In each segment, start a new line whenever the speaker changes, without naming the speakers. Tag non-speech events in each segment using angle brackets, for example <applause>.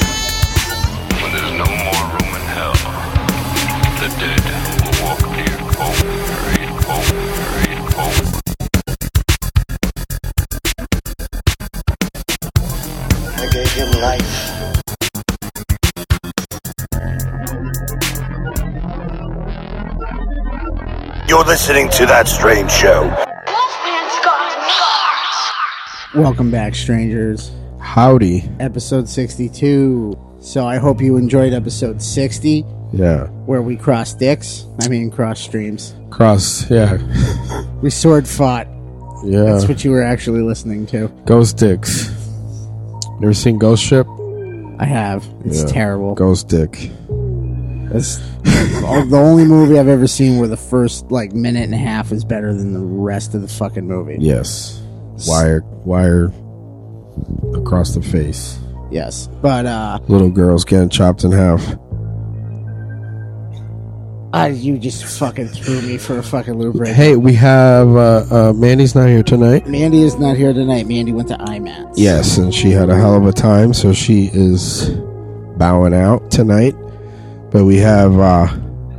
When there's no more room in hell, the dead will walk the earth. Earth, earth, earth.
I gave him life. You're listening to that strange show.
Wolfman's got
Welcome back, strangers.
Howdy.
Episode 62. So I hope you enjoyed episode 60,
Yeah.
where we crossed dicks. I mean, cross streams.
Cross. Yeah.
We sword fought.
Yeah.
That's what you were actually listening to.
Ghost Dicks. Never seen Ghost Ship?
I have. It's
Yeah.
terrible.
Ghost Dick.
It's oh, the only movie I've ever seen where the first like minute and a half is better than the rest of the fucking movie.
Yes. Wire. Wire. Across the face.
Yes, but uh,
Little girls getting chopped in half.
I, you just fucking threw me for a fucking loop right
Hey, we have uh, uh, Mandy's not here tonight.
Mandy is not here tonight. Mandy went to IMATS.
Yes, and she had a hell of a time, so she is bowing out tonight. But we have uh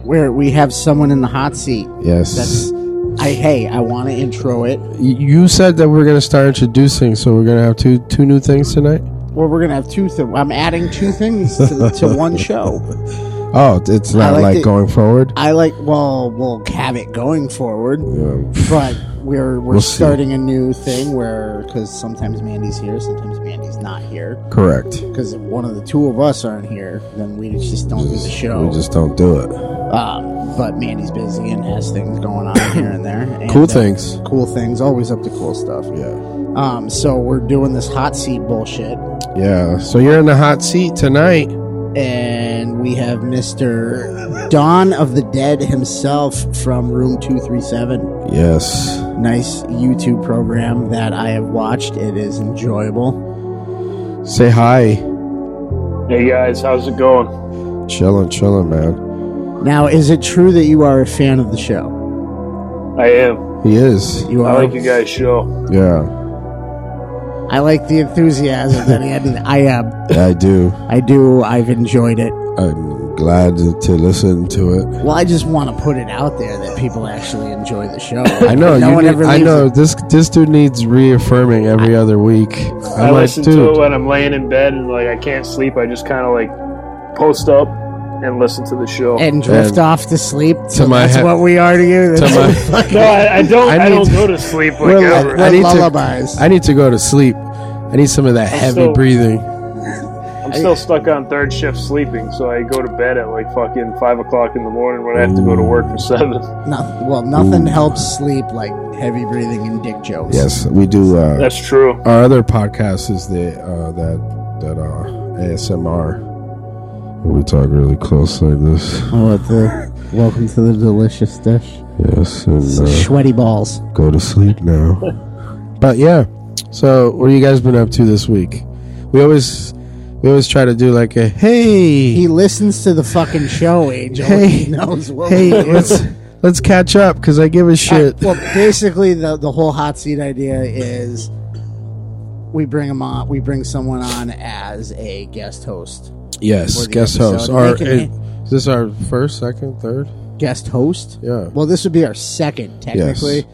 where we have someone in the hot seat.
yes.
That's I hey, I want to intro it.
Y- you said that we're gonna start introducing, so we're gonna have two two new things tonight.
Well, we're gonna have two. Th- I'm adding two things to,
<laughs>
to one show.
Oh, it's not
like
like,
the-
going forward.
I like. Well, we'll have it going forward, but we're we're
We'll see.
starting a new thing where because sometimes Mandy's here, sometimes Mandy's not here.
Correct.
Because if one of the two of us aren't here, then we just don't do the show.
We just don't do it.
um, but Mandy's busy and has things going on here and
<coughs>
there. And,
Cool
uh,
things.
Cool things. Always up to cool stuff.
Yeah.
Um, so we're doing this hot seat bullshit,
Yeah. So you're in the hot seat tonight.
and we have Mister Dawn of the Dead himself from Room Two Three Seven.
Yes.
Nice YouTube program that I have watched. It is enjoyable.
Say hi.
Hey guys, how's it going?
Chilling, chilling, man.
Now, is it true that you are a fan of the show?
I am.
He is.
You
I
are.
like you guys' show.
Yeah.
I like the enthusiasm that he had. in- I am.
I do.
I do. I've enjoyed it.
I'm glad to, to listen to it.
Well, I just want to put it out there that people actually enjoy the show.
I know.
No
you
one
need-
ever.
I
leaves
know
it.
this. This dude needs reaffirming every other week.
i
I'm like,
listen to it when I'm laying in bed and like I can't sleep. I just kind of like post up and listen to the show.
And drift
And-
off to sleep. So
my
that's
head-
what we are to you. That's
my-
what
<laughs>
fucking-
no, I, I don't.
I
I,
need
don't
to-
go to sleep like
We're
ever.
like-
I need
lullabies.
to. I need to go to sleep. I need some of that heavy
so-
breathing.
I'm still stuck on third shift sleeping, so I go to bed at like fucking five o'clock in the morning when I have to go to work for seven. <laughs>
Noth- well, nothing helps sleep like heavy breathing and dick jokes.
Yes, we do. Uh,
That's true.
our other podcast is the uh, that that uh, ASMR. We talk really close like this.
Oh, the, welcome to the delicious dish.
Yes, and uh,
Sweaty balls.
go to sleep now. but yeah, so what you guys been up to this week? We always we always try to do like a hey.
He listens to the fucking show, Angel.
Hey.
he knows what we
hey,
do.
let's let's catch up because I give a shit.
I- well, basically, the the whole hot seat idea is we bring 'em on, we bring someone on as a guest host.
yes,
for the
guest
episode.
host. Our, uh,
They
is
can-
this our first, second, third?
Guest host.
Yeah.
Well, this would be our second technically,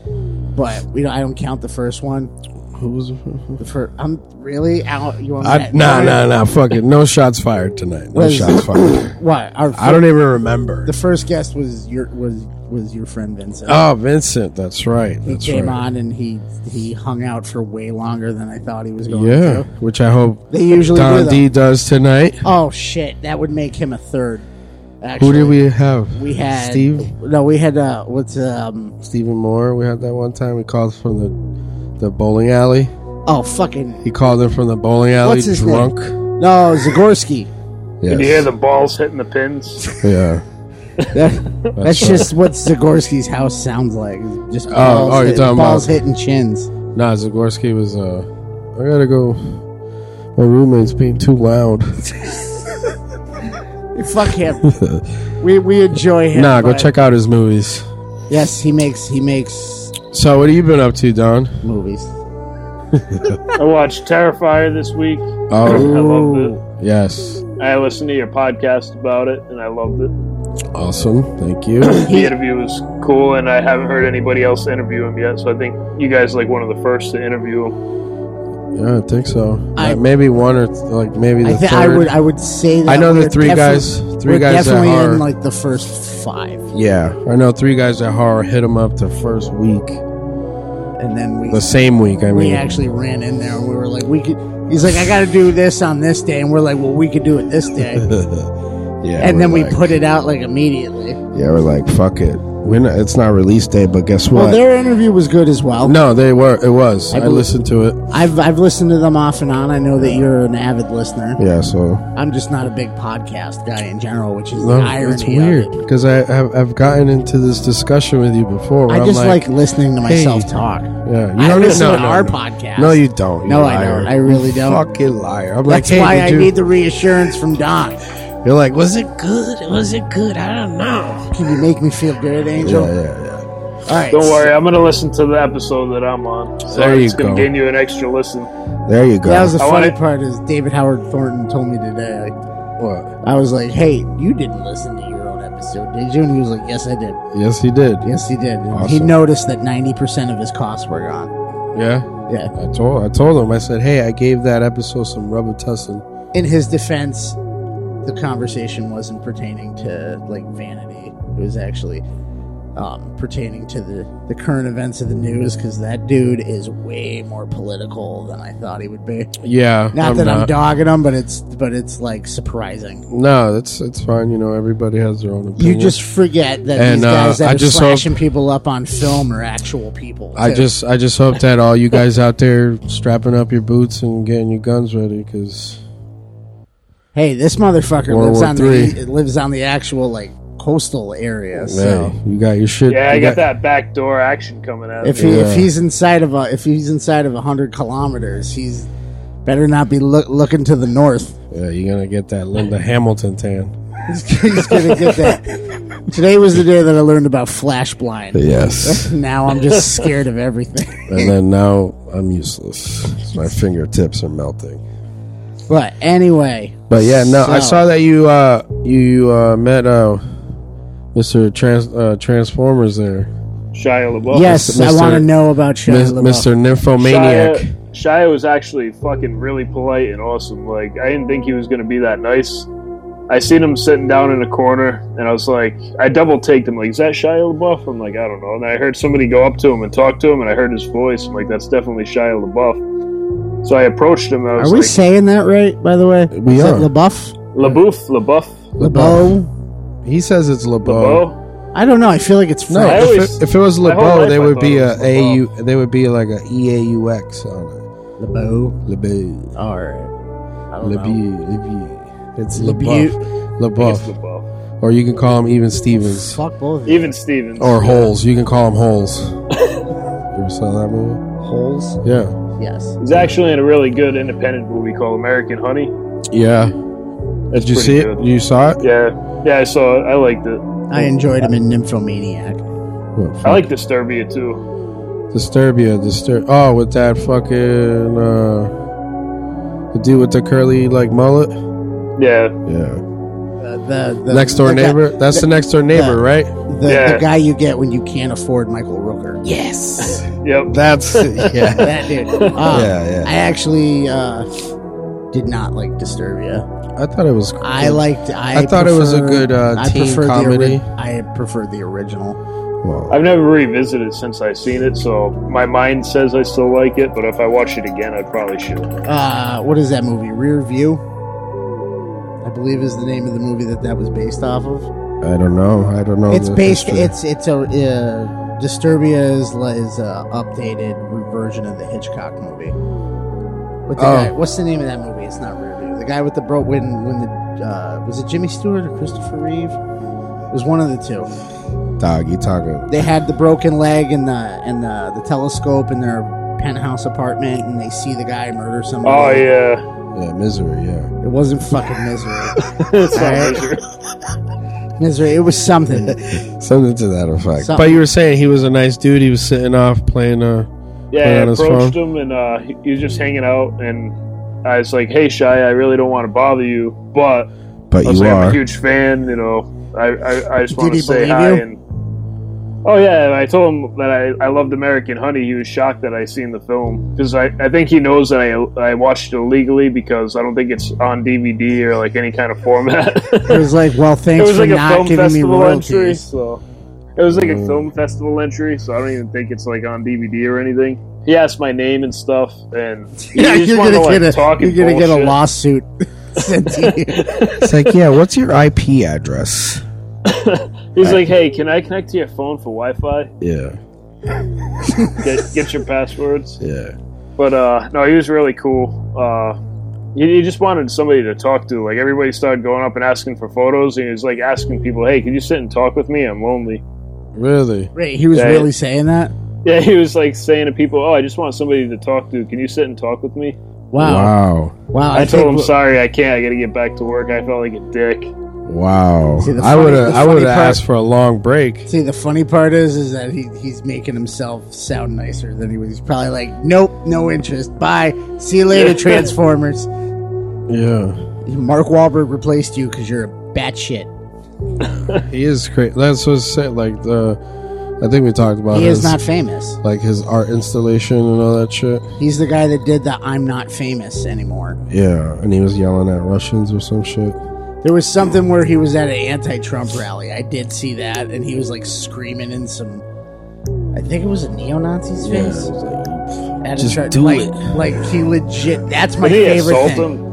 but we don't, I don't count the first one.
Who was the first?
The first, I'm really out. You want me
I,
to-
nah, nah, nah. Fuck it. No shots fired tonight. No
Was-
shots fired.
What? Our
I don't even remember.
The first guest was your was was your friend Vincent.
Oh, Vincent. That's right.
he
That's
came
right.
on and he he hung out for way longer than I thought he was going
Yeah,
to.
which I hope
They usually do
Don
that.
D does tonight.
Oh shit, that would make him a third.
Who
Actually,
did we have?
We had
Steve,
No, we had uh, what's um?
Stephen Moore. We had that one time. We called from the the bowling alley.
Oh fucking
He called in from the bowling alley,
What's his name?
drunk.
no, Zagorski. <laughs>
Yes.
Did you hear the balls hitting the
<laughs>
pins?
Yeah.
That, that's just what Zagorski's house sounds like. is Just balls,
oh, you're
hitting,
talking about-
balls hitting chins.
Nah, Zagorski was. uh I gotta go. My roommate's being too loud.
Fuck
<laughs>
him. we we enjoy him.
nah, go
but-
check out his movies.
Yes, he makes he makes
So, what have you been up to, Don?
movies.
I watched Terrifier this week. I loved it.
yes,
I listened to your podcast about it, and I loved it.
awesome. Thank you.
The interview was cool, and I haven't heard anybody else interview him yet. So I think you guys are, like one of the first to interview him.
yeah, I think so.
I-
Like, maybe one or th- like maybe the
I think
third.
I would I would say that
I know the
we're
three
defi-
guys- three
we're
guys that
definitely
are-
in like the first five,
Yeah, I know three guys at horror hit him up the first week,
and then we
the same week. I
we
mean,
actually ran in there and we were like we could. He's like I got to do this on this day, and we're like well we could do it this
<laughs>
day,
<laughs> yeah,
and then
we're
we
like-
put it out like immediately.
Yeah, we're like, fuck it. We're not, it's not release day, but guess
Well,
what?
their interview was good as well.
no, they were. It was. I,
I believe-
listened to it.
I've I've listened to them off and on. I know that you're an avid listener.
Yeah, so
I'm just not a big podcast guy in general, which is
no,
the irony
it's weird
of it.
because I have I've gotten into this discussion with you before. Where
I
am
just like,
like,
listening to myself
hey,
talk.
yeah, you
I
don't
listen
no,
to
no,
our
no.
podcast.
No, you don't. You
No, I
liar.
don't. I really don't.
Fucking liar. I'm
That's
like, hey,
why
did
I
you?
need the reassurance from Don.
You're like, was it good? Was it good? I don't know.
Can you make me feel good,
Yeah,
Angel?
yeah, yeah.
All right.
Don't worry, I'm gonna listen to the episode that I'm on. So
There
it's
you
gonna
go.
gain you an extra listen.
There you go.
That was the
I
funny
wanna-
part is David Howard Thornton told me today. Like,
what?
I was like, "Hey, you didn't listen to your own episode, did you?" And he was like, "Yes, I did.
Yes, he did.
Yes, he did." And he
Awesome.
noticed that ninety percent of his costs were gone.
Yeah.
Yeah.
I told I told him I said, "Hey, I gave that episode some rubber tussin."
in his defense, the conversation wasn't pertaining to like vanity. It was actually um, pertaining to the, the current events of the news because that dude is way more political than I thought he would be.
Yeah,
Not that I'm dogging him, but it's but it's like surprising.
No, that's it's fine. You know, everybody has their own
You
opinion.
just forget that
And,
these
uh,
guys that
I
are
just hope-
slashing people up on film are actual people.
I
too.
just I just hope that all you guys out there strapping up your boots and getting your guns ready because
hey, this motherfucker
World
lives
War
on
Three.
the it lives on the actual like coastal area. So.
man, you got your shit.
Yeah, I
you
got that backdoor action coming out.
If he
Yeah.
if he's inside of a if he's inside of hundred kilometers, he's better not be look, looking to the north. <laughs>
Yeah, you're gonna get that Linda Hamilton tan.
he's gonna get that. Today was the day that I learned about flash blind.
Yes,
Now I'm just scared of everything. <laughs>
and then now I'm useless. My fingertips are melting.
But anyway,
But yeah, no, I
So-
saw that you uh you uh met uh Mr. Trans uh, Transformers there.
Shia LaBeouf.
yes, I
Mr.
want to know about Shia
Mis-
LaBeouf.
Mr. Nymphomaniac.
Shia, Shia was actually fucking really polite and awesome. Like I didn't think he was gonna be that nice. I seen him sitting down in a corner, and I was like, I double taked him. Like, is that Shia LaBeouf? I'm like, I don't know. And I heard somebody go up to him and talk to him, and I heard his voice. I'm like, that's definitely Shia LaBeouf. So I approached him. And I
Are
was
we
like,
saying that right? By the way,
We
Is
are.
It LaBeouf,
LaBeouf, LaBeouf,
LeBeau.
He says it's LeBeau.
LaBeouf.
I don't know. I feel like it's
No,
I
French.
if
always-
it, if it was
my whole
LeBeau,
life
they
I
would
thought
be
it
a
was LeBeau.
AU. They would be like a EAUX on
LeBeau.
it. LeBeau,
All right. I don't know.
LeBeau, LeBeau. It's
LeBeau.
LeBeau,
I think it's
LeBeau,
LaBeouf.
or you can call him even Stevens
Fuck both of you.
Even Stevens.
or Holes. You can call him Holes. you ever saw that movie?
Holes.
Yeah,
Yes.
He's actually in a really good independent movie called American Honey.
yeah.
That's
Did you
pretty
see
good.
it? You saw it?
Yeah, yeah, I saw it. I liked it.
I enjoyed him in Nymphomaniac. Uh, Oh,
What,
I
fuck?
like Disturbia too.
Disturbia. Disturb. Oh, with that fucking uh, the dude with the curly like mullet.
Yeah,
Yeah.
Uh, the, the
next door
the guy-
neighbor. That's the next door neighbor, right?
the,
Yeah.
the guy you get when you can't afford Michael Rooker. Yes,
yep.
That's yeah.
<laughs> that
<laughs>
dude. Um,
Yeah, yeah.
I actually uh, did not like Disturbia.
I thought it was. Cool.
I liked. I,
Mm. I thought it was a
prefer-
good, uh,
I
teen
prefer
comedy.
The ori- I preferred the original.
Well,
I've never revisited since I've seen it, so my mind says I still like it. But if I watch it again, I probably should.
Uh, what is that movie? Rear View. I believe is the name of the movie that that was based off of.
I don't know. I don't know.
it's
the
based.
history.
It's it's a uh, Disturbia is is a updated version of the Hitchcock movie. With the
Oh.
guy, what's the name of that movie? It's not Rear View. The guy with the bro when when the uh, was it Jimmy Stewart or Christopher Reeve? It was one of the two.
dog. You talking?
They had the broken leg and the and the, the telescope in their penthouse apartment, and they see the guy murder somebody.
Oh yeah,
Yeah, misery. Yeah.
It wasn't fucking misery.
<laughs> It's not
Alright.
misery.
misery. It was something.
Something to that effect.
Something.
But you were saying he was a nice dude. He was sitting off playing. Uh, Playing
Yeah,
on
I
his
approached him and uh, he, he was just hanging out, and I was like, "Hey, Shy, I really don't want to bother you, but
but
I was
you
like, I'm a
are.
huge fan. You know, I I, I just
Did
want
he
to say
believe
hi."
you?
And oh yeah, and I told him that I, I loved American Honey. He was shocked that I seen the film because I, I think he knows that I I watched it illegally because I don't think it's on DVD or like any kind of format. <laughs>
It was like, well,
it
thanks
was
for
like a
not
film
giving me
festival entry,
royalties.
so it was like
Mm.
a film festival entry. So I don't even think it's like on DVD or anything. He asked my name and stuff,
<laughs>
and he
Yeah,
just
you're gonna
wanted to, like,
get a
talk
you're
and
gonna get a
bullshit.
lawsuit <laughs> sent to you.
It's like, yeah. What's your IP address?
He's like, "Hey, can I connect to your phone for Wi-Fi?
Yeah.
Get, get
<laughs>
your passwords."
Yeah.
But uh, no, he was really cool. Uh, you, you just wanted somebody to talk to. Like everybody started going up and asking for photos, and he was like asking people, "Hey, can you sit and talk with me? I'm lonely." <laughs>
Really.
Wait, he was
Yeah.
really saying that?
Yeah, he was like saying to people, "Oh, I just want somebody to talk to. Can you sit and talk with me?"
Wow, wow.
I, told
think-
him, "Sorry, I can't. I got to get back to work. I felt like a dick."
Wow.
See, the
I
funny-
would
the
have. I
funny
would have
part-
asked for a long break.
See, the funny part is, is that he, he's making himself sound nicer than he was. He's probably like, nope, no interest. Bye. See you
<laughs>
later, Transformers.
Yeah.
Mark Wahlberg replaced you because you're a batshit.
He is crazy. That's what I said. Like the. I think we talked about.
He
his,
is not famous.
like his art installation and all that shit.
He's the guy that did the I'm not famous anymore.
Yeah, and he was yelling at Russians or some shit.
There was something where he was at an anti-Trump rally. I did see that, and he was like screaming in some. I think it was a neo-Nazi's face. At a
"Just
church,
do
like,
it."
Like he legit. That's my
Did he
favorite
assault
thing.
him?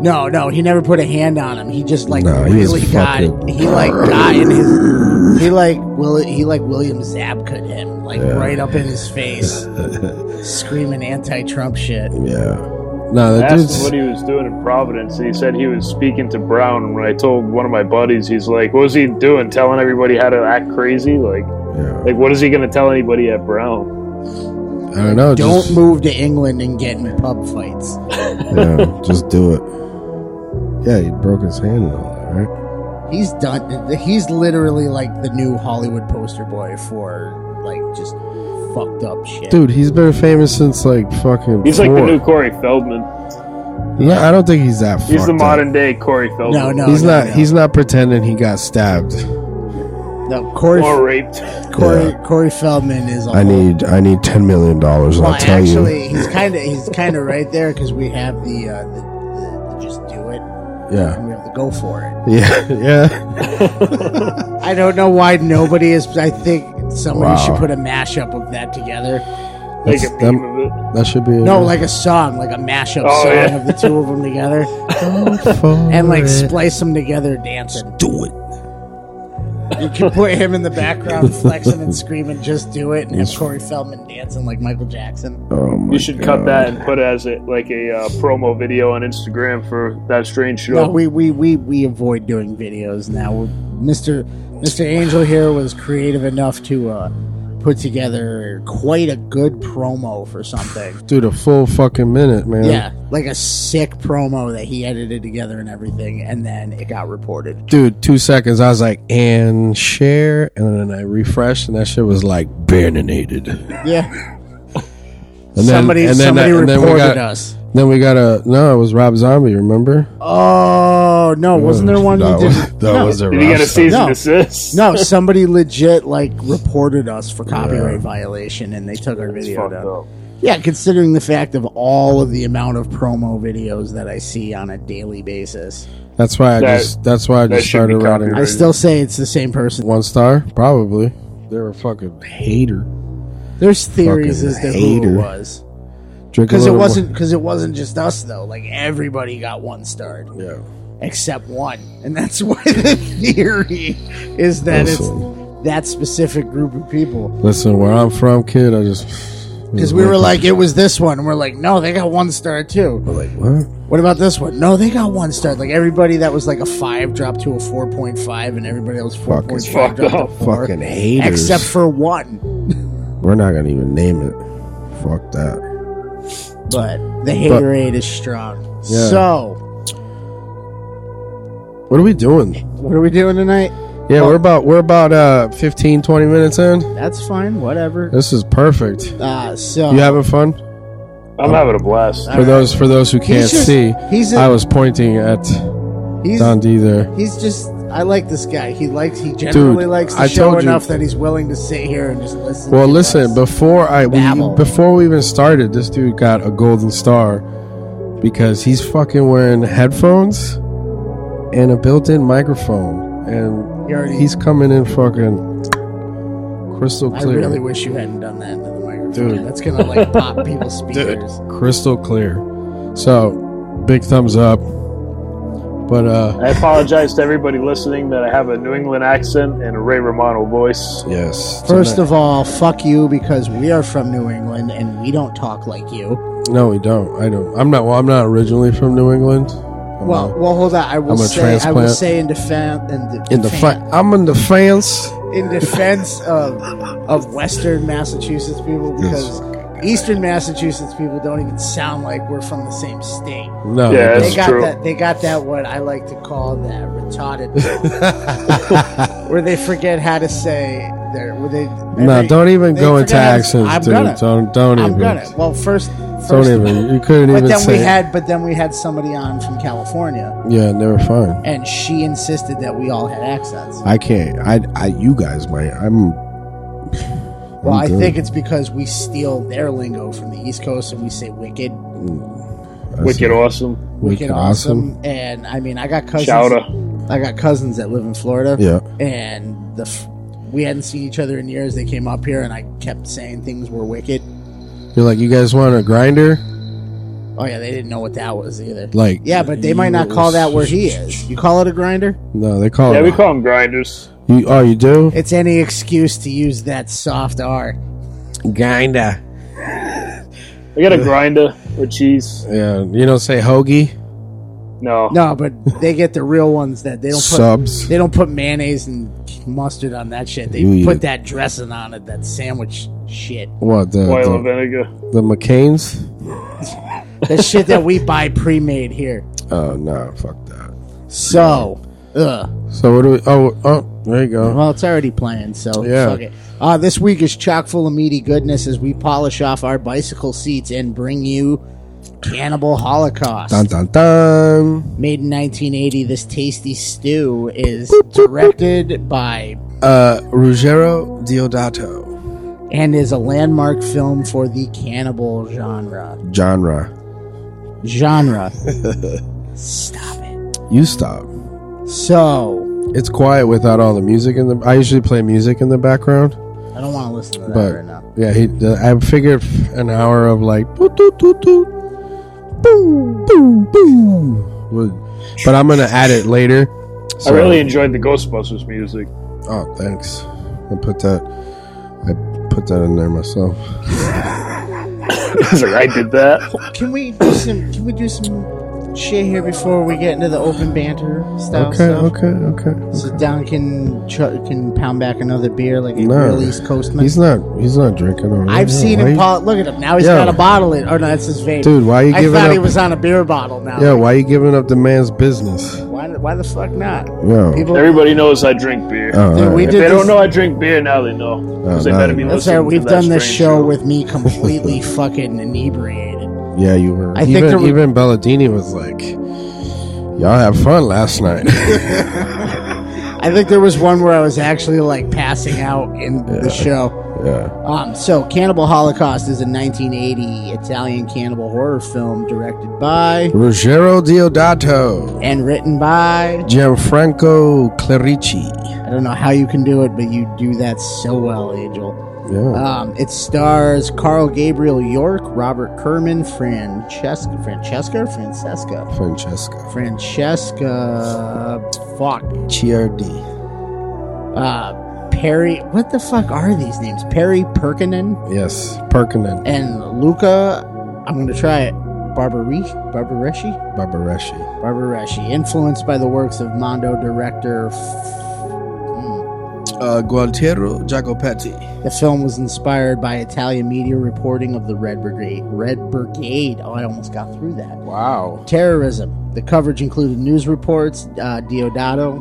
No, no, he never put a hand on him. He just like
No, he was
really got.
fucking-
He like got in his. He like will. He like William Zabka him like right up in his
<laughs>
face, screaming anti-Trump shit.
Yeah. No,
I
that
asked him
dude's.
what he was doing in Providence, and he said he was speaking to Brown. And when I told one of my buddies, he's like, "What was he doing? Telling everybody how to act crazy? Like,
yeah.
like what is he going to tell anybody at Brown?"
I don't know.
Don't
just,
move to England and get in pub fights.
Yeah, just do it. Yeah, he broke his hand and all that, right?
He's done. He's literally like the new Hollywood poster boy for like just fucked up shit.
Dude, he's been famous since like fucking.
He's like the
four.
new Corey Feldman.
No, I don't think he's that.
He's
fucked
the
up.
modern day Corey Feldman.
No, no,
he's
no,
not.
no.
He's not pretending he got stabbed.
no Corey.
Or raped.
Corey, Corey Feldman is. a
I
whole-
need. I need ten million dollars.
Well,
I'll tell
actually,
you.
he's kind of he's kind of right there because we have the, uh, the, the the just do it
Yeah. <laughs>
and we have the go for it.
Yeah. Yeah.
I don't know why nobody is. I think somebody
Wow.
should put a mashup of that together.
Make a
That's-
meme
that,
of it.
that should be.
No,
<laughs>
like <laughs> a song, like a mashup
Oh,
song
yeah.
of the two of them together, and
and
like splice them together dancing.
do it.
You can put him in the background flexing and screaming, "Just do it," and have Corey Feldman dancing like Michael Jackson.
Oh my
You should cut that and put it as a, like a uh, promo video on Instagram for that strange show.
No, we we we we avoid doing videos now. We're, Mr. Mr. Angel here was creative enough to uh, put together quite a good promo for something.
dude a full fucking minute, man.
Yeah, like a sick promo that he edited together and everything, and then it got reported.
Dude, two seconds. I was like, and share, and then I refreshed, and that shit was like bananated. And
Yeah,
then
somebody
and then,
somebody
and then
reported
we got,
us.
Then we got a no. It was Rob Zombie. Remember?
Oh no, wasn't there one? that
That
did-
was, that
no.
was a
Did he
Rob
get
Zombie.
a cease and
No.
desist?
No, somebody legit like reported us for copyright violation, and they took our video
Fucked
down.
up.
Yeah, considering the fact of all of the amount of promo videos that I see on a daily basis,
That's why I
That-
just. That's why I just
should be
started writing
I
copyrighted.
still say it's the same person.
one star. Probably they were a fucking hater.
There's theories
Fucking
as to who
hater.
it was
Drink a
because it
little
wasn't because it wasn't just us though. Like everybody got one starred
More. Yeah.
except one, and that's <laughs> why the theory is that
Listen.
it's that specific group of people.
Listen, where I'm from, kid, I just
Because we were like, it was this one. And we're like, no, they got one star too.
We're like what?
What about this one? No, they got one star. Like everybody that was like a five dropped to a four point five, and everybody else four point five
fucked
dropped to
up.
four,
Fucking haters.
except for one.
We're not gonna even name it. Fuck that.
But the haterade is strong.
Yeah.
So,
What are we doing?
what are we doing tonight?
Yeah, we're about we're about uh 15 20 minutes in.
That's fine, whatever.
This is perfect.
Uh, so
You having fun?
I'm having a blast.
For those for those who can't
just-
see,
he's a-
I was pointing at
he's
Don D there.
he's just I like this guy. He likes he generally
Dude,
likes the
I
show
told you.
enough that he's willing to sit here and just listen.
Well,
to
listen,
us.
before I we,
Babble.
before we even started, this dude got a golden star because he's fucking wearing headphones and a built-in microphone, and
You already-
he's coming in fucking crystal
I
clear,
really wish you hadn't done that to the microphone.
Dude.
That's gonna <laughs> like pop people's speakers.
crystal clear. So, big thumbs up. But uh,
I apologize to everybody listening that I have a New England accent and a Ray Romano voice.
yes,
First of all, fuck you because we are from New England and we don't talk like you.
no, we don't. I don't. I'm not. Well, I'm not originally from New England. I'm
Well,
a-
well, hold on. I will
I'm a
say I will
transplant.
say in defense in, de-
in the
defense-
fa- I'm in the fans.
in defense of of Western Massachusetts people because Eastern Massachusetts people don't even sound like we're from the same state.
No, they
Yeah,
They
That's
got
true.
that. They got that. What I like to call that
<laughs>
retarded, where they forget how to say their. Where they
No,
they-
don't even
they
go
forget
into
how to-
accents,
I'm
dude.
gonna.
Don't don't
I'm
even.
gonna. Well, first, first
Don't even. You couldn't
But
even
then we
say.
had. But then we had somebody on from California,
yeah, never fine.
and she insisted that we all had accents.
I can't. I I you guys might. I'm.
Well, I
good.
think it's because we steal their lingo from the East Coast and we say wicked,
I
Wicked
said
awesome.
wicked awesome.
And I mean, I got cousins.
Chowder.
I got cousins that live in Florida.
Yeah.
And the f- we hadn't seen each other in years. They came up here, and I kept saying things were wicked.
You're like you guys want a grinder?
Oh yeah, they didn't know what that was either.
Like
yeah, but they might not call that where he is. You call it a grinder?
No, they call
Yeah,
it.
we call them grinders.
you, oh, you do
It's any excuse to use that soft R.
grinder.
I got a grinder with cheese.
Yeah, you don't say hoagie
No.
No, but they get the real ones that they don't put.
subs.
They don't put mayonnaise and mustard on that shit. They
You eat
put
it.
that dressing on it, that sandwich shit.
What the
Oil and
the,
vinegar.
the McCain's?
The shit that we buy pre-made here.
Oh no, fuck that.
So, ugh.
So what do we? Oh, oh, there you go.
Well, it's already playing, so
Yeah.
fuck it. Uh, this week is chock full of meaty goodness as we polish off our bicycle seats and bring you Cannibal Holocaust.
Dun dun dun.
Made in 1980, this tasty stew is directed by
Uh, Ruggero Diodato
and is a landmark film for the cannibal genre.
genre. <laughs>
Genre. Stop it.
You stop.
So,
It's quiet without all the music in the. I usually play music in the background,
I don't want to listen to that
but
right now.
yeah, he. The, I figured an hour of like boot, doot, doot, doot, boom, boom, boom would. But I'm gonna add it later.
I really enjoyed the Ghostbusters music.
Oh, thanks. I put that. I put that in there myself.
I was like, I
<laughs>
did that.
Can we do some? Can we do some shit here before we get into the open banter style
Okay,
stuff?
okay, okay.
So Don can ch- can pound back another beer like a
No.
real East Coastman.
He's not. He's not drinking. Already.
I've seen him.
Why-
Pol- look at him now. He's
Yeah.
got a bottle in. Oh no, that's his vape.
Dude, why are you
I
giving
thought he
up-
was on a beer bottle now.
Yeah, why you giving up the man's business?
Why? Why the fuck not?
Yeah.
People.
Everybody knows I drink beer.
Oh,
Dude,
all
we
right.
if
did
they
this-
don't know I drink beer, now they know. 'Cause they
now
better
they
be
know.
That's
listening
right.
to
We've
that
done this
strange
show with
<laughs>
me completely fucking inebriated.
Yeah, you were.
I
even
think there were-
even Belladini was like, "Y'all had fun last night." <laughs>
I think there was one where I was actually like passing out in the show.
yeah,
Um, so, Cannibal Holocaust is a 1980 Italian cannibal horror film directed by
Ruggero Diodato,
and written by.
Gianfranco Clerici.
I don't know how you can do it, but you do that so well, Angel.
Yeah,
Um, it stars Carl Gabriel York, Robert Kerman, Francesca, Francesca,
Ah.
Francesca,
Francesco
Francesca. Fuck.
Ciardi.
Uh, Perry. What the fuck are these names? Perry Perkinen.
Yes, Perkinen
and Luca. I'm going to try it. Barbari, Barbareschi,
Barbareschi.
Barbareschi, influenced by the works of Mondo director F- mm,
uh, Gualtiero Jacopetti.
The film was inspired by Italian media reporting of the Red Brigade. Red Brigade. Oh, I almost got through that.
Wow.
Terrorism. The coverage included news reports. Uh, Diodato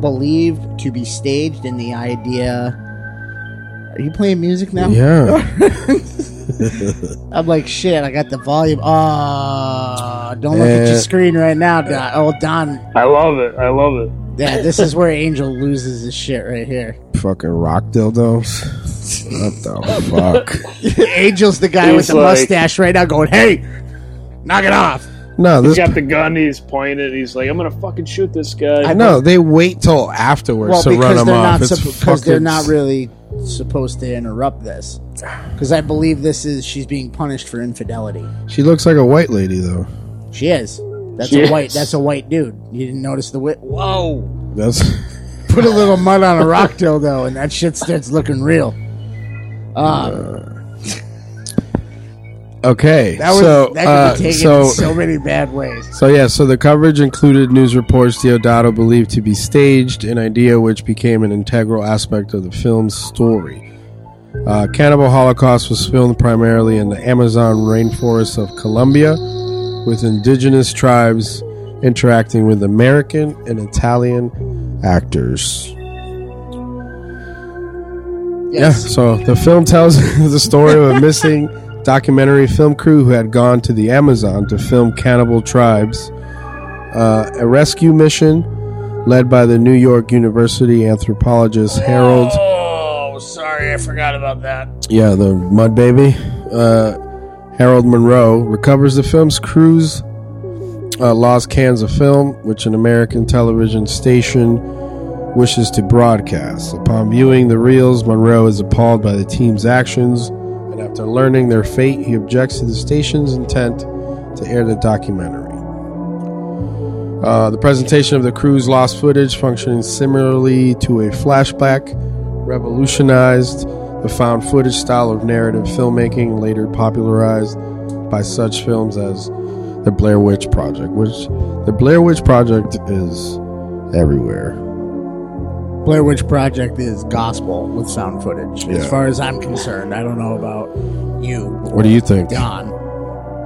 believed to be staged in the idea. Are you playing music now?
Yeah. <laughs>
I'm like, shit, I got the volume. Oh, don't look at your
Yeah.
screen right now, Don. Oh, Don.
I love it. I love it.
Yeah, this is where Angel loses his shit right here.
Fucking rock dildos. what the <laughs> fuck?
Angel's the guy with
He's
the
like-
mustache right now going, hey, knock it off.
No,
He's
this.
got the gun. He's pointed. He's like, I'm gonna fucking shoot this guy.
I know they wait till afterwards
Well,
to run
because
them
they're, not
off. It's
sup- because they're
fucking-
not really supposed to interrupt this. Because I believe this is, she's being punished for infidelity.
She looks like a white lady though.
She is. That's
She
a white.
is.
That's a white dude. You didn't notice the wit. Whoa!
That's
Put a little mud on a
<laughs>
rock dildo, and that shit starts looking real.
<laughs> okay.
That was
so,
that could
uh,
be taken
so,
in so many bad ways.
So yeah, so the coverage included news reports Deodato believed to be staged, an idea which became an integral aspect of the film's story. Uh, Cannibal Holocaust was filmed primarily in the Amazon rainforest of Colombia, with indigenous tribes interacting with American and Italian actors. Yeah,
Yes.
so the film tells <laughs> the story of a missing documentary film crew who had gone to the Amazon to film cannibal tribes, uh, a rescue mission led by the New York University anthropologist Harold.
Oh, sorry, I forgot about that.
Yeah, the mud baby. Uh, Harold Monroe recovers the film's crew's uh, lost cans of film, which an American television station wishes to broadcast. Upon viewing the reels, Monroe is appalled by the team's actions, and after learning their fate, he objects to the station's intent to air the documentary. Uh, the presentation of the crew's lost footage, functioning similarly to a flashback, revolutionized the found footage style of narrative filmmaking, later popularized by such films as The Blair Witch Project, which The Blair Witch Project is everywhere.
Blair Witch Project is gospel with sound footage, as
Yeah.
far as I'm concerned. I don't know about you.
What do you think?
Don?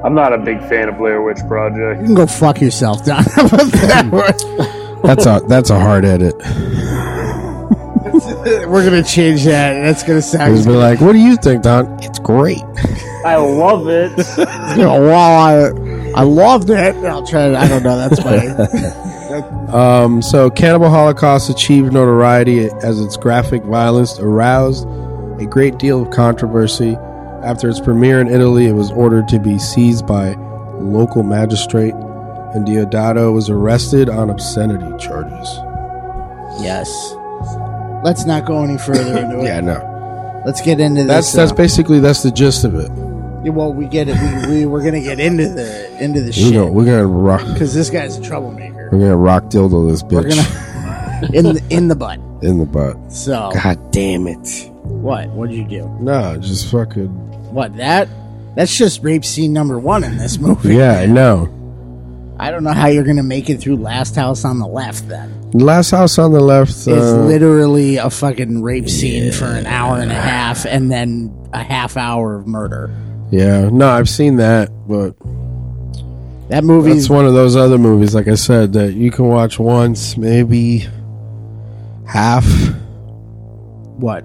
I'm not a big fan of Blair Witch
You
Project.
can go fuck yourself, Don. <laughs> How about that?
<laughs>
We're-
That's a that's a hard <laughs> edit.
<laughs> We're gonna change that. That's gonna sound.
He's been
<laughs>
like, "What do you think, Don? It's great."
I
<laughs>
love it.
you know, wow, I, I loved it. I'll try it. I don't know. That's my.
<laughs> Um, so, Cannibal Holocaust achieved notoriety as its graphic violence aroused a great deal of controversy. After its premiere in Italy, it was ordered to be seized by local magistrate, and Diodato was arrested on obscenity charges.
yes. Let's not go any further into it.
Yeah, no,
Let's get into
that's
this.
that's
uh,
basically that's the gist of it.
yeah, well, we get it. We, we we're gonna get into the into the
We're gonna
shit
we're gonna rock
because this guy's a troublemaker.
we're gonna rock dildo this bitch
We're gonna <laughs> in the, in the butt.
<laughs> in the butt.
So
God damn it!
what? What'd you do?
No, just fucking
What that? That's just rape scene number one in this movie.
yeah, I know.
I don't know how you're gonna make it through Last House on the Left. Then
Last house on the left.
it's
uh,
literally a fucking rape scene for an hour and a half, and then a half hour of murder.
yeah, no, I've seen that, but
That movie's
that's one of those other movies, like I said, that you can watch once, maybe half.
what?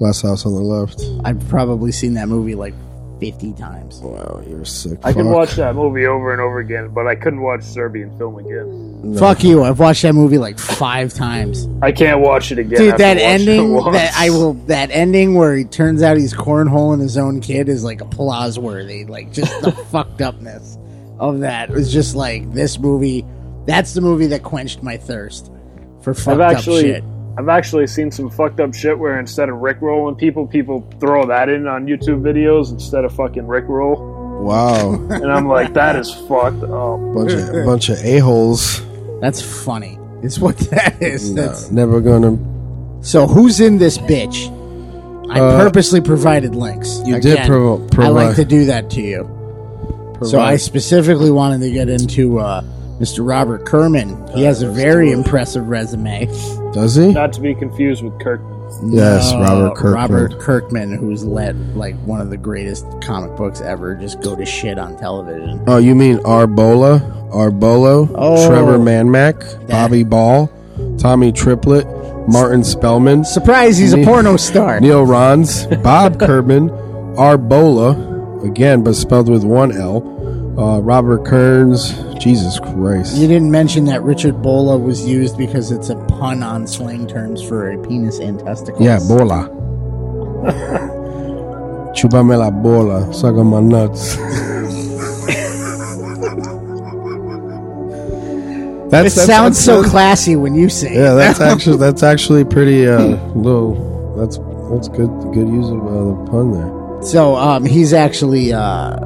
Last house on the left.
I've probably seen that movie like fifty times.
Wow, you're a sick.
I could
fuck.
watch that movie over and over again, but I couldn't watch Serbian film again.
Fuck you! I've watched that movie like five times.
I can't watch it again.
Dude,
after
that
watching it
ending
once.
that
<laughs>
I will that ending where he turns out he's cornholing his own kid is like applause worthy. Like just
<laughs>
the fucked upness of that was just like this movie. That's the movie that quenched my thirst for fucked
I've
up
actually,
shit.
I've actually seen some fucked up shit where instead of rickrolling people, people throw that in on YouTube videos instead of fucking rickroll,
Wow,
and I'm like,
<laughs>
that is fucked up.
bunch of <laughs> bunch of a holes.
That's funny. Is what <laughs> that is. That's,
Never gonna.
so who's in this bitch? I
Uh,
purposely provided links.
you did provo-
I like
provide-
to do that to you. So I specifically wanted to get into uh, Mr. Robert Kerman. He has a very impressive resume.
does he?
Not to be confused with Kirkman.
Yes, Robert Kirkman.
Uh, Robert Kirkman, who's let like one of the greatest comic books ever just go to shit on television.
Oh, you mean Arbola, Arbolo,
Oh.
Trevor Manmack, Bobby Ball, Tommy Triplett, Martin Spellman,
Surprise, he's a
Ne-
porno star.
Neil Rons, Bob Kerman, Arbola, again but spelled with one L, uh, Robert Kearns. Jesus Christ!
You didn't mention that Richard Bola was used because it's a pun on slang terms for a penis and testicles.
Yeah, bola. Chupame la bola. Suck on my nuts. <laughs>
it
that's,
sounds so
that's-
classy when you say
Yeah,
it. <laughs>
that's actually that's actually pretty uh, little. That's that's good good use of uh, the pun there.
So um, he's actually uh,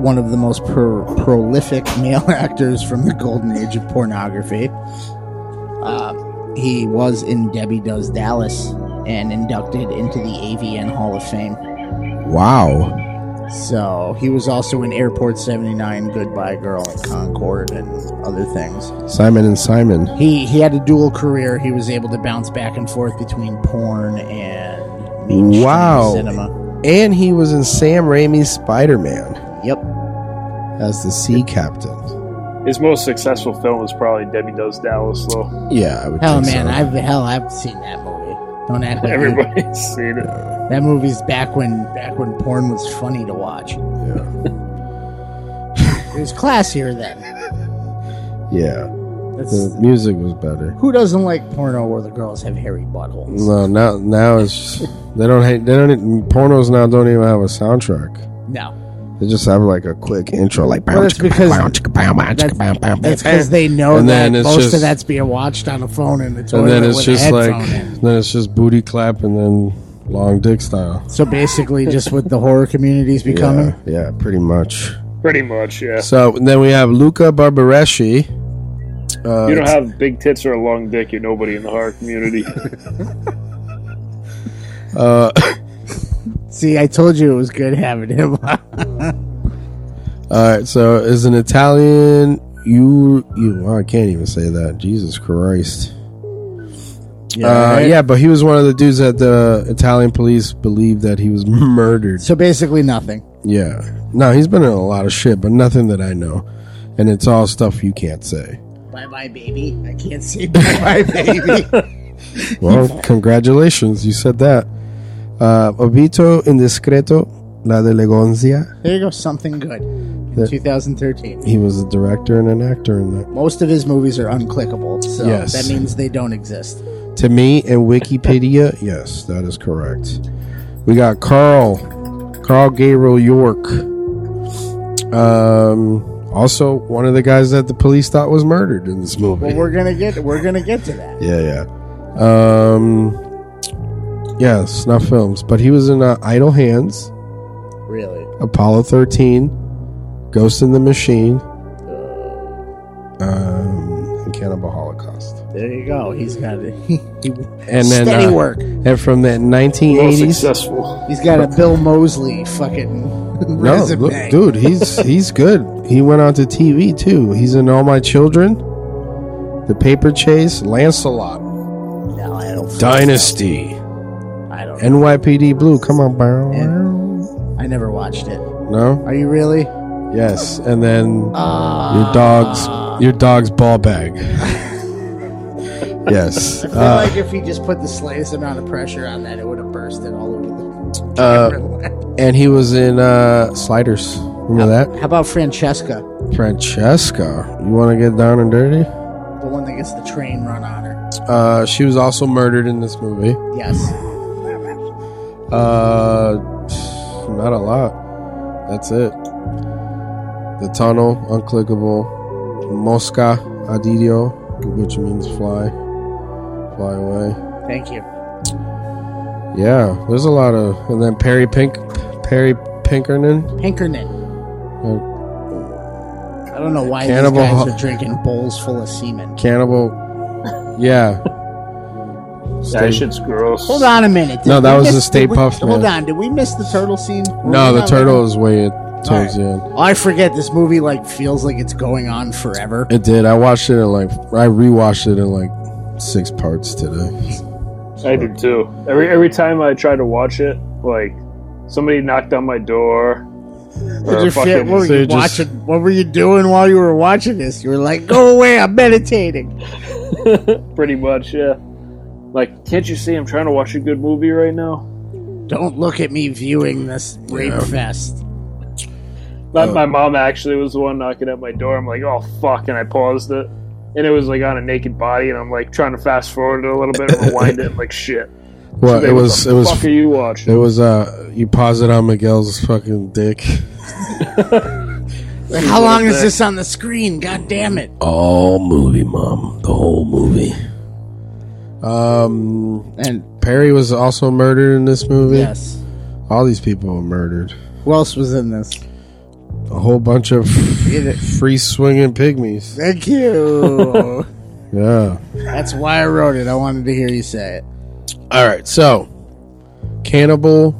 one of the most pro- prolific male <laughs> actors from the golden age of pornography. Um, he was in Debbie Does Dallas and inducted into the AVN Hall of Fame.
Wow.
So he was also in Airport 79, Goodbye Girl, and Concord, and other things.
Simon and Simon.
He he had a dual career. He was able to bounce back and forth between porn and mainstream
Wow.
cinema.
And he was in Sam Raimi's Spider Man
Yep.
as the sea captain.
His most successful film was probably Debbie Does Dallas, though.
Yeah, I would
Hell,
think
man,
so.
I've hell I've seen that movie. Don't act like you-
Everybody's <laughs> seen it.
<laughs> That movie's back when back when porn was funny to watch. It was classier then.
yeah. yeah.
That's,
The music was better.
who doesn't like porno where the girls have hairy buttholes?
No, now now it's <laughs> just, they don't hate they don't even- pornos now don't even have a soundtrack.
No,
They just have like a quick intro, like
Well, that's because- that's that's because
and
they know
And
that
then it's
most of
just-
that's being watched on a phone in the toilet
then it's
with
just
a
like
headphone in.
then it's just booty clap and then long dick style.
So basically, just what the horror community's becoming.
<laughs> Yeah, yeah, pretty much.
Pretty much, yeah.
So and then we have Luca Barbareschi. Uh,
You don't have big tits or a long dick, you're nobody in the
<laughs>
horror community.
See, I told you it was good having him.
<laughs> Uh, All right, so is an Italian you you oh, I can't even say that. Jesus Christ. Yeah, uh, yeah, but he was one of the dudes that the Italian police believed that he was <laughs> murdered.
so basically, nothing.
Yeah. No, he's been in a lot of shit, but nothing that I know. And it's all stuff you can't say.
Bye bye, baby. I can't say <laughs> bye bye, baby.
<laughs> Well, congratulations, you said that. Uh, Obito Indiscreto, La Delegancia.
There you go. Something good.
The-
2013.
He was a director and an actor in that.
Most of his movies are unclickable, so
Yes.
that means they don't exist.
To me and Wikipedia, yes, that is correct. We got Carl, Carl Gabriel York. Um, also one of the guys that the police thought was murdered in this movie.
Well, we're gonna get we're gonna get to that.
yeah, yeah. Um, yeah, snuff films, but he was in uh, Idle Hands,
Really?
Apollo thirteen, Ghost in the Machine, um, and Cannibal Holocaust.
There you go. He's got a, <laughs> he,
And then
steady
uh,
work.
And from that
Most
1980s.
successful.
He's got a Bill Mosley fucking
No,
resume.
look, dude, he's he's good. He went on to TV too. He's in All My Children, The Paper Chase, Lancelot,
No, I don't.
Dynasty,
I don't.
NYPD Blue. Come on, bro.
I never watched it.
No,
Are you really?
yes, and then
Uh,
your dog's your dog's ball bag. <laughs> yes,
I feel
uh,
like if he just put the slightest amount of pressure on that, it would have bursted all over the
<laughs> uh,
camera.
and he was in uh, Sliders. Remember that,
How about Francesca,
Francesca? You want to get down and dirty?
the one that gets the train run on her?
Uh, she was also murdered in this movie.
Yes.
Uh, not a lot. That's it. The tunnel, unclickable. Mosca adidio, which means fly, fly away.
Thank you.
Yeah, there's a lot of, and then Perry Pink, Perry Pinkerton.
Pinkerton.
uh,
I don't know why
Cannibal
these guys
Ho-
are drinking bowls full of semen.
Cannibal. Yeah.
That shit's gross.
Hold on a minute. Did
No, that
we
was
miss-
the Stay
did we-
Puft
Hold
Man.
on. Did we miss the turtle scene? Were
No,
we
the
not
turtle
ready?
is way towards the end.
Oh, I forget. This movie like feels like it's going on forever.
It did. I watched it in like I rewatched it in like six parts today.
I did too. Every every time I try to watch it, like somebody knocked on my door. or
Did you feel-
fucking-
what were
so
you
you just-
watching? What were you doing while you were watching this? You were like, "Go away! I'm meditating."
pretty much, yeah. Like, can't you see I'm trying to watch a good movie right now?
Don't look at me viewing this rape fest.
Not
Oh.
my mom actually was the one knocking at my door. I'm like, oh fuck, and I paused it, and it was like on a naked body, and I'm like trying to fast forward it a little bit, and rewind it, I'm like shit.
Well, it
Like, what
was
the
it was
Fuck are you watching?
it was uh you pause it on Miguel's fucking dick.
Like, how long is this on the screen? God damn it!
All movie, mom. The whole movie. Um,
And
Perry was also murdered in this movie.
yes,
All these people were murdered.
who else was in this?
A whole bunch of
Get it.
free swinging pygmies.
Thank <laughs> you.
Yeah.
That's why I wrote it. I wanted to hear you say it.
All right. So, Cannibal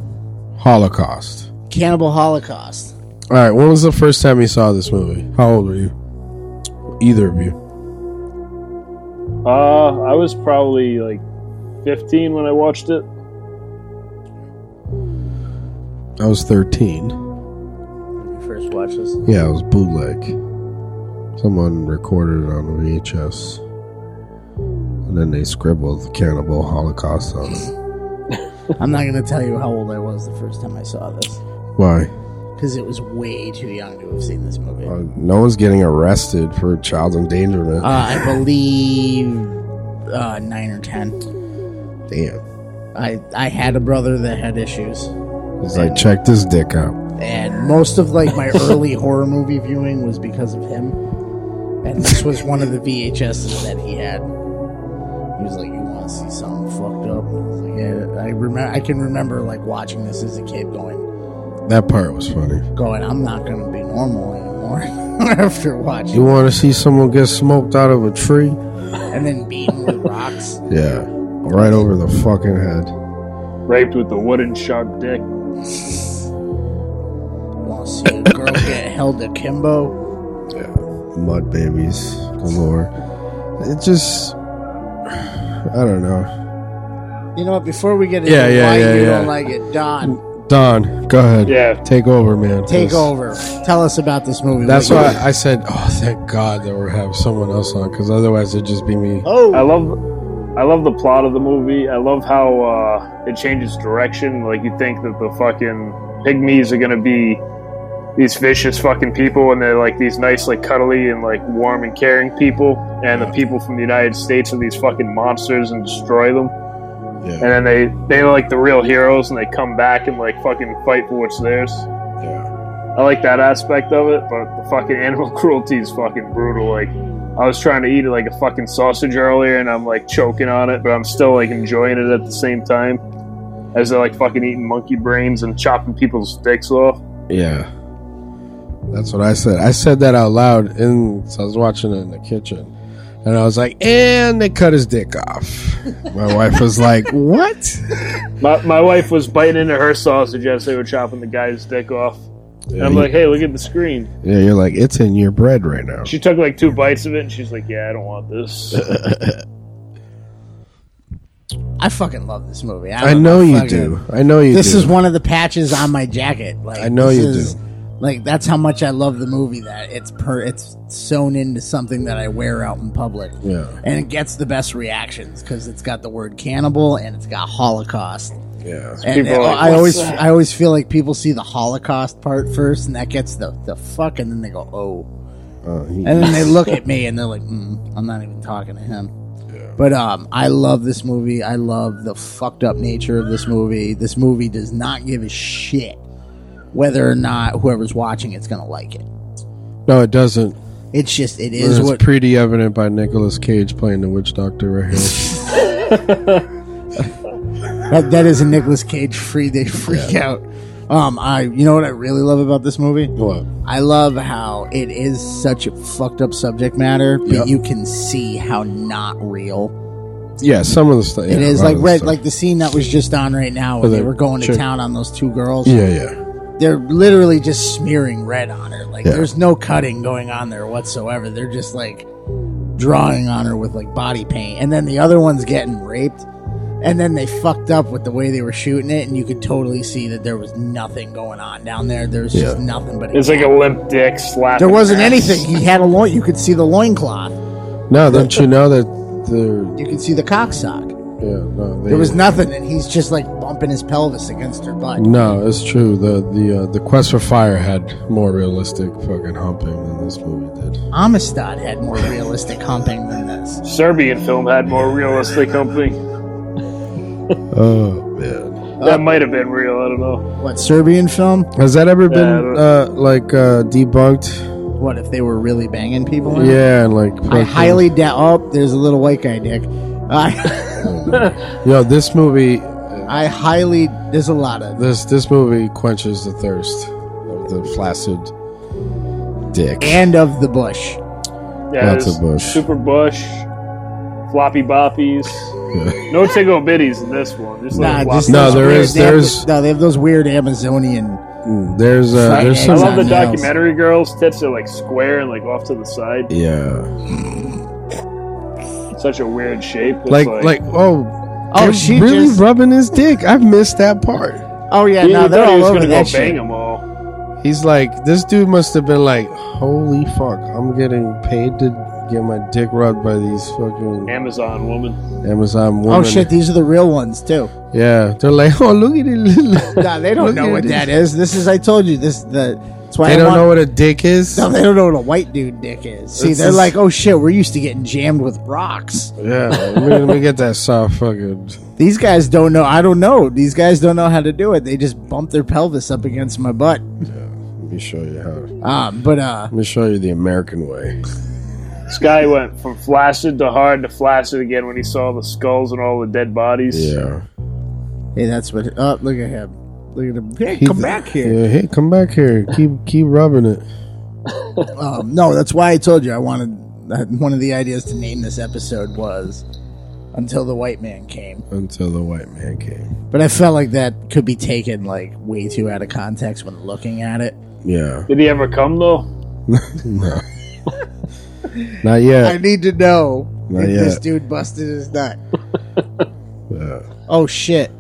Holocaust.
Cannibal Holocaust.
All right. When was the first time you saw this movie? How old were you? Either of you?
Uh, I was probably like 15 when I watched it.
I was thirteen.
First watch this.
Yeah, it was bootleg. Someone recorded it on VHS, and then they scribbled "Cannibal Holocaust" on it.
I'm not gonna tell you how old I was the first time I saw this
Why?
because it was way too young to have seen this movie.
Uh, no one's getting arrested for child endangerment.
Uh, I believe uh, nine or ten.
Damn.
I I had a brother that had issues,
He's like, check this dick out.
and most of like my early <laughs> horror movie viewing was because of him. And this was one of the VHSs that he had. He was like, "You want to see something fucked up?" And I was like, "Yeah." I remember. I can remember like watching this as a kid, going,
That part was funny.
"Going, I'm not gonna be normal anymore." <laughs> after
You
watching,
want to see someone get smoked out of a tree?
and then beaten with rocks. <laughs>
Yeah, right over the fucking head.
Raped with a wooden sharp dick.
Want to see a girl get held akimbo?
Mud babies galore. It just, <sighs> I don't know.
You know what? Before we get into
Yeah, yeah,
why
yeah,
you
yeah.
don't like it, Don,
Don, go ahead.
Yeah.
take over, man.
take
'cause
over. Tell us about this movie.
That's
What
why I said, oh, thank God that we have someone else on, because otherwise it'd just be me.
you-
I love I love the plot of the movie. I love how uh, it changes direction. Like you think that the fucking pygmies are gonna be these vicious fucking people and they're like these nice like cuddly and like warm and caring people and the people from the United States are these fucking monsters and destroy them.
Yeah,
And then they they're like the real heroes and they come back and like fucking fight for what's theirs.
yeah.
I like that aspect of it, but the fucking animal <laughs> cruelty is fucking brutal. Like, I was trying to eat like a fucking sausage earlier, and I'm like choking on it, but I'm still like enjoying it at the same time. As they're like fucking eating monkey brains and chopping people's dicks off.
Yeah. That's what I said. I said that out loud, and so I was watching it in the kitchen, and I was like, and they cut his dick off. My wife was like, what?
My, my wife was biting into her sausage as they were chopping the guy's dick off. And I'm like, hey, look at the screen.
Yeah, you're like, it's in your bread right now.
She took like two bites of it, and she's like, yeah, I don't want this. <laughs>
I fucking love this movie.
I
don't
know you
fucking-
do. I know you
This
do.
is one of the patches on my jacket. Like
I know
this
you
is-
do.
Like that's how much I love the movie. That it's per it's sewn into something that I wear out in public.
Yeah.
and it gets the best reactions because it's got the word cannibal and it's got Holocaust.
yeah.
And
People are like,
I
"What's
always,
that?"
I always feel like people see the Holocaust part first, and that gets the the fuck, and then they go, "Oh,"
Uh, he-
and then they
<laughs>
look at me, and they're like, mm, "I'm not even talking to him." But um, I love this movie. I love the fucked up nature of this movie. This movie does not give a shit whether or not whoever's watching it's gonna like it.
no, it doesn't.
It's just it is
It's
what
pretty evident by Nicolas Cage playing the witch doctor right here.
that, that is a
<laughs>
Nicolas Cage free day freak out. Um, I you know what I really love about this movie?
what?
I love how it is such a fucked up subject matter, but
Yep.
you can see how not real
Yeah, some of the stuff.
it is. Like right, like the scene that was just on right now when
With
they
the
were going to
chick-
town on those two girls.
Yeah, yeah.
They're literally just smearing red on her. Like
Yeah.
there's no cutting going on there whatsoever. They're just like drawing on her with like body paint, and then the other one's getting raped. And then they fucked up with the way they were shooting it, and you could totally see that there was nothing going on down there. There was just nothing but a
It's like a limp dick slap.
There wasn't anything. He had a loin. You could see the loincloth.
No, don't you know that the
You could see the cocksock.
yeah, no, they,
There was nothing, and he's just like bumping his pelvis against her butt.
no, it's true. The the uh, the Quest for Fire had more realistic fucking humping than this movie did.
Amistad had more realistic humping than this.
Serbian film had more realistic company.
Oh man.
Uh,
That might have been real. I don't know.
What Serbian film?
Has that ever been
don't-
uh, like uh, debunked?
What if they were really banging people? in it?
Yeah, and like
I
fucking-
highly doubt. Oh, there's a little white guy, Dick. I, <laughs>
yo, this movie,
I highly. There's a lot of.
this this movie quenches the thirst of the flaccid dick.
And of the bush.
Yeah,
Lots
there's
of bush.
Super bush, floppy boppies. No tingle bitties in this one. Just
Nah,
like
just
No,
those
there
weird-
is-
they have
there
the-
is-
No, they have those weird Amazonian.
there's uh, there's
Fried
some
I love the
Something else.
documentary girls' tits are like square and like off to the side.
yeah,
Such a weird shape. It's
like like oh.
Oh,
they're
she
really
just-
rubbing his dick. I've missed that part.
Oh yeah,
Yeah,
no,
you
they're
thought he
all
was
over
gonna go
that
bang
shit.
them all.
He's like, this dude must have been like, holy fuck, I'm getting paid to get my dick rubbed by these fucking
Amazon woman.
Amazon women.
Oh shit, these are the real ones too.
Yeah, they're like, oh look at
<laughs>
it. <laughs>
Nah, they don't
Look
know
at
what
it.
that is. This is I told you this the. That's why
They
I
don't
want-
know what a dick is.
No, they don't know what a white dude dick is. See,
It's
they're
just-
like, oh shit, we're used to getting jammed with rocks.
<laughs> Yeah, let me, let me get that soft fucking.
These guys don't know. I don't know. These guys don't know how to do it. They just bump their pelvis up against my butt.
Let me show you how. Let
Um, but uh,
me show you the American way.
This guy went from flaccid to hard to flaccid again when he saw the skulls and all the dead bodies.
Yeah.
hey, that's what. Oh, look at him. Look at him. Hey, come back here.
Yeah, hey, come back here. Keep keep rubbing it.
Um, no, that's why I told you I wanted. that One of the ideas to name this episode was "Until the White Man Came,"
Until the white man came.
but I felt like that could be taken like way too out of context when looking at it.
Yeah. <laughs>
Did he ever come though?
<laughs>
No. Not
I
yet.
need to know
Not
if this
yet.
dude busted his nut.
Yeah.
Oh shit!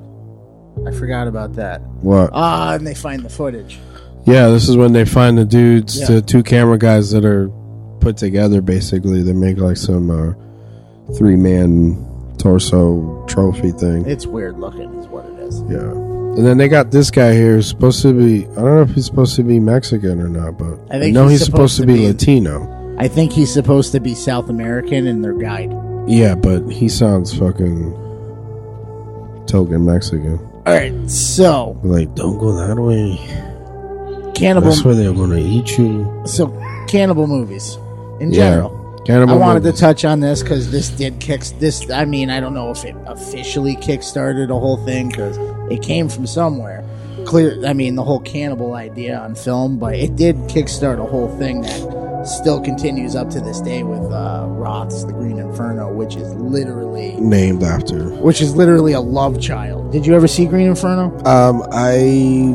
I forgot about that.
What?
Ah, and they find the footage.
Yeah, this is when they find the dudes,
Yeah.
the two camera guys that are put together. Basically, they make like some uh, three man torso trophy thing.
It's weird looking, is what it is.
Yeah. And then they got this guy here who's supposed to be I don't know if he's supposed to be Mexican or not, but
I
I,
think
know
he's
he's, supposed, to be, Latino.
I think he's supposed to be South American and their guide.
Yeah, but he sounds fucking token Mexican.
All right, so
Like, don't go that way.
cannibal.
That's where they're gonna eat you.
So cannibal movies in
Yeah.
general. I
Cannibal
wanted
movies.
to touch on this because this did kick this. I mean, I don't know if it officially kickstarted the whole thing because it came from somewhere. Clear, I mean, the whole cannibal idea on film, but it did kickstart a whole thing that still continues up to this day with uh, Roth's The Green Inferno, which is literally,
named after.
which is literally a love child. Did you ever see Green Inferno?
Um, I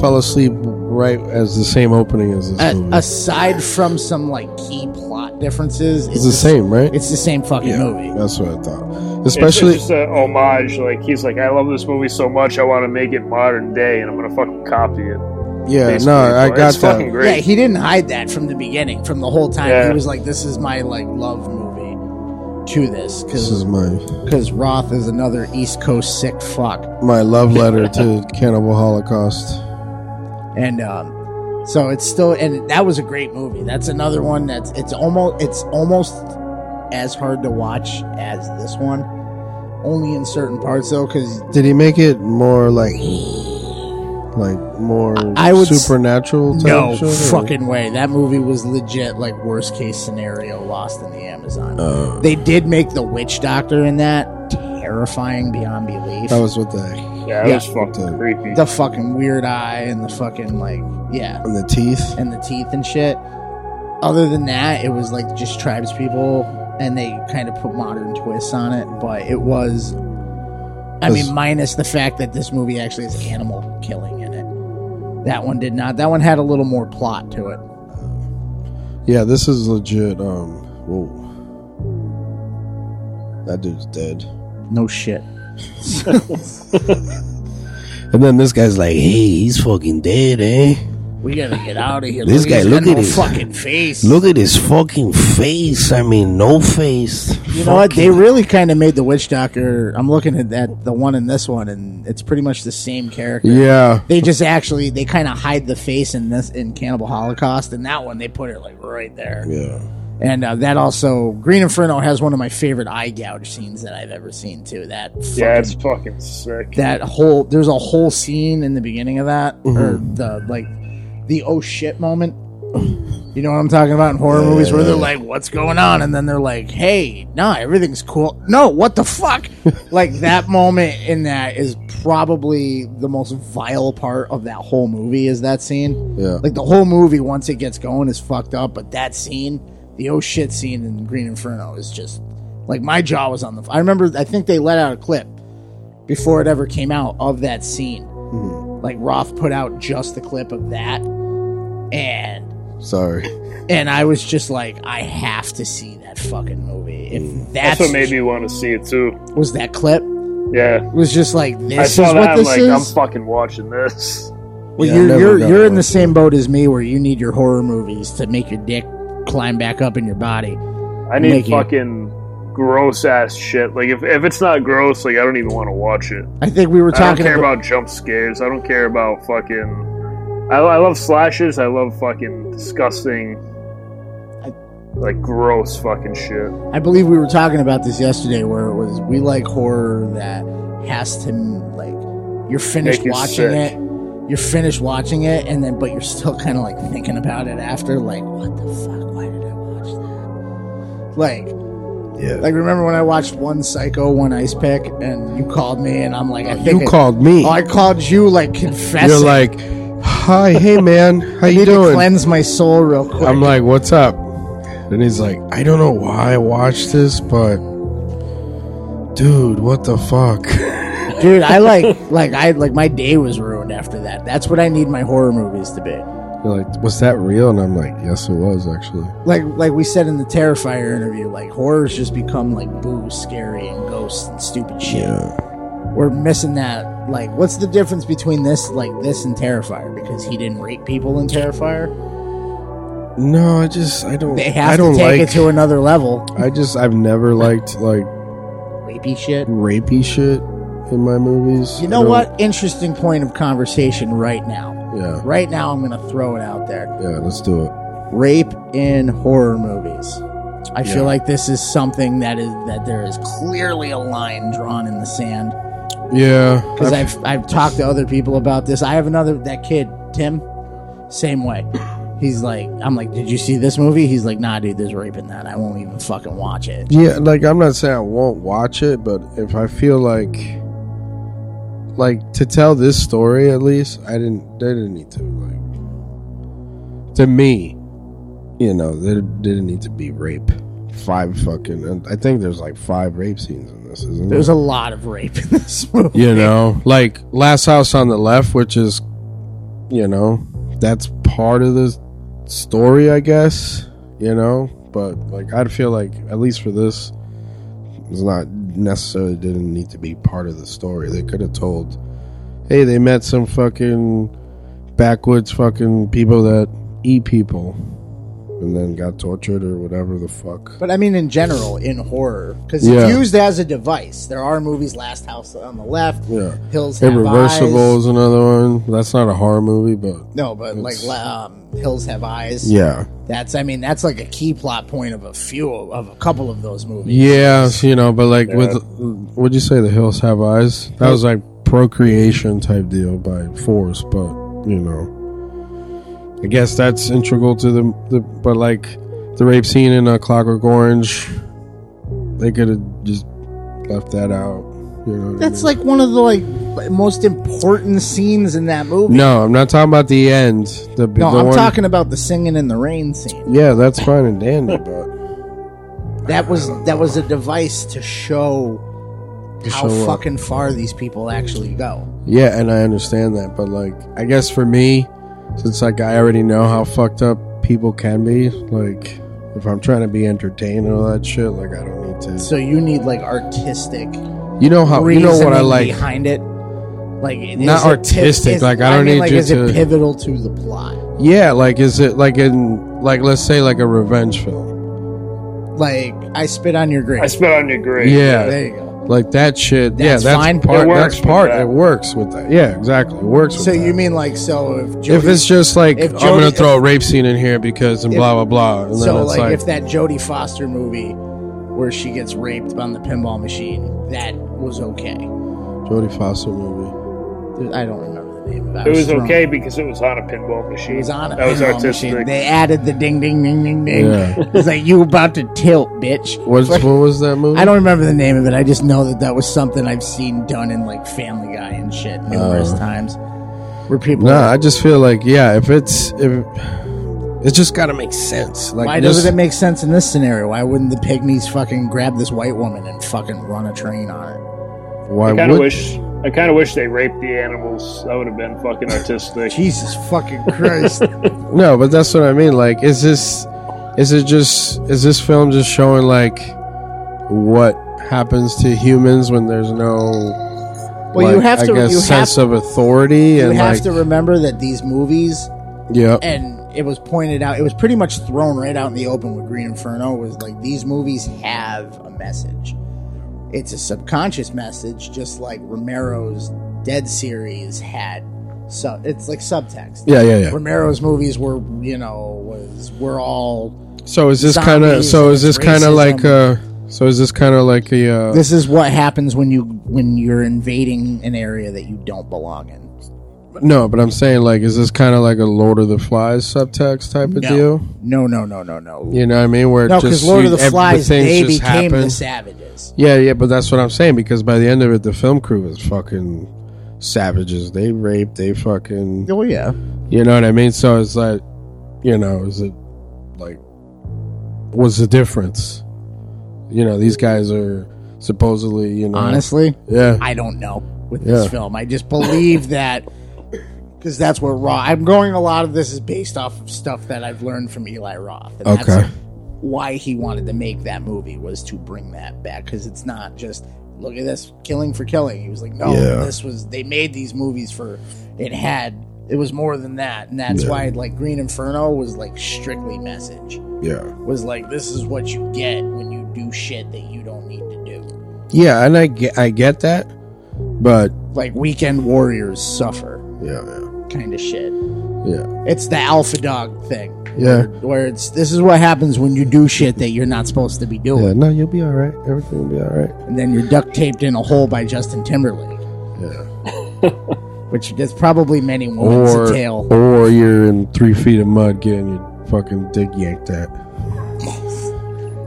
fell asleep right as the same opening as this
A-
movie.
aside from some like key plot differences,
it's the same, right?
It's the same fucking
yeah,
movie.
That's what I thought.
It's-
Especially
it's just an homage. Like he's like, I love this movie so much, I want to make it modern day, and I'm gonna fucking copy it.
yeah,
Basically,
no, I
but
got
it's
that.
fucking great.
Yeah, he didn't hide that from the beginning, from the whole time.
Yeah.
He was like, "This is my like love movie." To this,
This is
because
my
Roth is another East Coast sick fuck,
my love letter
<laughs>
to Cannibal Holocaust.
and um, so it's still and that was a great movie. That's another one that's it's almost it's almost as hard to watch as this one, only in certain parts though, because
Did he make it more like like more
I would s-
supernatural? Type
no
shit, or-
fucking way. That movie was legit, like worst case scenario, lost in the Amazon.
Uh,
they did make the witch doctor in that terrifying beyond belief.
That was what the
Yeah, it
Yeah.
was fucking creepy.
the fucking weird eye and the fucking like yeah
on the teeth.
and the teeth and shit. Other than that, it was like just tribes people, and they kind of put modern twists on it. But it was, I
This-
mean, minus the fact that this movie actually has animal killing in it. That one did not. That one had a little more plot to it.
Yeah, this is legit. Um, whoa, that dude's dead.
No shit.
And then this guy's like, hey, he's fucking dead, eh?
We gotta get out of here.
This guy,
he's
look
got
at
no
his-
fucking face.
Look at his fucking face. I mean, no face.
You know what? They really kind of made the witch doctor. I'm looking at that the one in this one, and it's pretty much the same character.
Yeah.
They just actually they kind of hide the face in this in Cannibal Holocaust, and that one they put it like right there.
Yeah.
And uh, that also Green Inferno has one of my favorite eye gouge scenes that I've ever seen too. That fucking,
Yeah, it's fucking sick.
that whole there's a whole scene in the beginning of that or the like the oh shit moment. You know what I'm talking about in horror movies where they're like, "What's going on?" and then they're like, "Hey, nah, everything's cool." No, what the fuck? like that moment in that is probably the most vile part of that whole movie is that scene.
Yeah.
Like the whole movie once it gets going is fucked up, but that scene, the oh shit scene in Green Inferno is just like my jaw was on the. I remember I think they let out a clip before it ever came out of that scene. Like Roth put out just the clip of that, and
Sorry.
and I was just like, I have to see that fucking movie. If that's,
Mm. That's what made me want to see it too.
was that clip it
Yeah,
was just like this
I
is
saw that.
what
I'm
this
like,
is.
I'm fucking watching this.
well,
Yeah, I
you're
never
you're
got
you're in
it.
the same boat as me, where you need your horror movies to make your dick climb back up in your body.
I need
Make you-
fucking gross ass shit. Like if, if it's not gross, like I don't even want to watch it.
I think we were
I don't
talking
care
about,
about jump scares. I don't care about fucking. I, I love slashes. I love fucking disgusting, like gross fucking shit.
I believe we were talking about this yesterday, where it was we like horror that has to like you're finished
Make you
watching it,
sick.
you're finished watching it, and then but you're still kind of like thinking about it after, like what the fuck, why did I watch that? Like,
Yeah.
like remember when I watched one Psycho, one Ice Pick, and you called me, and I'm like, I think
<laughs> you
I-
called me.
Oh, I called you, like confessing.
You're like, hi, hey, man. How
I
you
need to
doing?
cleanse my soul real quick.
I'm like, what's up? And he's like, I don't know why I watched this, but dude, what the fuck? <laughs>
dude i like <laughs> like i like my day was ruined after that that's what i need my horror movies to be
You're like, was that real? And I'm like, yes, it was actually.
like like we said in the terrifier interview like horrors just become like boo scary and ghosts and stupid shit we're missing that like what's the difference between this like this and terrifier because he didn't rape people in terrifier
No, I just, I don't,
they
I
have to
don't
take
like.
it to another level
I just, I've never liked like
rapey shit
rapey shit in my movies.
you
I
know
don't-
what interesting point of conversation right now
Yeah,
right now i'm gonna throw it out there
yeah, let's do it.
rape in horror movies. I
Yeah.
feel like this is something that is that there is clearly a line drawn in the sand
Yeah,
because I've I've talked to other people about this. I have another that kid Tim, same way. He's like, I'm like, did you see this movie? He's like, nah, dude, there's rape in that. I won't even fucking watch it.
Yeah, like I'm not saying I won't watch it, but if I feel like like to tell this story at least, I didn't they didn't need to like to me, you know, there didn't need to be rape. Five fucking and I think there's like five rape scenes in this, isn't
There's
there?
a lot of rape in this <laughs> movie.
you know, like Last House on the Left, which is you know, that's part of the story, I guess, you know, but like I'd feel like at least for this it's not necessarily didn't need to be part of the story. They could have told, "Hey, they met some fucking backwoods fucking people that eat people." And then got tortured or whatever the fuck.
But I mean, in general, in horror, because
Yeah.
it's used as a device. There are movies, Last House on the Left,
Yeah.
Hills Have
Irreversible
Eyes.
is another one. That's not a horror movie, but
No, but like
It's-
la- um, Hills Have Eyes.
yeah,
That's I mean that's like a key plot point of a few of a couple of those movies.
Yeah, you know, but like with would you say the hills have eyes? That was like procreation type deal by force, but you know, I guess that's integral to the, the but like the rape scene in uh, Clockwork Orange, they could have just left that out. You know, what I
That's
mean?
like one of the like most important scenes in that movie.
no, I'm not talking about the end. The
No,
the
I'm
one-
talking about the singing in the rain scene.
Yeah, that's fine and dandy, but
That was that was a device to show
To
how
show what?
fucking far these people actually go.
Yeah, and I understand that, but like, I guess for me, since like I already know how fucked up people can be, like, if I'm trying to be entertained and all that shit, like I don't need to.
So you need like artistic
You know how Oh, you know what I
reasoning
like.
behind it. Like is
Not
it pi-
artistic,
is-
like, I don't
mean,
need
like,
you
is
to-
it pivotal to the plot?
Yeah, like is it like in like let's say like a revenge film.
Like I spit on your
I
grave.
spit on your grave.
Yeah.
there you go.
like that shit. yeah,
That's
that's
fine.
part.
It works
That's
with
part.
that.
It works with that. Yeah, exactly. It works.
So
with
you
that.
mean like so if
if
Jody,
it's just like
if
I'm gonna
Jody-
throw a rape scene in here because and
If-
blah blah blah, and
so
then it's
like,
like,
if that Jodie Foster movie where she gets raped on the pinball machine that was okay.
Jodie Foster movie.
Dude, I don't remember the name of it. I
It was
drunk.
okay because it was on a pinball machine.
It was on a
that was
pinball
artistic.
machine. They added the ding ding ding ding ding.
Yeah.
<laughs> It's like you about to tilt, bitch.
What, what was that movie?
I don't remember the name of it. I just know that that was something I've seen done in like Family Guy and shit numerous times, where people.
Oh. Nah, I just feel like yeah, if it's if it's just gotta make sense. Like
why
just,
doesn't it make sense in this scenario? Why wouldn't the pygmies fucking grab this white woman and fucking run a train on it?
Why
I kind of
would-
wish. I kind of wish they raped the animals. That would have been fucking artistic.
Jesus fucking Christ!
No, but that's what I mean. Like, is this is it just is this film just showing like what happens to humans when there's no
Well, you
like,
have
I
to.
guess,
you have,
sense of authority
you
and
have
like
to remember that these movies
yeah
and it was pointed out it was pretty much thrown right out in the open with green inferno was like these movies have a message it's a subconscious message just like romero's dead series had so it's like subtext
yeah yeah yeah.
romero's movies were you know was we're all
So is this kind of
zombies
so
and
is this kind of
racism.
like uh so is this kind of like a uh,
this is what happens when you when you're invading an area that you don't belong in
no? But I'm saying like is this kind of like a Lord of the Flies subtext type of
no
deal?
no no no no no
You know what I mean? Where it
no because
just
lord
you-
of the
ev-
flies
things
they
just
became
happen.
the savages
Yeah, yeah, but that's what I'm saying because by the end of it, the film crew is fucking savages. They rape, they fucking,
oh yeah
you know what I mean. So it's like, you know, is it like, what's the difference? You know, these guys are supposedly, you know,
honestly
yeah,
I don't know with
Yeah.
this film. I just believe that because that's where Raw. I'm going. A lot of this is based off of stuff that I've learned from Eli Roth. And
Okay.
That's why he wanted to make that movie was to bring that back because it's not just look at this killing for killing. He was like, no,
Yeah.
this was they made these movies for it had it was more than that, and that's
Yeah.
why like Green Inferno was like strictly message
yeah,
was like this is what you get when you do shit that you don't need to do.
yeah, and I get, I get that, but
like weekend warriors suffer
yeah,
kind of shit.
yeah,
It's the alpha dog thing
yeah, yeah,
where it's this is what happens when you do shit that you're not supposed to be
yeah.
doing,
No, you'll be all right. Everything will be all right.
and then you're duct taped in a hole by Justin Timberlake,
Yeah,
which is probably many women's
or
tale.
or you're in three feet of mud getting your fucking dick yanked at.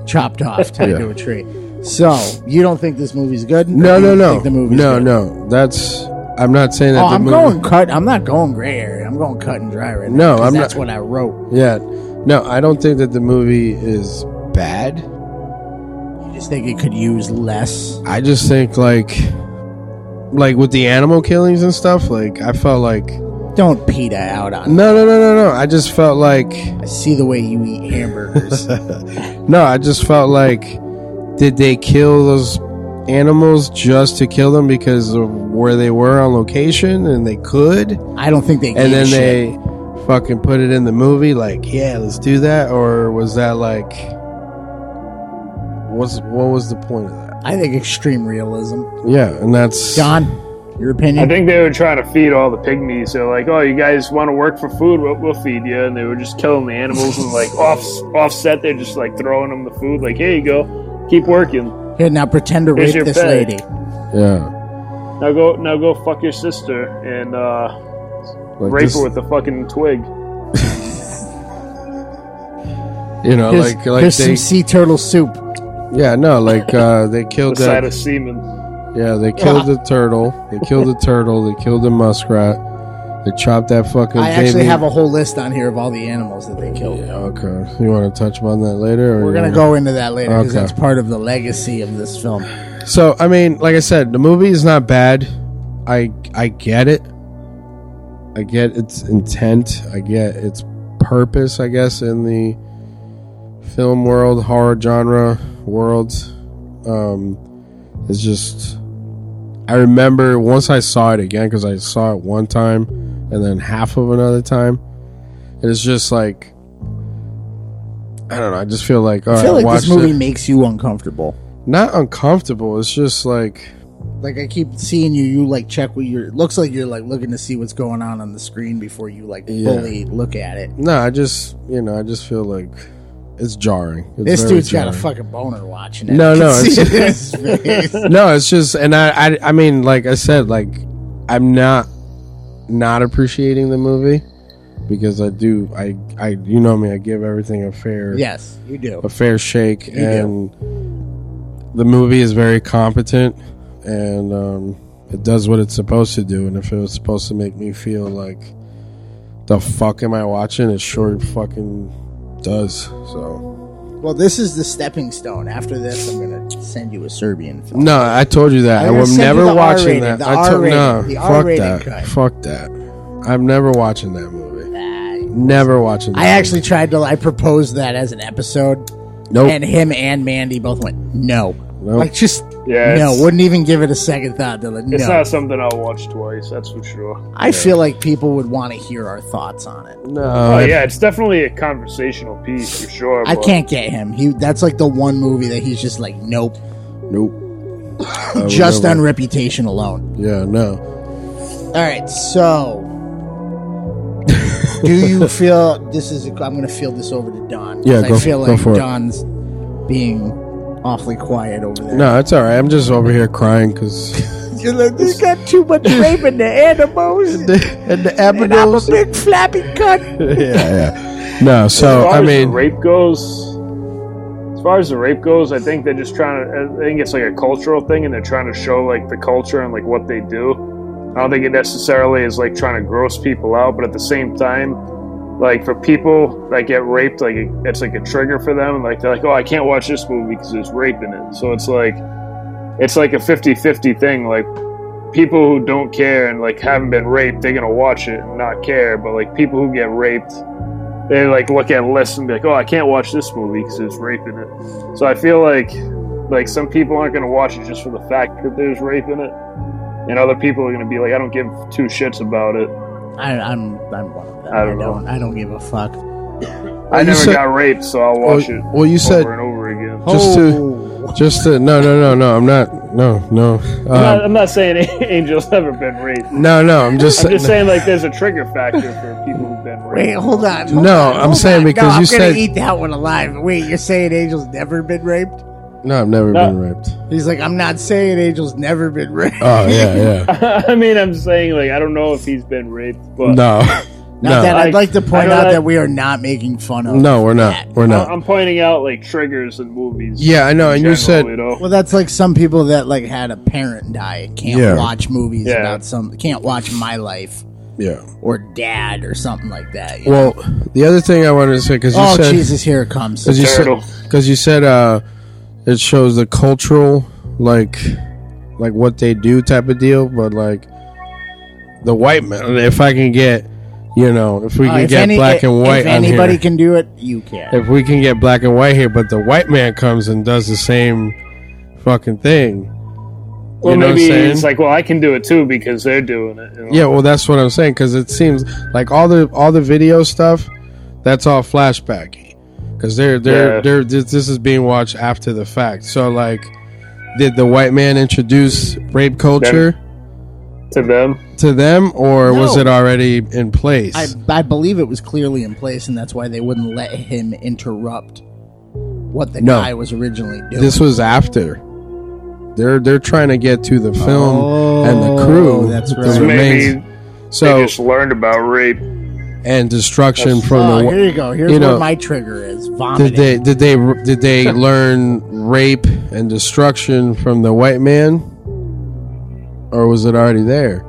chopped off, tied
Yeah.
to a tree. So you don't think this movie's good? Or
No,
you
no,
don't
no,
think the movie's
no,
good?
no. That's I'm not saying that.
Oh,
the
I'm
movie,
going cut. I'm not going gray area. I'm going cut and dry right
No,
now. 'cause
I'm
that's
not-
what I wrote.
Yeah, no, I don't think that the movie is bad.
You just think it could use less.
I just think like, like with the animal killings and stuff. Like I felt like no,
Don't PETA out on. it.
no, no, no, no. I just felt like
I see the way you eat
<laughs>
hamburgers.
no. I just felt like did they kill those animals just to kill them because of where they were on location and they could.
I don't think they. Gave
and
a
then
shit.
they fucking put it in the movie like yeah let's do that or was that like was what was the point of that
I think extreme realism.
yeah and that's
Don, your opinion?
I think they were trying to feed all the pygmies. They're like, "Oh, you guys want to work for food? We'll, we'll feed you." And they were just killing the animals
<laughs>
and like off offset. They're just like throwing them the food. Like, here you go, keep working.
Here, now pretend to
Here's
rape
your
this
pay.
lady.
yeah
Now go, now go, fuck your sister and uh,
like
rape
this-
her with a fucking twig.
you know
Here's,
like like
here's
they
some sea turtle soup.
yeah no like uh they
The
killed
side
that
of semen.
yeah they
<laughs>
killed the turtle they killed the turtle they killed the muskrat they chopped that fucking
I
baby
actually have a whole list on here of all the animals that they killed.
yeah, okay you want to touch upon that later or
We're
you
gonna
wanna-
go into that later because
Okay.
that's part of the legacy of this film.
So I mean, like I said, the movie is not bad. I I get it. I get its intent. I get its purpose. I guess in the film world, horror genre world, um, it's just I remember once I saw it again because I saw it one time and then half of another time. And it's just like, I don't know. I just feel like, all
I
right,
feel like
watched
this movie
it.
makes you uncomfortable.
Not uncomfortable. It's just like,
Like I keep seeing you, you like check what you're. It looks like you're like looking to see what's going on on the screen before you like
Yeah.
fully look at it.
no, I just, you know, I just feel like it's jarring. It's
This
very
dude's got a
jarring.
fucking boner watching it.
No,
<laughs> I can
no,
see
it's-
it in his face.
<laughs> no, it's just, and I, I, I mean, like I said, like I'm not not appreciating the movie because I do, I, I, you know me, I give everything a fair,
yes, you do.
a fair shake,
do.
and the movie is very competent, and um, it does what it's supposed to do. And if it was supposed to make me feel like the fuck am I watching, it sure fucking does. So.
Well, this is the stepping stone. After this, I'm gonna send you a Serbian film.
No, I told you that.
I'm
I
gonna
was
send you
never
the
watching
R-rated,
that.
the
I told
R-rated,
no.
the
Fuck
R-rated
that.
cut.
Fuck that. I'm never watching that movie. Never watching. That
I actually
movie.
tried to. I proposed that as an episode,
nope.
and him and Mandy both went no.
Nope.
Like just
Yeah,
no,
it's-
wouldn't even give it a second thought. They're like,
It's
no.
not something I'll watch twice, that's for sure.
I feel like people would want to hear our thoughts on it.
no.
Oh yeah, it's definitely a conversational piece for sure.
Uh, I
but-
can't get him. He that's like the one movie that he's just like, nope.
Nope. I would
Just on
never-
reputation alone.
Yeah. No.
All right, so. Do
<laughs>
you feel this is? I'm going to field this over to Don. 'cause
Yeah,
I
go-
feel
go
like
for it.
Don's being awfully quiet over there.
No, it's all right. I'm just over here
<laughs>
crying because
You're like, you got too much rape in the
<laughs>
animals.
and the
And I'm a <laughs> big flappy cunt.
yeah, yeah. No.
As
So
far
I
as the
mean,
rape goes. As far as the rape goes, I think they're just trying to. I think it's like a cultural thing, and they're trying to show like the culture and like what they do. I don't think it necessarily is like trying to gross people out, but at the same time, like for people that get raped, like it, it's like a trigger for them. Like they're like, oh, I can't watch this movie because there's rape in it. So it's like, it's like a 50-50 thing. Like people who don't care and like haven't been raped, they're gonna watch it and not care. But like people who get raped, they like look at lists and be like, "Oh, I can't watch this movie because there's rape in it." So I feel like like some people aren't going to watch it just for the fact that there's rape in it, and other people are going to be like, "I don't give two shits about it."
I, I'm, I'm one of them.
I
I
don't
don't,
know.
I don't give a fuck.
Oh,
I
you
never
said-
got raped, so I'll
well,
watch it
well, you
over
said
and over again.
just to
Oh.
just to no no no no. I'm not no no
I'm,
um,
not, I'm not saying <laughs> Angel's never been raped.
no no. I'm just
I'm just saying like there's a trigger factor for people who've been raped.
Wait, hold on. hold
No,
on,
I'm
hold
saying
on.
because
no,
you
I'm
said-
gonna eat that one alive. Wait, you're saying Angel's never been raped?
no. I've never
No.
been raped.
He's like, I'm not saying Angel's never been raped.
Oh yeah yeah.
<laughs> I mean, I'm saying like I don't know if he's been raped, but
No,
Not that
no,
I'd
I-
like to
I
point
don't
out
like-
that we are not making fun of.
no, we're not. We're
I-
not.
I'm pointing out like triggers in movies.
Yeah, I know.
in
And you
general,
said
you know?
Well, that's like some people that like had a parent die can't
Yeah.
watch movies
Yeah.
about some can't watch My Life
yeah.
or Dad or something like that. you
Well, the other thing I wanted to say because you
oh
said
Jesus, here it comes.
because you
Turtle.
said because you said uh, it shows the cultural like like what they do type of deal, but like the white man. If I can get you know, if we
Uh,
can
if
get
any-
black and white
If
on
anybody
here,
can do it, you can.
if we can get black and white here, but the white man comes and does the same fucking thing.
Well,
You know what I'm
maybe
saying?
it's like, well, I can do it too because they're doing it. you know?
Yeah, well, that's what I'm saying because it seems like all the all the video stuff, that's all flashbacky because they're they're
Yeah.
they're this, this is being watched after the fact. So like, did the white man introduce rape culture
to them.
to them, or was
No.
it already in place?
I, I believe it was clearly in place, and that's why they wouldn't let him interrupt what the
No.
guy was originally doing.
this was after. They're they're trying to get to the film and the crew.
Oh, that's
that
right. So
So
remains-
maybe they
so
just learned about rape.
and destruction from
oh,
the.
here you go. Here's
you know,
where my trigger is vomiting.
Did they did they did they learn rape and destruction from the white man, or was it already there?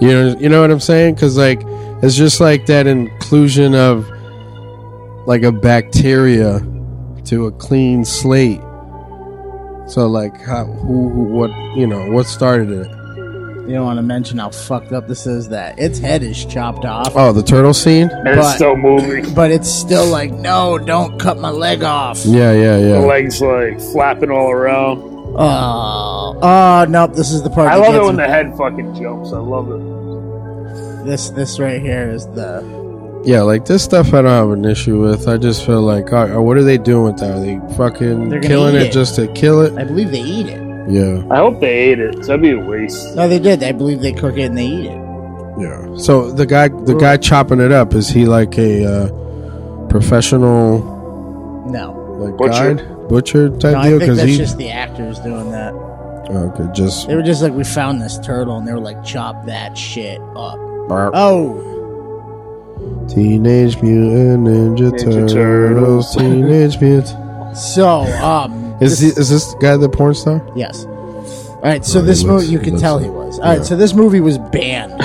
You know, you know what I'm saying? Because like it's just like that inclusion of like a bacteria to a clean slate. So like, how, who, who, what, you know, what started it?
you don't want to mention how fucked up this is. That its head is chopped off,
Oh, the turtle scene.
And
But-
it's still moving.
but it's still like, no, don't cut my leg off.
Yeah, yeah,
The
yeah.
legs like flapping all around.
Oh Oh nope, this is the part.
I
that
love it
gets
when
me.
the head fucking jumps. I love it.
This this right here is the
Yeah, like this stuff I don't have an issue with. I just feel like, all right, what are they doing with that? Are they
They're
fucking
gonna
killing
eat
it,
it.
just to kill it?
I believe they eat it.
Yeah,
I hope they ate it. 'cause That'd be a waste.
No, they did. I believe they cook it and they eat it.
yeah. So the guy, the guy chopping it up, is he like a uh, professional
No.
like
Butcher?
guide butcher type
No, I
deal?
think
Because
that's
he
just the actors doing that.
okay, just
They were just like, we found this turtle, and they were like, chop that shit up.
Burp.
Oh,
Teenage Mutant Ninja,
Ninja
Turtles.
Turtles.
Teenage Mutant.
so um,
Is he, is this guy the porn star?
yes. All right, so
No,
this
he
movie
was-
you
he
can
was-
tell he was. All right,
yeah.
so this movie was banned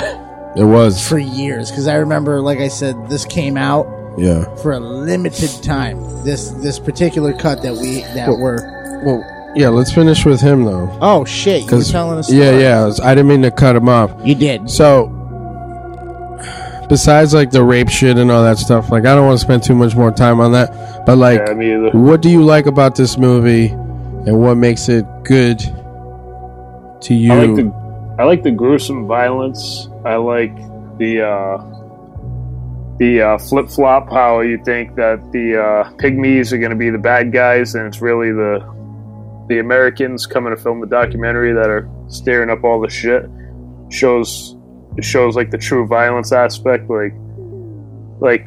It was.
for years because I remember, like I said, this came out
Yeah.
for a limited time. This this particular cut that we that
Well-
were.
Well, yeah. Let's finish with him though.
Oh shit! You were
'Cause-
telling us.
yeah, yeah. I was- I didn't mean to cut him off.
You did.
So, besides like the rape shit and all that stuff, like I don't want to spend too much more time on that. But like,
Yeah, me either.
what do you like about this movie, and what makes it good to you?
I like the I like the gruesome violence. I like the uh, the uh, flip flop. How you think that the uh, pygmies are going to be the bad guys, and it's really the the Americans coming to film the documentary that are stirring up all the shit. Shows it shows like the true violence aspect, like like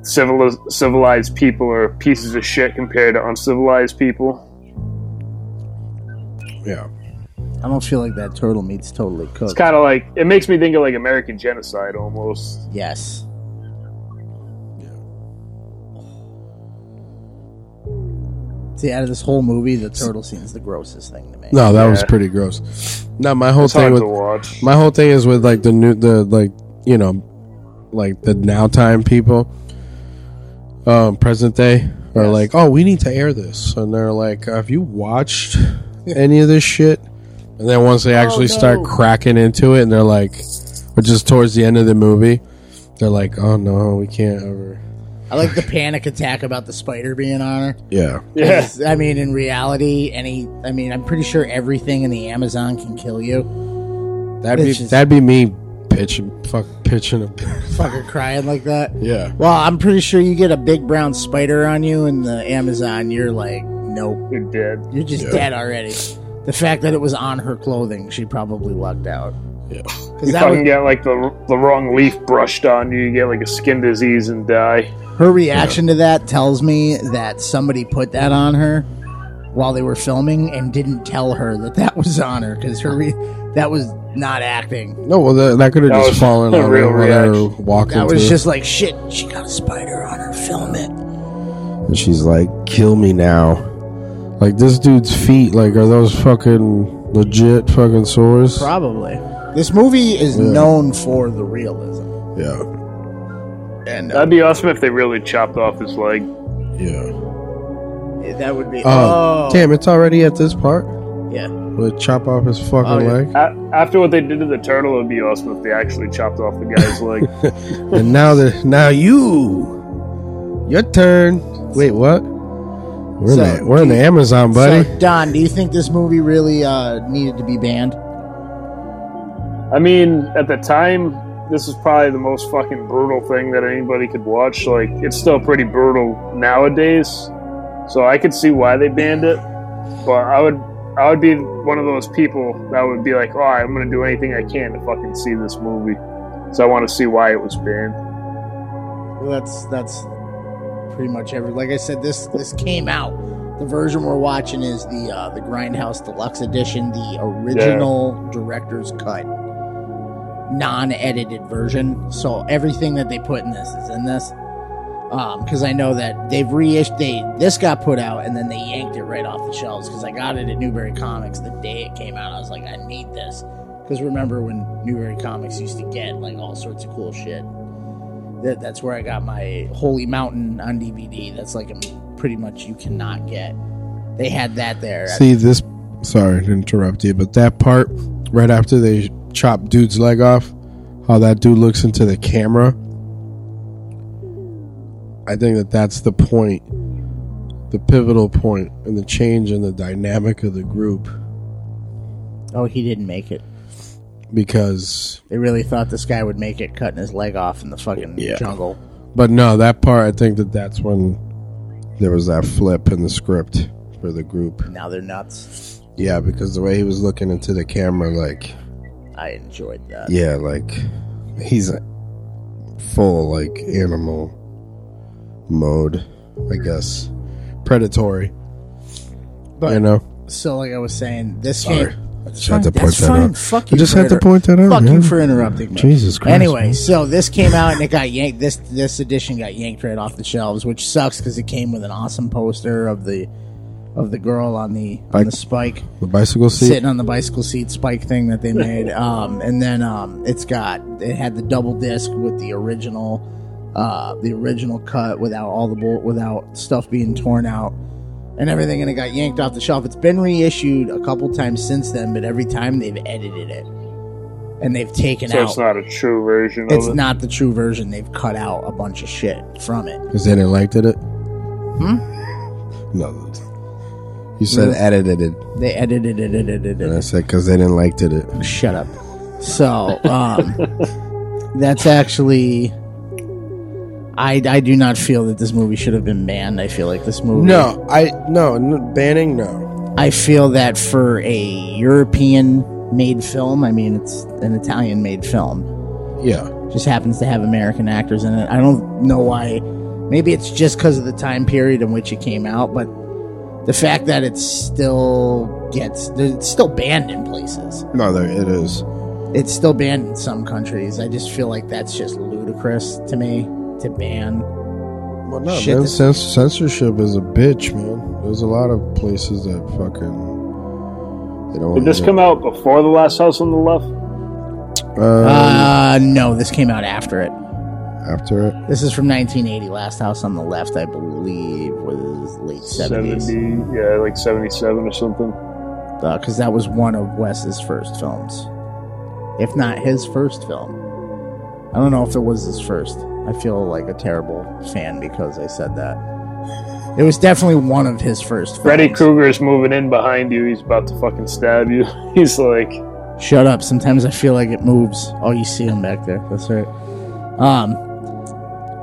civiliz- civilized people are pieces of shit compared to uncivilized people.
yeah.
I don't feel like that turtle meat's totally
It's
cooked.
kind of like it makes me think of like American genocide almost.
yes. See, out of this whole movie, the turtle scene's the grossest thing to me.
No, that was
Yeah.
pretty gross. No, my whole
It's
thing
hard
with
to watch.
my whole thing is with like the new the like you know like the now time people um present day are
Yes.
like oh we need to air this and they're like have you watched any of this shit and then once they actually start
no.
cracking into it and they're like or just towards the end of the movie they're like oh no we can't ever
I like the panic attack about the spider being on her.
yeah
Yeah,
I mean, in reality, any. I mean, I'm pretty sure everything in the Amazon can kill you.
that'd be
Bitches.
that'd be me pitching fuck pitching a <laughs>
Fucker crying like that.
yeah
Well, I'm pretty sure you get a big brown spider on you in the Amazon, you're like, nope,
it did.
you're just dead already. The fact that it was on her clothing, she probably lucked out.
yeah
Because
You
that
fucking
was,
get like the the wrong leaf brushed on you. You get like a skin disease and die.
her reaction to that tells me that somebody put that on her while they were filming and didn't tell her that that was on her because her re- that was not acting.
no well that, that could have
That
just
was
fallen
a
on
real
her when they were
reaction.
walking
That was
through.
just like shit. She got a spider on her. Film it.
And she's like, kill me now. Like, this dude's feet, like, are those fucking legit fucking sores?
Probably. This movie is known for the realism.
Yeah.
And
That'd be awesome if they really chopped off his leg.
Yeah.
that would be.
Oh,
oh,
damn, it's already at this part?
Yeah.
Will it chop off his fucking
Oh, yeah.
leg?
A- after what they did to the turtle, it'd be awesome if they actually chopped off the guy's leg.
and now the now you. Your turn. Wait, what? We're, in,
So,
the, we're in the Amazon, buddy.
So, Don, do you think this movie really uh, needed to be banned?
I mean, at the time, this is probably the most fucking brutal thing that anybody could watch. Like, it's still pretty brutal nowadays, so I could see why they banned it. But I would, I would be one of those people that would be like, "All right, I'm gonna do anything I can to fucking see this movie." So I want to see why it was banned.
Well, that's that's pretty much every. Like I said, this this came out. The version we're watching is the uh, the Grindhouse Deluxe Edition, the original director's cut, non-edited version. So everything that they put in this is in this. Because I know that they've reissued they this got put out and then they yanked it right off the shelves. Because I got it at Newberry Comics the day it came out. I was like, I need this. Because remember when Newberry Comics used to get like all sorts of cool shit that that's where I got my Holy Mountain on DVD. That's like a, pretty much you cannot get. They had that there.
See, this. Sorry to interrupt you, but that part right after they chop dude's leg off, how that dude looks into the camera. I think that that's the point, the pivotal point, and the change in the dynamic of the group.
Oh, he didn't make it.
because
They really thought this guy would make it, cutting his leg off in the fucking
Yeah.
jungle.
But no, that part, I think that that's when there was that flip in the script for the group.
Now they're nuts.
Yeah, because the way he was looking into the camera, like,
I enjoyed that.
yeah, like he's a full, like, animal mode, I guess. Predatory.
But-
you know?
So, like I was saying, this
Sorry.
game.
I just
Fine,
had to point
that's
that
fine.
out.
Fuck
I
you
just
for
had to
inter-
point that out.
Fuck
man.
you for interrupting me.
Jesus Christ.
Anyway,
man.
so this came out and it got yanked. This this edition got yanked right off the shelves, which sucks because it came with an awesome poster of the of the girl on the on
Bike-
the spike
The bicycle seat?
sitting on the bicycle seat spike thing that they
<laughs>
made. Um, and then um, it's got it had the double disc with the original, uh, the original cut without all the bull without stuff being torn out and everything, and it got yanked off the shelf. It's been reissued a couple times since then, but every time they've edited it and they've taken
So
out.
it's not a true version
it's
of it.
not the true version. They've cut out a bunch of shit from it.
Because they didn't like it? Hmm? No. You said edited it.
They edited it. edited it.
And I said, because they didn't like it.
Shut up. So, um, that's actually. I, I do not feel that this movie should have been banned. I feel like this movie.
No, I no n- banning. No,
I feel that for a European made film, I mean, it's an Italian made film,
yeah,
just happens to have American actors in it. I don't know why. Maybe it's just because of the time period in which it came out, but the fact that it still gets. It's still banned in places.
no, there it is.
it's still banned in some countries. I just feel like that's just ludicrous to me to ban.
Well, no,
Shit,
man,
this-
cens- censorship is a bitch, man. There's a lot of places that fucking they don't.
Did this come out before the last house on the left? Um,
Uh,
Uh, no, this came out after it.
after it,
This is from 1980. Last House on the Left, I believe, was late 70s
Seventy, yeah, like seventy-seven or something.
because Uh, that was one of Wes's first films, if not his first film. I don't know if it was his first. I feel like a terrible fan because I said that. It was definitely one of his first. Films.
Freddy Krueger's moving in behind you. He's about to fucking stab you. <laughs> He's like,
Shut up. Sometimes I feel like it moves. Oh, you see him back there. That's right. Um,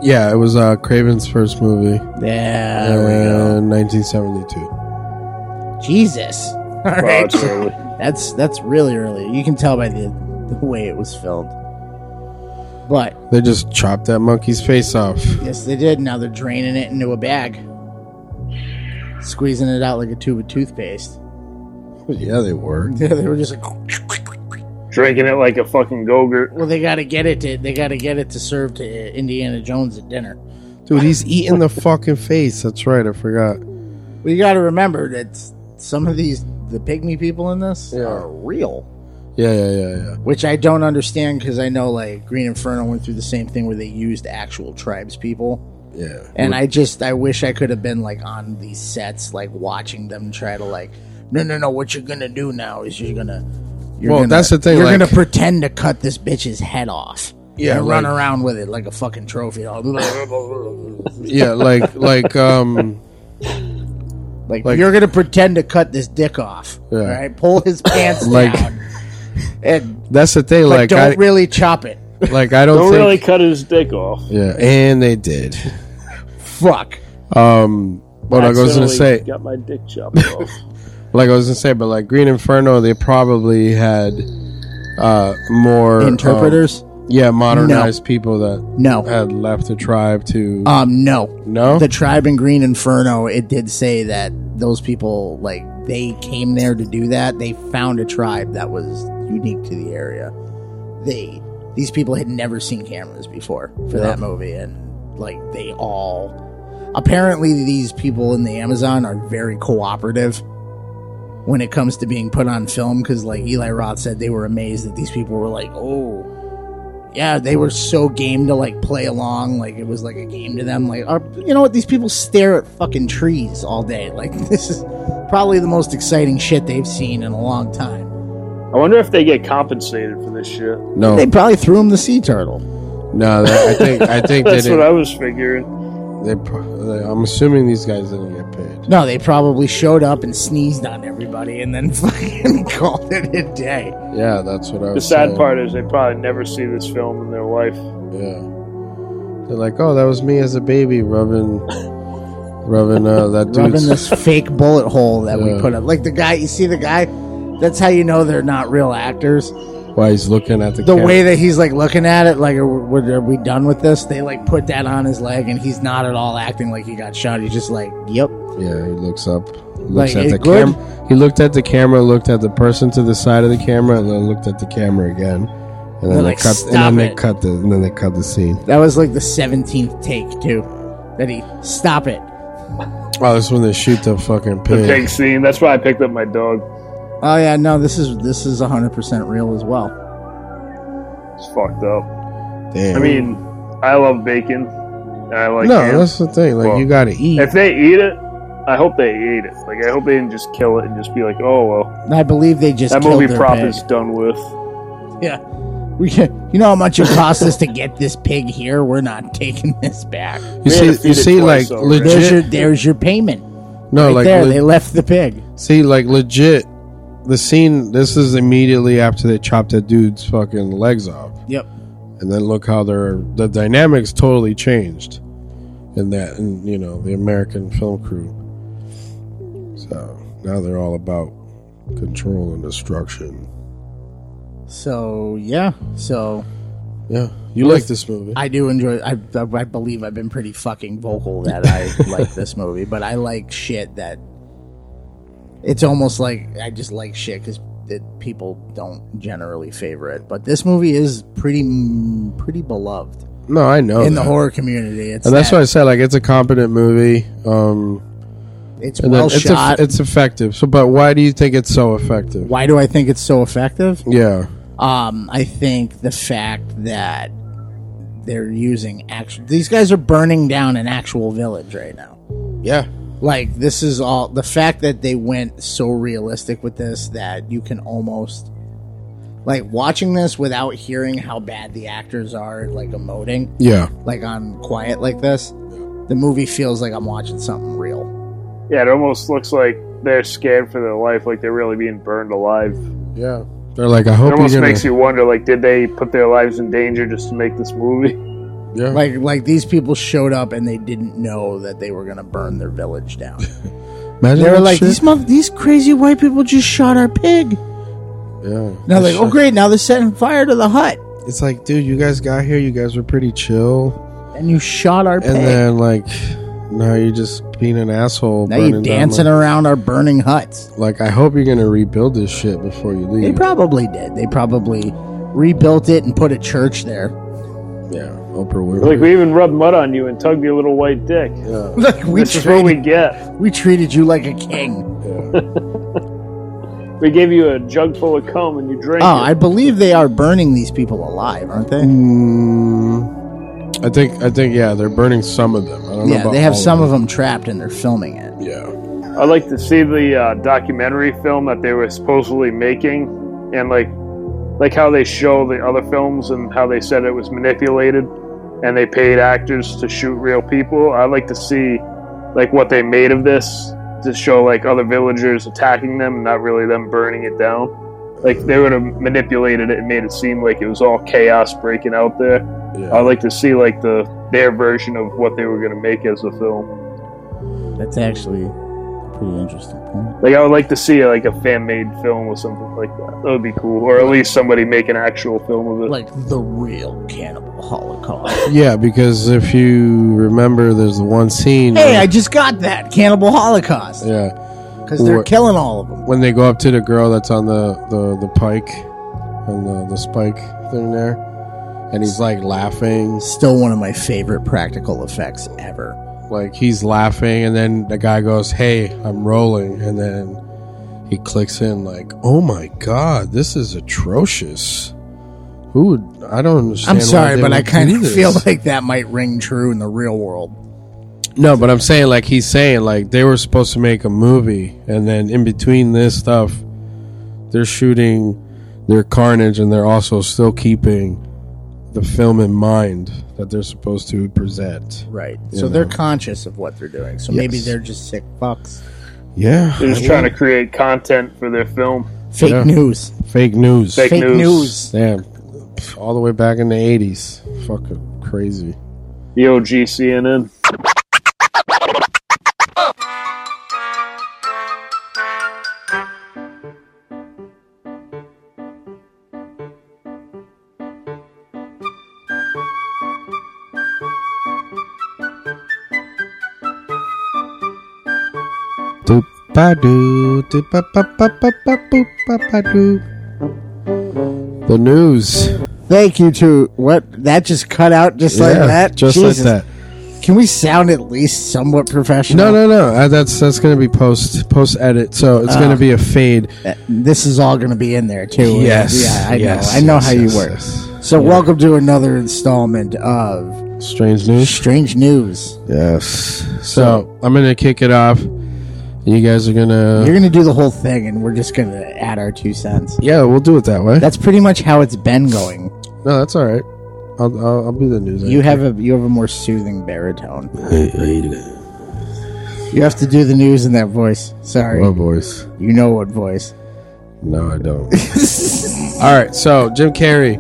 yeah, it was uh, Craven's first movie,
yeah, there we go.
in 1972.
Jesus. <laughs> All
wow,
right.
it's early.
That's that's really early. You can tell by the the way it was filmed. But
They just chopped that monkey's face off.
yes, they did. Now they're draining it into a bag, squeezing it out like a tube of toothpaste. <laughs>
yeah, they were.
they were just like, <laughs>
drinking it like a fucking go-gurt.
well, they got to get it. To, they got to get it to serve to Indiana Jones at dinner.
Dude, he's eating the fucking face. That's right. I forgot.
Well, you got to remember that some of these the pygmy people in this
Yeah.
are real.
Yeah, yeah, yeah, yeah.
which I don't understand because I know like Green Inferno went through the same thing where they used actual tribes people,
Yeah.
and I just I wish I could have been like on these sets like watching them try to like no no no what you're gonna do now is you're gonna you're
Well,
gonna,
that's the thing,
you're
like-
gonna pretend to cut this bitch's head off
Yeah,
and run
like-
around with it like a fucking trophy
yeah, like like um
<laughs> like,
Like-
you're gonna pretend to cut this dick off
Yeah.
all right pull
<laughs>
his pants
Like-
down and
that's the thing.
but
Like
don't
I
really chop it
like I don't,
Don't
think,
really cut his dick off.
Yeah, and they did.
fuck
Um, what I was gonna
Accidentally
say,
Got my dick chopped off.
like I was gonna say, but like Green Inferno, they probably had uh more um,
interpreters
yeah, modernized people that
no
had left the tribe to
Um, no,
no.
the tribe in Green Inferno. It did say that those people, like, they came there to do that. They found a tribe that was unique to the area. They these people had never seen cameras before for that movie, and like they all apparently these people in the Amazon are very cooperative when it comes to being put on film because like Eli Roth said they were amazed that these people were like oh yeah they were so game to like play along like it was like a game to them like are, you know what these people stare at fucking trees all day <laughs> like this is probably the most exciting shit they've seen in a long time
I wonder if they get compensated for this shit.
no,
they probably threw him the sea turtle
no. That, I think I think
<laughs>
they
That's what I
didn't.
was figuring.
They, pro- I'm assuming these guys didn't get paid.
No, they probably showed up and sneezed on everybody and then <laughs> fucking called it a day.
Yeah, that's what I
The
was.
sad
saying.
part is they probably never see this film in their life.
Yeah. They're like, oh, that was me as a baby rubbing,
<laughs>
rubbing uh, that
Rubbing
dude's.
this fake bullet hole that
Yeah.
we put up. Like the guy, you see the guy? That's how you know they're not real actors.
<laughs> While he's looking at the
The
camera.
way that he's like looking at it, like, are, we- are we done with this? They like put that on his leg and he's not at all acting like he got shot. He's just like, yep.
Yeah, he looks up. He
Like,
looks at
it
the
good?
camera. He looked at the camera, looked at the person to the side of the camera, and then looked at the camera again. And then
They're
they
like,
cut. And
"Stop
then they
it."
cut the. And then they cut the scene.
That was like the 17th take, too. That he, stop it.
Oh, that's when they shoot the fucking
The
pig.
pig scene. That's why I picked up my dog.
Oh, yeah, no, this is this is 100% real as well.
It's fucked up.
Damn.
I mean, I love bacon. And I like
no,
ham.
that's the thing. Like
Well,
you gotta eat.
If they eat it, I hope they ate it. Like I hope they didn't just kill it and just be like, "Oh well,
And I believe they just
that
killed
movie
their
prop
pig.
is done with."
<laughs> Yeah, we can. You know how much it costs us to get this pig here? We're not <laughs> taking this back.
you
they had to
see,
feed
you
it
see, like
twice already.
legit.
There's your there's your payment.
no,
Right
like
there,
le-
they left the pig.
see, like legit. The scene. This is immediately after they chopped that dude's fucking legs off.
Yep.
and then look how their the dynamics totally changed in that and you know the american film crew so now they're all about control and destruction
So yeah, so
yeah you like this movie
I do enjoy. I I I believe I've been pretty fucking vocal that
<laughs>
I like this movie, but I like shit that. It's almost like I just like shit because people don't generally favor it. But this movie is pretty pretty beloved
no i know
in the
that.
horror community. It's
and that's
that-
why i said like it's a competent movie um
It's
and
well
then it's,
shot.
eff- it's effective so but why do you think it's so effective
Why do I think it's so effective?
yeah
Um, I think the fact that they're using actual these guys are burning down an actual village right now.
yeah
Like this is all the fact that they went so realistic with this that you can almost like watching this without hearing how bad the actors are like emoting
yeah
like on quiet like this. The movie feels like I'm watching something real.
Yeah, it almost looks like they're scared for their life, like they're really being burned alive.
yeah they're like i
It
hope
almost
you're
makes
gonna
you wonder, like, did they put their lives in danger just to make this movie? <laughs>
yeah
Like like these people showed up and they didn't know that they were going to burn their village down.
Imagine
They were
that
like,
shit.
these mother- these crazy white people just shot our pig.
yeah
Now
That
like, oh
shit.
great, now they're setting fire to the hut.
it's like dude you guys got here you guys were pretty chill
And you shot our
And
pig.
then like now you're just being an asshole.
now you're
burning down
dancing
my-
around our burning huts.
Like I hope you're gonna rebuild this shit before you
They
leave.
probably did. They probably rebuilt it and put a church there. <laughs>
yeah, Oprah Winfrey.
Like, we even rubbed mud on you and tugged your little white dick.
like we
This is what
treated,
we
we-,
get.
treated you like a king.
We gave you a jug full of cum and you drank
Oh,
it.
I believe they are burning these people alive, aren't they?
Mm, I think I think yeah, they're burning some of them. I don't know
Yeah,
about
they have
all
some of them trapped and they're filming it.
Yeah,
I'd like to see the uh, documentary film that they were supposedly making, and like, like how they show the other films and how they said it was manipulated, and they paid actors to shoot real people. I'd like to see, like, what they made of this to show like other villagers attacking them, and not really them burning it down. Like they would have manipulated it and made it seem like it was all chaos breaking out there.
yeah.
I'd like to see like the their version of what they were going to make as a film.
That's actually a pretty interesting point.
Like I would like to see like a fan made film or something like that. That would be cool, or at least somebody make an actual film of it.
Like the real cannibal
<laughs>
holocaust.
yeah, because if you remember, there's the one scene.
hey,
where-
I just got that cannibal holocaust.
yeah,
Because they're
Or-
killing all of them.
when they go up to the girl that's on the the, the pike, on the the spike thing there, and he's like laughing.
Still one of my favorite practical effects ever.
like he's laughing and then the guy goes hey i'm rolling and then he clicks in like oh my god this is atrocious who would- i don't understand
I'm
why
sorry,
they
but I
would
kind
do
of
this."
feel like that might ring true in the real world.
<laughs> no but i'm saying like he's saying like they were supposed to make a movie and then in between this stuff they're shooting their carnage and they're also still keeping the film in mind that they're supposed to present.
Right.
You
so they're
know.
conscious of what they're doing. So maybe
Yes.
they're just sick fucks.
Yeah,
They're just
I
trying to
mean,
create content for their film.
Fake
Yeah.
news.
fake news.
Fake
Fake
news.
news.
Damn, Pff, all the way back in the eighties. Fucking crazy.
The OG CNN.
Doop ba doo, doop ba ba ba ba ba boop ba ba doo. The news,
Thank you to what that just cut out just like
Yeah,
that.
just
Jesus.
like that.
Can we sound at least somewhat professional?
No, no, no. Uh, that's that's gonna be post post edit, so
Ah.
it's gonna be a fade.
Uh, This is all going to be in there too.
Yes,
Yeah, I
yes,
know. I know
yes,
how
yes,
you work.
yes.
So welcome to another installment of
Strange news.
Strange News.
Yes. So I'm gonna kick it off. and You guys are gonna.
You're going to do the whole thing, and we're just going to add our two cents.
yeah, we'll do it that way.
That's pretty much how it's been going.
no, that's all right. I'll I'll, I'll be the news.
You have a you have a more soothing baritone. You have to do the news in that voice. Sorry,
What voice?
you know what <laughs> voice?
No, I don't. <laughs> all right. So Jim Carrey,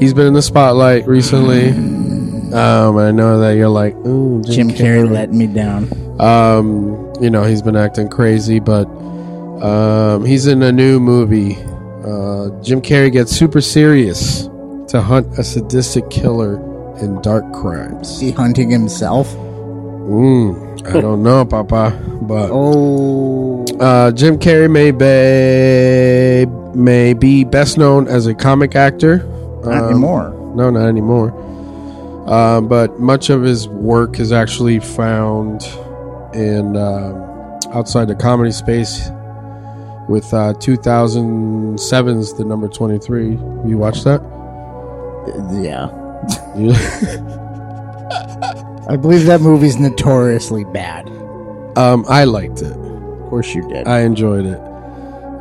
he's been in the spotlight recently. Um, I know that you're like, ooh,
Jim
Jim.
Carrey let me down.
Um, you know, he's been acting crazy, but um, he's in a new movie. Uh, Jim Carrey gets super serious to hunt a sadistic killer in dark crimes.
He hunting himself.
Mm, I don't know, Papa, but
Oh,
uh, Jim Carrey may be may be best known as a comic actor.
not
Um,
anymore.
No, not anymore. Uh, but much of his work is actually found in um outside the comedy space. With uh, 2007's the number 23. You watch that?
Yeah,
You- <laughs>
I believe that movie's notoriously bad. Uh,
um, I liked it.
Of course you did.
I enjoyed it.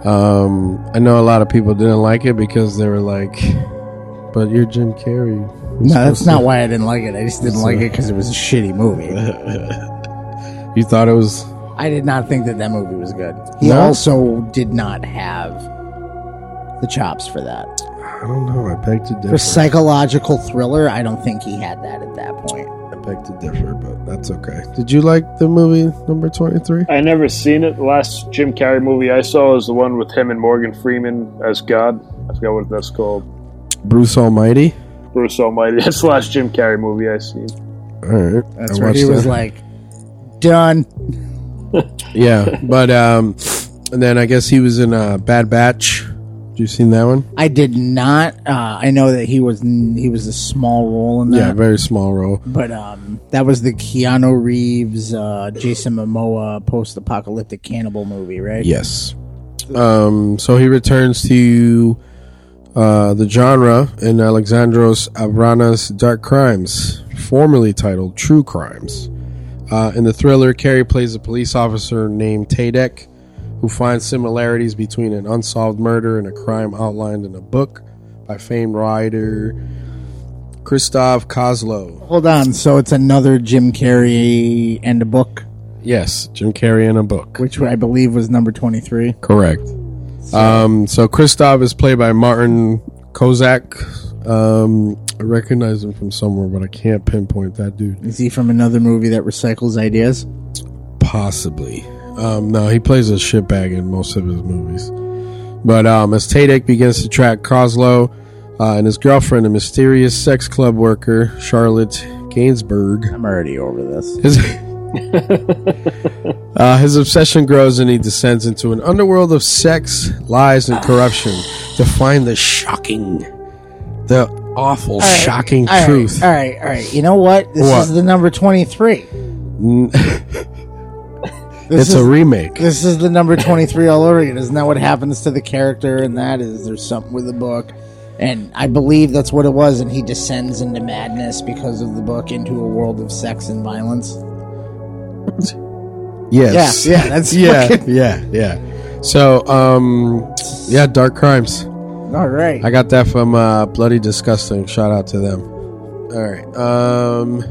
Um, I know a lot of people didn't like it because they were like, "But you're Jim Carrey."
no, that's not why I didn't like it. I just didn't like it because it was a shitty <laughs> movie.
You thought it was
I did not think that that movie was good. He
No?
also did not have the chops for that.
I don't know. I beg to
For
differ.
psychological thriller, I don't think he had that at that point.
I beg to differ, but that's okay. Did you like the movie number twenty three?
I never seen it. The last Jim Carrey movie I saw is the one with him and Morgan Freeman as God. I forgot what that's called.
Bruce Almighty.
Bruce Almighty. <laughs> That's the last Jim Carrey movie I seen.
All right,
That's
I
where he
watched
was
that.
like, done. <laughs>
yeah, but um, and then I guess he was in uh, Bad Batch. You seen that one?
I did not. Uh, I know that he was n- he was a small role in that,
Yeah, very small role.
but um, that was the Keanu Reeves, uh, Jason Momoa post-apocalyptic cannibal movie, right?
Yes. Um, so he returns to uh, the genre in Alexandros Avrana's Dark Crimes, formerly titled True Crimes. Uh, in the thriller, Carrie plays a police officer named Tadek who finds similarities between an unsolved murder and a crime outlined in a book by famed writer Christoph Kozlow.
Hold on. So it's another Jim Carrey and a book,
Yes, Jim Carrey in a book.
which I believe was number twenty-three.
Correct. Um, so Kristoff is played by Martin Kozak. Um, I recognize him from somewhere, but I can't pinpoint that dude.
Is he from another movie that recycles ideas?
Possibly. Um, no, he plays a shitbag in most of his movies. But um, as Tadek begins to track Kozlo uh, and his girlfriend, a mysterious sex club worker, Charlotte Gainsbourg,
I'm already over this.
His, <laughs> uh, his obsession grows and he descends into an underworld of sex, lies, and corruption to find the shocking, the awful, shocking
All right,
truth.
all right, all right. You know what? This
What?
is the number twenty-three.
<laughs>
this
It's
is,
a remake.
this is the number twenty-three all over again. Isn't that what happens to the character? And that is there's something with the book, and I believe that's what it was. And he descends into madness because of the book into a world of sex and violence.
Yes.
<laughs> Yeah, yeah, that's
yeah,
fucking-
yeah, yeah. So, um, yeah, dark crimes.
All right.
I got that from uh, Bloody Disgusting. Shout out to them. All right. Um,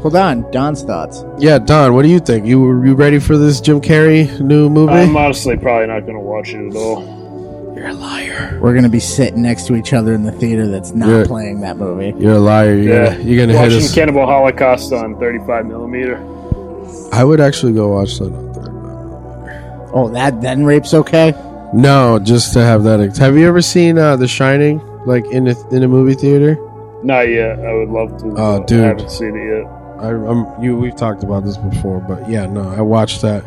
Hold on. Don's thoughts.
yeah, Don, what do you think? You you ready for this Jim Carrey new movie?
I'm honestly probably not going to watch it at all.
You're a liar.
We're gonna be sitting next to each other in the theater that's not
Yeah.
playing that movie.
You're a liar. You're
Yeah,
gonna, you're gonna hit
watching
us.
Cannibal Holocaust on 35 millimeter.
I would actually go watch that. on Thursday.
Oh, that then rape's okay.
No, just to have that. ex- Have you ever seen uh, The Shining, like in a, in a movie theater?
Not yet. I would love to.
Oh,
but
dude.
I haven't seen it yet.
I, I'm you. We've talked about this before, but yeah, no, I watched that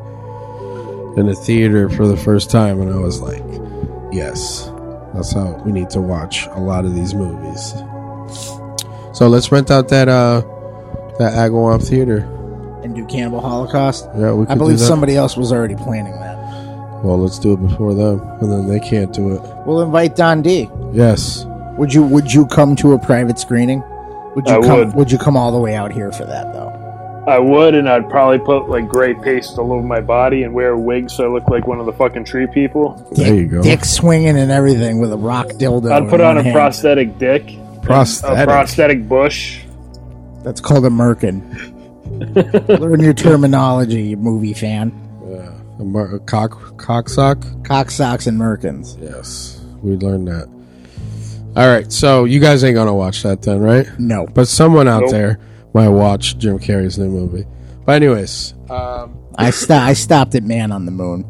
in the theater for the first time, and I was like, yes, that's how we need to watch a lot of these movies. So let's rent out that uh that Agawam theater.
And do Cannibal Holocaust.
Yeah, we. Could
I believe
do that.
somebody else was already planning that.
Well, let's do it before them, and then they can't do it.
We'll invite Don D.
Yes,
Would you Would you come to a private screening? Would you
I
come?
would.
you come all the way out here for that though?
I would, and I'd probably put like gray paste all over my body and wear a wig so I look like one of the fucking tree people.
There you go.
Dick swinging and everything with a rock dildo.
I'd
in
put on
one
a
hand.
prosthetic dick, a
prosthetic.
prosthetic bush.
That's called a
<laughs>
merkin. Learn your terminology, you movie fan.
A mar- a cock cock sock.
Cock socks and merkins.
Yes, we learned that. All right, so you guys ain't gonna watch that then, right?
No.
But someone out
Nope.
there might watch Jim Carrey's new movie. But anyways, um,
I sto- I stopped at Man on the Moon.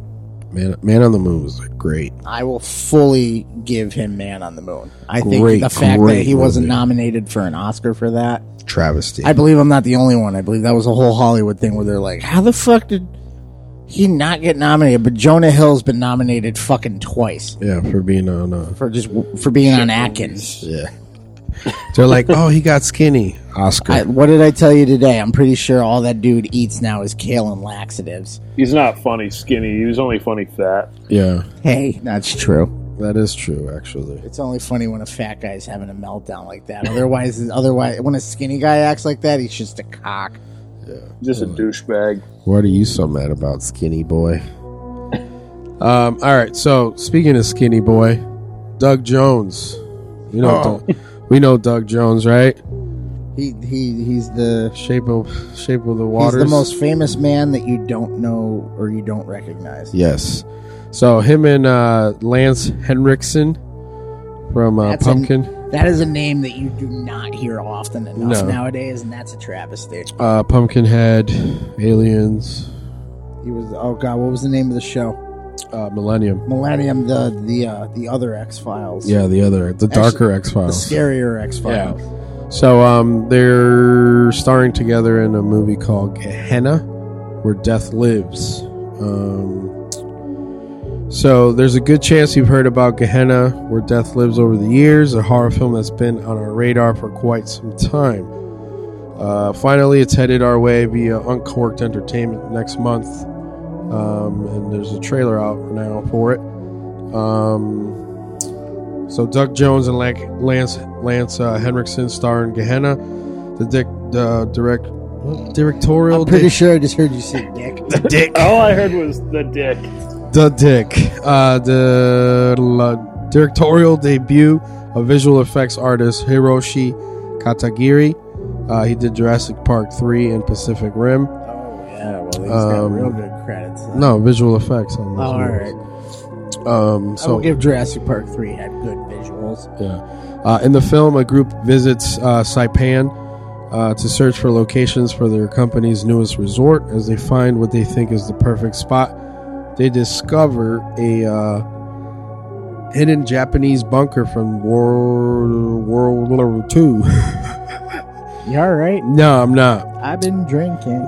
Man, Man on the Moon was great.
I will fully give him Man on the Moon. I think
Great,
the fact that
great
he wasn't
movie.
nominated for an Oscar for that.
Travesty.
I believe I'm not the only one. I believe that was a whole Hollywood thing where they're like, how the fuck did he not get nominated? But Jonah Hill's been nominated fucking twice
yeah, for being on. Uh,
for just for being on Atkins.
yeah, they're like, oh, he got skinny. Oscar.
I, what did I tell you today? I'm pretty sure all that dude eats now is kale and laxatives.
He's not funny skinny. He was only funny fat.
yeah,
Hey, that's true.
that is true. Actually,
It's only funny when a fat guy's having a meltdown like that. Otherwise, <laughs> otherwise, when a skinny guy acts like that, he's just a cock.
Just
Hmm.
a douchebag.
what are you so mad about, skinny boy? Um. All right. So speaking of skinny boy, Doug Jones. You know,
Oh.
Doug- we know Doug Jones, right?
He he he's the
Shape of Shape of the
he's
Waters.
the most famous man that you don't know or you don't recognize.
Yes. So him and uh, Lance Henriksen from uh,
That's a-
Pumpkin,
That is a name that you do not hear often enough
No.
nowadays, and that's a travesty.
uh, Pumpkinhead, Aliens,
He was oh god, what was the name of the show?
uh, Millennium.
Millennium, the the uh, the other X Files.
Yeah, the other, the darker X
the
Files.
scarier X Files.
So um, they're starring together in a movie called Gehenna, where death lives. Um, so there's a good chance you've heard about Gehenna, where death lives over the years, a horror film that's been on our radar for quite some time. Uh, finally, it's headed our way via Uncorked Entertainment next month, um, and there's a trailer out now for it. Um, so Doug Jones and Lan- Lance Lance uh, Henriksen star in Gehenna. The dick uh, direct what? directorial
I'm pretty
dick-
sure I just heard you say dick.
<laughs>
All I heard was the dick.
the dick uh, the la- directorial debut of visual effects artist Hiroshi Katagiri. Uh, he did Jurassic Park three and Pacific Rim.
oh yeah, well he's got
Um,
real good credits. then.
No visual effects
Oh,
on this.
all right. Oh,
Um,
I will
so
give Jurassic Park three had good visuals.
Yeah. Uh, in the film, a group visits uh, Saipan uh, to search for locations for their company's newest resort. As they find what they think is the perfect spot, they discover a uh, hidden Japanese bunker from World World War II.
You all right?
<laughs> no, I'm not.
I've been drinking.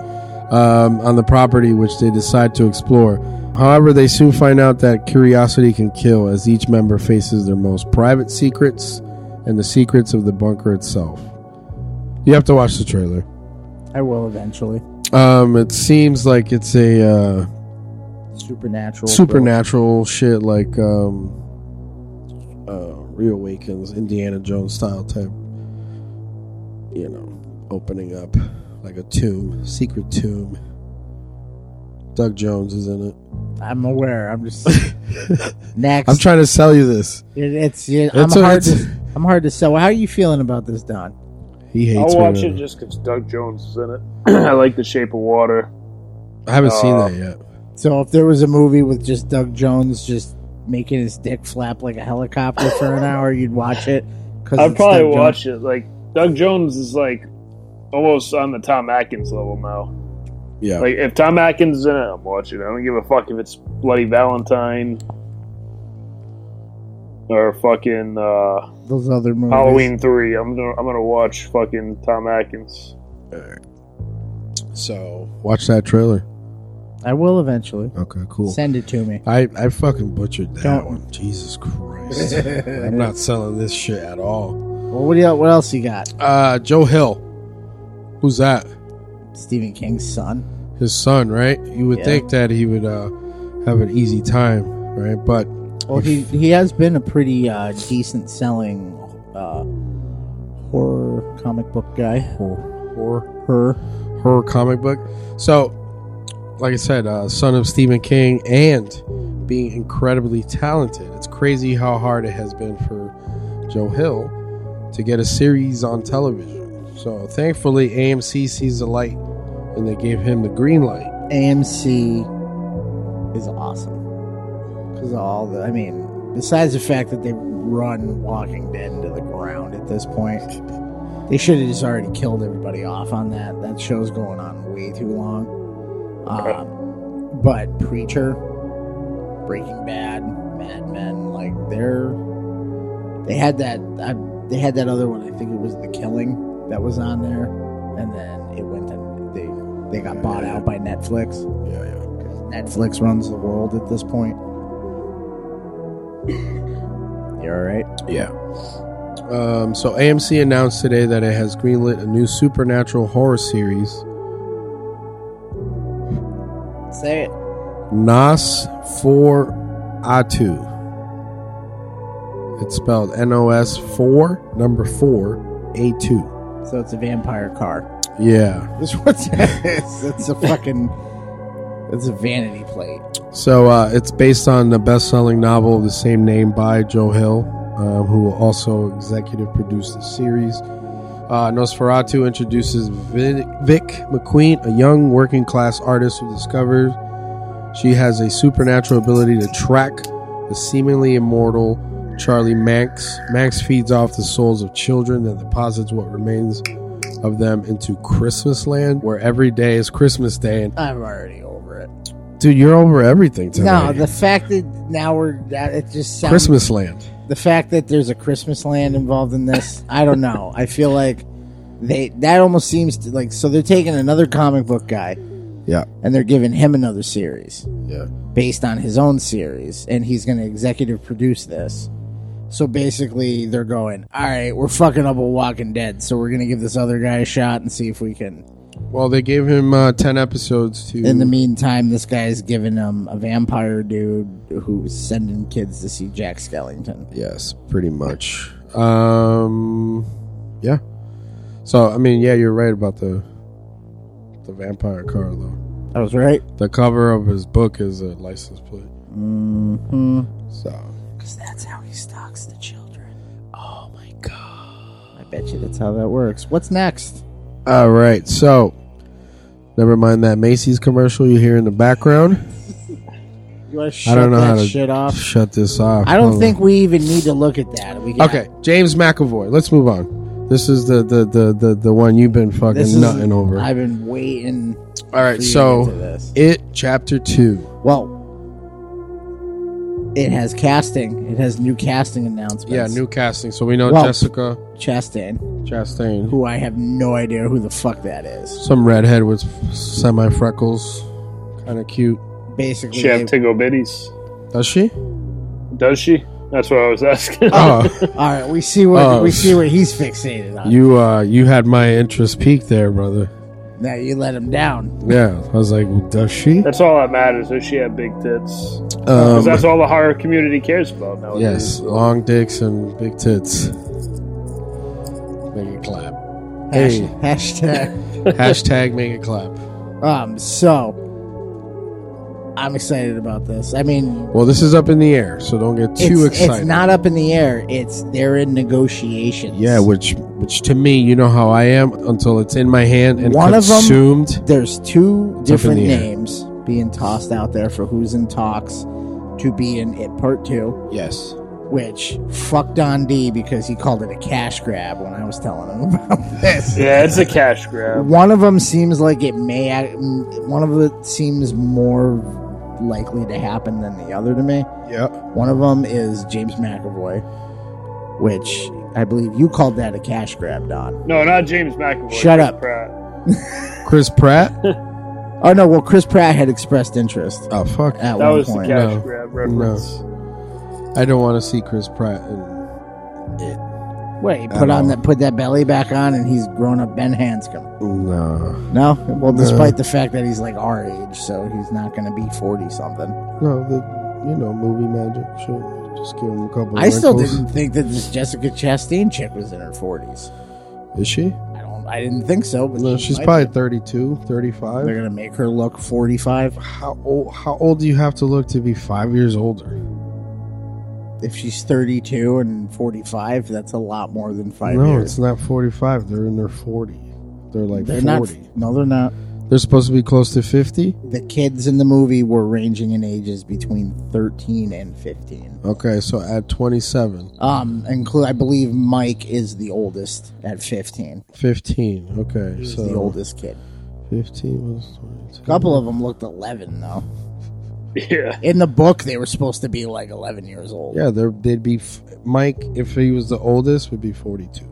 um, on the property, which they decide to explore. However, they soon find out that curiosity can kill as each member faces their most private secrets and the secrets of the bunker itself. You have to watch the trailer.
I will eventually.
Um, it seems like it's a uh,
Supernatural.
supernatural shit, like um, uh, reawakens Indiana Jones style type. You know, opening up like a tomb, secret tomb. Doug Jones is in it.
I'm aware. I'm just
<laughs>
next.
I'm trying to sell you this.
It, it's, it,
It's
I'm
a-
hard.
it's-
To, I'm hard to sell. How are you feeling about this, Don?
He hates
I'll
me.
watch
man.
it just because Doug Jones is in it. <clears throat> I like The Shape of Water.
I haven't seen
Uh,
that yet.
So if there was a movie with just Doug Jones just making his dick flap like a helicopter for an hour, you'd watch it. Cause
I'd
it's
probably
Doug Jones.
watch it. Like Doug Jones is like almost on the Tom Atkins level now.
Yeah.
Like if Tom Atkins is in it, I'm watching. it. I don't give a fuck if it's bloody Valentine or fucking uh,
those other movies.
Halloween three. I'm gonna I'm gonna watch fucking Tom Atkins.
so watch that trailer.
I will eventually
Okay, cool.
send it to me.
I, I fucking butchered that
Don't-
one. Jesus
<laughs>
Christ. I'm not selling this shit at all.
Well, what do you, what else you got?
Uh, Joe Hill. Who's that?
Stephen King's son.
His son, right? You would
Yeah.
think that he would uh, have an easy time, right? But
Well, he he has been a pretty uh, decent selling uh, horror comic book guy.
horror,
Her.
horror comic book. So, like I said, uh, son of Stephen King and being incredibly talented. It's crazy how hard it has been for Joe Hill to get a series on television. So, thankfully, AMC sees the light and they gave him the green light.
AMC is awesome because all the I mean, besides the fact that they run Walking Dead into the ground at this point, they should have just already killed everybody off on that. That show's going on way too long. Um, but Preacher, Breaking Bad, Mad Men, like they're they had that I, they had that other one. I think it was The Killing that was on there, and then it went to they they got bought out by Netflix.
Yeah, yeah.
Netflix runs the world at this point. You all right?
Yeah. Um, so AMC announced today that it has greenlit a new supernatural horror series,
Say it.
Nas for Atu. It's spelled N O S four number four A two.
So it's a vampire car.
Yeah.
That's what that is. It's a fucking. It's a vanity plate.
So uh, it's based on the best-selling novel of the same name by Joe Hill, um, who also executive produced the series. Uh, Nosferatu introduces Vic, Vic McQueen, a young working-class artist who discovers she has a supernatural ability to track the seemingly immortal Charlie Manx. Manx feeds off the souls of children then deposits what remains of them into Christmas land, where every day is Christmas Day. And
I'm already over it.
dude, you're over everything tonight.
No, the fact that now we're that it just sounds
Christmas land.
the fact that there's a Christmas land involved in this, I don't know. I feel like they that almost seems to like so they're taking another comic book guy
Yeah.
and they're giving him another series
Yeah.
based on his own series and he's going to executive produce this. So basically they're going, "All right, we're fucking up with Walking Dead, so we're going to give this other guy a shot and see if we can."
Well, they gave him uh, 10 episodes to
In the meantime, this guy's giving him a vampire dude who's sending kids to see Jack Skellington.
Yes, pretty much. Um yeah. So, I mean, yeah, you're right about the the vampire car though.
I was right.
The cover of his book is a license plate.
Mhm.
So,
Because that's how he stalks the children. Oh my god. I bet you that's how that works. What's next?
all right. So, never mind that Macy's commercial you hear in the background.
You want to
I
shut
don't know
that
how to
shit off?
shut this off.
Uh, I don't
Hold
think we even need to look at that. We got-
Okay, James McAvoy. Let's move on. This is the the the the, the one you've been fucking
This is
nutting over.
I've been waiting.
All
for
right,
you to get to
so
this.
it chapter two.
well, it has casting. It has new casting announcements.
Yeah, new casting. So we know
Well-
Jessica
Chastain,
Chastain, who
who I have no idea who the fuck that is.
some redhead with semi freckles, kind of cute.
Basically,
She have
they-
Tingo Biddies.
Does she?
Does she? That's what I
<laughs>
was <laughs> asking.
Oh,
all right, we see what
Oh.
we see what he's fixated on.
you uh, you had my interest peaked there, brother.
now you let him down.
Yeah, I was like, well, does she?
that's all that matters. Does she have big tits? Because
Um,
that's all the horror community cares about nowadays.
yes, long dicks and big tits. Make it clap.
Hash-
Hey, <laughs>
Hashtag.
hashtag make it clap.
Um, so I'm excited about this. I mean,
Well, this is up in the air, so don't get
it's,
too
it's
excited.
not up in the air. It's they're in negotiations.
yeah, which which to me, you know how I am until it's in my hand and
One of 'em-
consumed.
there's two
It's up in
different
the air.
names being tossed out there for who's in talks to be in it part two,
yes.
which fucked Don D because he called it a cash grab when I was telling him about this.
Yeah, it's a cash grab.
One of them seems like it may. act- One of it seems more likely to happen than the other to me.
Yep.
One of them is James McAvoy, which I believe you called that a cash grab, Don.
No, not James McAvoy.
Shut
Chris
up.
Pratt. <laughs>
Chris Pratt.
<laughs> Oh no, well Chris Pratt had expressed interest
oh fuck!
at
That
one
was
point.
the cash
No.
grab reference.
I don't want to see Chris Pratt. in-
Wait, he
At
put on
all.
that, put that belly back on, and he's grown up Ben Hanscom.
No,
No, well, despite the fact that he's like our age, so he's not going to be forty something.
no, the you know movie magic shit. Just give him a couple.
I still
wrinkles.
didn't think that this Jessica Chastain chick was in her forties.
Is she?
I don't, I didn't think so. But
No,
she
she's
might
probably
be.
32, 35.
They're going to make her look forty-five
How old? How old do you have to look to be five years older?
if she's thirty-two and forty-five. That's a lot more than five
no,
years.
it's not forty-five. They're in their forty. They're like
They're
forty.
not. No, they're not.
They're supposed to be close to fifty.
The kids in the movie were ranging in ages between thirteen and fifteen.
Okay, so at 27,
Um, include I believe Mike is the oldest at fifteen.
15. Okay,
He's
so
the oldest kid.
15 was 22.
A couple of them looked eleven though.
Yeah.
In the book, they were supposed to be like eleven years old.
Yeah, there they'd be f- Mike if he was the oldest would be 42.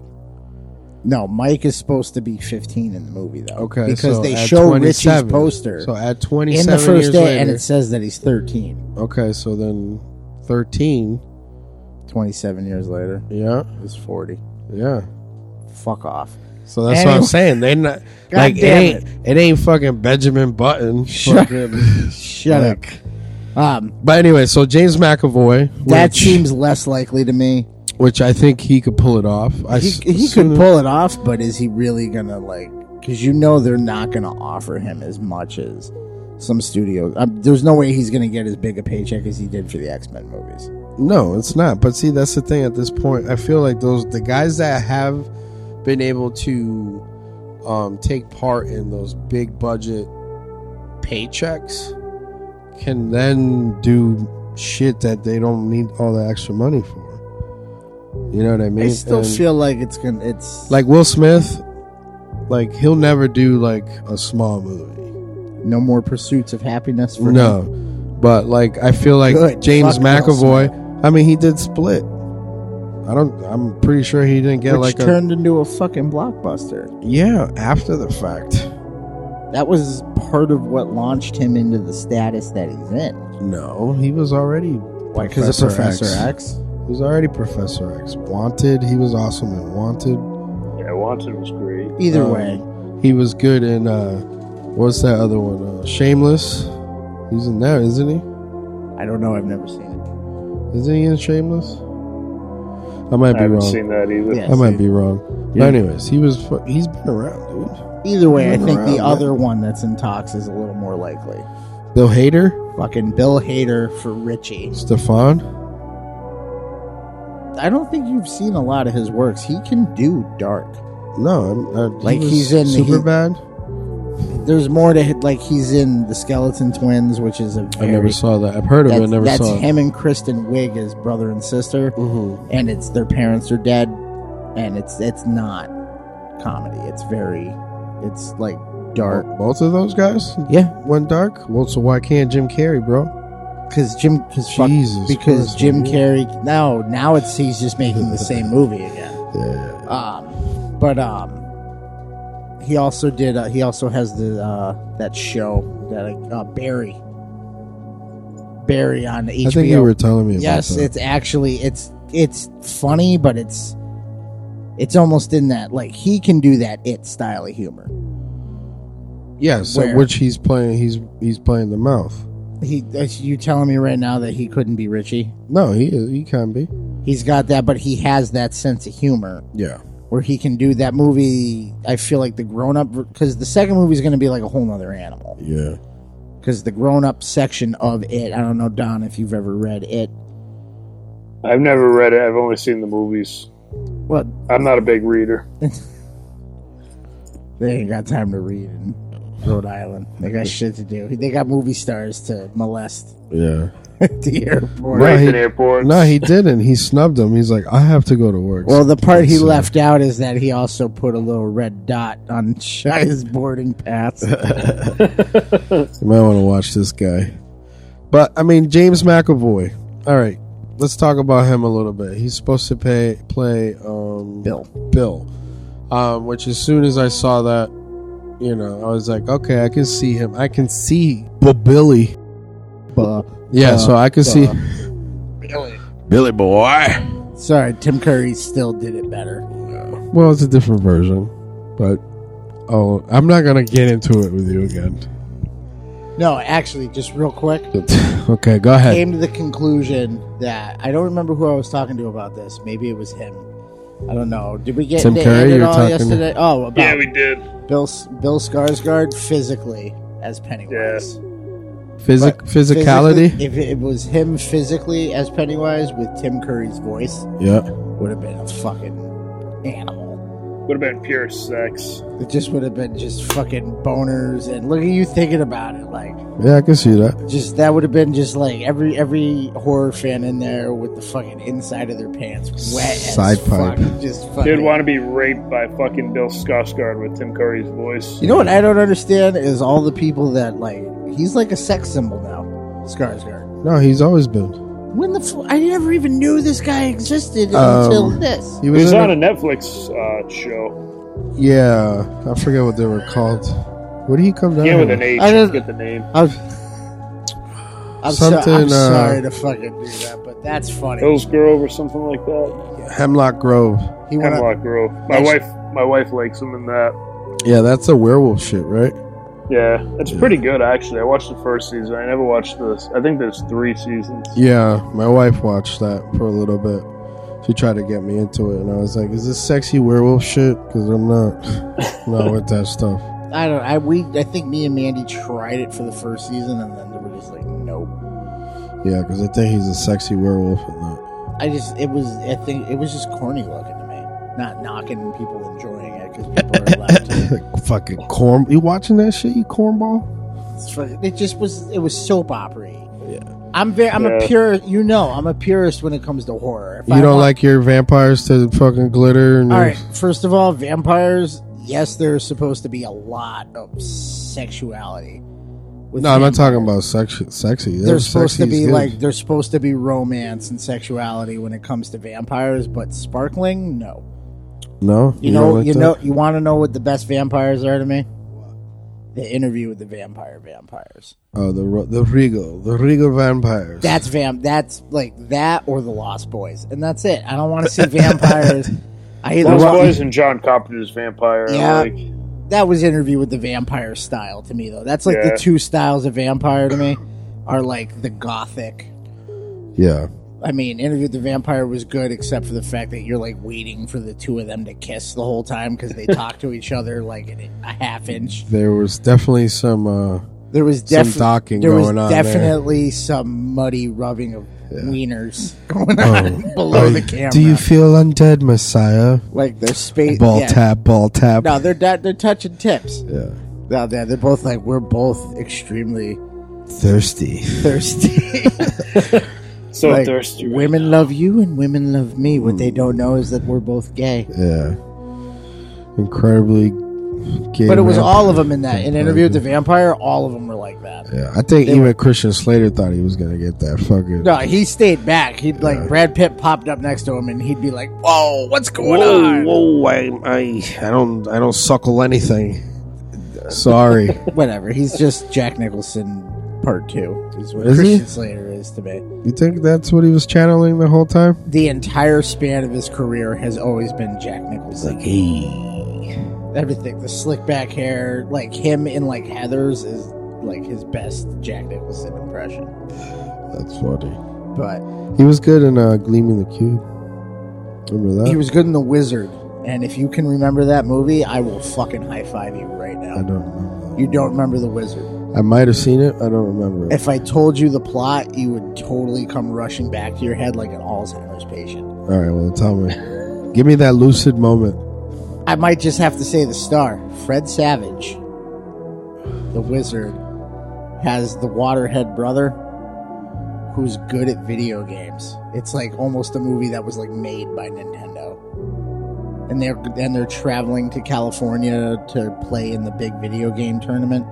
No, Mike is supposed to be fifteen in the movie though.
Okay,
because
so
they
at
show
27
Richie's poster
So at
in
27
the first
years
day,
later,
and it says that he's 13.
okay, so then 13.
27 years later,
Yeah,
he's forty.
yeah.
Fuck off.
So that's what
Anyway.
I'm saying. They not like it
damn
ain't it. ain't fucking Benjamin Button.
Shut-
fucking-
Shut
like-
up. Um,
But anyway, so James McAvoy, which,
that seems less likely to me.
which I think he could pull it off. I
he,
s-
he could
sooner-
pull it off, but is he really gonna like? Because you know they're not gonna offer him as much as some studios. Um, there's no way he's gonna get as big a paycheck as he did for the X Men movies.
No, it's not. But see, that's the thing at this point. I feel like those the guys that have been able to um, take part in those big budget paychecks can then do shit that they don't need all the extra money for. You know what I mean?
I still
And,
feel like it's gonna. It's
like Will Smith, like he'll never do like a small movie.
no more pursuits of happiness for
No,
him.
but like I feel like
Good.
James
Fuck Will
McAvoy. I mean, he did Split. I don't. I'm pretty sure he didn't get
which
like
turned into a fucking blockbuster.
a yeah after the fact.
That was part of what launched him into the status that he's in.
No, he was already
Why? Because of Professor X.
He was already Professor X. Wanted. He was awesome in Wanted.
Yeah, Watson was great.
Either
Um,
way,
He was good in uh, what's that other one? Uh, Shameless. He's in there, isn't he?
I don't know. I've never seen it.
Isn't he in Shameless? I might
I
be
haven't
wrong.
seen that either.
Yeah.
I might be wrong. But anyways, he was fu- he's been around, dude.
Either way, I
Around
think the
that.
other one that's in talks is a little more likely.
Bill Hader,
Fucking Bill Hader for Richie.
Stefan.
I don't think you've seen a lot of his works. He can do dark.
No, I'm, I,
Like, he's in- he-
super bad.
There's more to hit. Like he's in the Skeleton Twins, which is a very,
I never saw that. I've heard of it. I
That's,
never
that's
saw it.
him and Kristen Wiig as brother and sister,
Mhm.
and it's their parents are dead, and it's it's not comedy. It's very, it's like dark.
Bo- Both of those guys
Yeah,
went dark. Well, so why can't Jim Carrey, bro?
because Jim, because
Jesus
because
Christ,
Jim
man.
Carrey. No, now it's he's just making the same movie again.
Yeah.
Um, but um, he also did. Uh, he also has the uh, that show that uh, Barry, Barry on HBO.
I think you were telling me. About
yes,
that.
it's actually it's it's funny, but it's it's almost in that like he can do that it style of humor.
yes,
where?
which he's playing. He's he's playing the mouth.
He uh, you telling me right now that he couldn't be Richie?
No, he is- he can be.
He's got that, but he has that sense of humor
Yeah.
where he can do that movie. I feel like the grown up because the second movie is going to be like a whole nother animal.
Yeah.
because the grown-up section of it. I don't know, Don, if you've ever read it.
I've never read it. I've only seen the movies.
Well,
I'm not a big reader.
They ain't got time to read in Rhode Island. They got shit to do. They got movie stars to molest <laughs>
Yeah.
at the airport.
Right.
Rafe
he-
in airports.
No, he didn't. He snubbed him. He's like, I have to go to work.
Well, the part he
So-
left out is that he also put a little red dot on <laughs> Shia's boarding pass.
You might want to watch this guy. But I mean, James McAvoy. All right, let's talk about him a little bit. He's supposed to pay, play um,
Bill.
Bill, um, which as soon as I saw that, you know, I was like, okay, I can see him. I can see B- Billy.
Buh.
Yeah, so I can
uh,
see Billy boy.
Sorry, Tim Curry still did it better.
Well, it's a different version, but oh, I'm not gonna get into it with you again. <laughs>
No, actually, just real quick,
okay, go ahead.
came to the conclusion that I don't remember who I was talking to about this. Maybe it was him. I don't know. Did we get
Tim
into
Curry,
it at
you're
all
talking-
yesterday? Oh, about
yeah, we did.
Bill Bill Skarsgård physically as Pennywise.
Yeah.
Physic- physicality.
Physically, If it was him physically as Pennywise with Tim Curry's voice,
Yeah.
would have been a fucking animal.
Would have been pure sex.
It just would have been just fucking boners and look at you thinking about it like
Yeah, I can see that.
just that would have been just like every every horror fan in there with the fucking inside of their pants wet as
Side pipe.
fuck. Just fucking.
You'd want to be raped by fucking Bill Skarsgård with Tim Curry's voice.
You know what I don't understand is all the people that like he's like a sex symbol now. Skarsgård.
No, he's always been.
When the f- I never even knew this guy existed
Um,
until this.
He
He was
in
on
a-
a Netflix uh, show.
yeah, I forget what they were called. What did he come down?
Yeah, with
with?
an H.
I
I
don't-
forget the name.
I'm, I'm, so- I'm
Something, uh,
sorry to fucking do that, but that's funny.
Hills Grove or something like that.
Hemlock Grove.
He went up,
Hemlock Grove. My
That's-
wife, my wife likes him in that.
Yeah, that's a werewolf shit, right?
Yeah, it's pretty good actually. I watched the first season. I never watched this. I think there's three seasons.
Yeah, my wife watched that for a little bit. She tried to get me into it, and I was like, "Is this sexy werewolf shit?" Because I'm
<laughs>
not, not with that stuff.
I don't. I we. I think me and Mandy tried it for the first season, and then we were just like, nope.
Yeah, because I think he's a sexy werewolf in that.
I just. It was. I think it was just corny looking to me. Not knocking people enjoying it because people
<laughs>
are allowed to.
Like, fucking corn. You watching that shit? You cornball?
It's fucking- It just was. It was soap opera. Yeah. I'm very. I'm a
Yeah.
purist. You know, I'm a purist when it comes to horror. If
You
I
don't
want-
like your vampires to fucking glitter? And
All
your-
right. First of all, vampires. Yes, there's supposed to be a lot of sexuality. With
No, I'm not
vampires.
talking about sexy. Sexy.
They're supposed to
Sexy's
be
good.
like there's supposed to be romance and sexuality when it comes to vampires, but sparkling, no.
no.
You,
don't
know,
like
you
that?
know, you want to know what the best vampires are to me? The interview with the vampire vampires.
Oh, the Ro- the regal, the regal vampires.
That's vamp. That's like that or the Lost Boys, and that's it. I don't want to <laughs> see vampires. I either
Those
wa-
boys and John Carpenter's vampire.
Yeah.
Yeah. Like,
that was interview with the vampire style to me though. That's like
Yeah.
the two styles of vampire to me are like the gothic
yeah.
I mean, Interview with the Vampire was good, except for the fact that you're like waiting for the two of them to kiss the whole time because they talk to each other like an, a half inch.
There was definitely
<laughs>
some. uh
There was
Some
definitely
docking
there was
going on there.
definitely some muddy rubbing of wieners <laughs> going
oh,
on below
oh,
the camera.
Do you feel undead, Messiah?
like their space
Ball
yeah.
tap, ball tap.
No, they're da- they're touching tips.
yeah.
No, they're, they're both like we're both extremely <laughs>
Thirsty.
thirsty.
so
Like,
thirsty.
women love you and women love me. What
Hmm.
they don't know is that we're both gay.
Yeah. Incredibly. Gay
But it was
vampire.
all of them in that. In Interview with the Vampire, all of them were like that.
Yeah, I think even Christian Slater thought he was gonna get that fucking.
No, he stayed back. He'd like Brad Pitt popped up next to him, and he'd be like, "Whoa, what's going on?"
whoa! I, I, I don't, I don't suckle anything. <laughs> Sorry.
Whatever. He's just Jack Nicholson part two. Is what
Is he?
Christian Slater is to me.
you think that's what he was channeling the whole time?
The entire span of his career has always been Jack Nicholson. Everything, the slick back hair, like him in like Heather's is like his best Jack Nicholson impression.
That's funny.
But
He was good in uh, Gleaming the Cube. Remember that?
he was good in The Wizard, and if you can remember that movie, I will fucking high five you right now.
I don't remember.
You don't remember the wizard.
That. I might have seen it. I don't remember. It.
If I told you the plot, you would totally come rushing back to your head like an Alzheimer's patient.
All right, well, tell me. <laughs> Give me that lucid moment.
I might just have to say the star, Fred Savage, the wizard, has the waterhead brother who's good at video games. It's like almost a movie that was like made by Nintendo. And they're and they're traveling to California to play in the big video game tournament.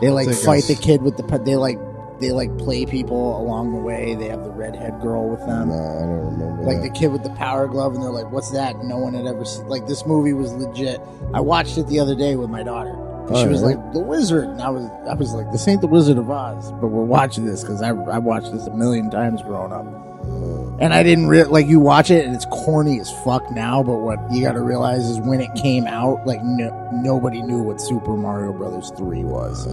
They like
That's like
fight
us.
the kid with the pe- they like they like play people along the way. They have the redhead girl with them.
No, I don't remember.
Like the
that.
kid with the power glove, and they're like, "What's that?" And no one had ever seen. Like this movie was legit. I watched it the other day with my daughter. And she was
Alright.
like, "The Wizard," and I was, I was like, "This ain't the Wizard of Oz," but we're watching this because I, I watched this a million times growing up, and I didn't re- like you watch it, and it's corny as fuck now. But what you got to realize is when it came out, like no, nobody knew what Super Mario Brothers three was.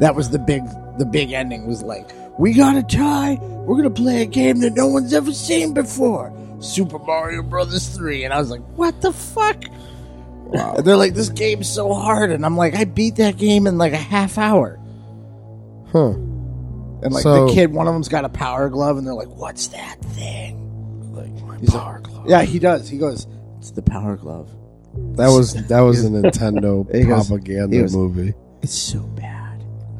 That was the big the big ending was like, we got a tie. We're gonna play a game that no one's ever seen before. Super Mario Brothers 3. And I was like, what the fuck? And they're like, this game's so hard. And I'm like, I beat that game in like a half hour.
Uh, huh?
And like
So-
the kid, one of them's got a power glove, and they're like, What's that thing? Like my power glove. Yeah, he does. He goes, It's the power glove.
That was
<laughs>
that was a Nintendo
He goes-
propaganda
he goes-
movie.
It's so bad.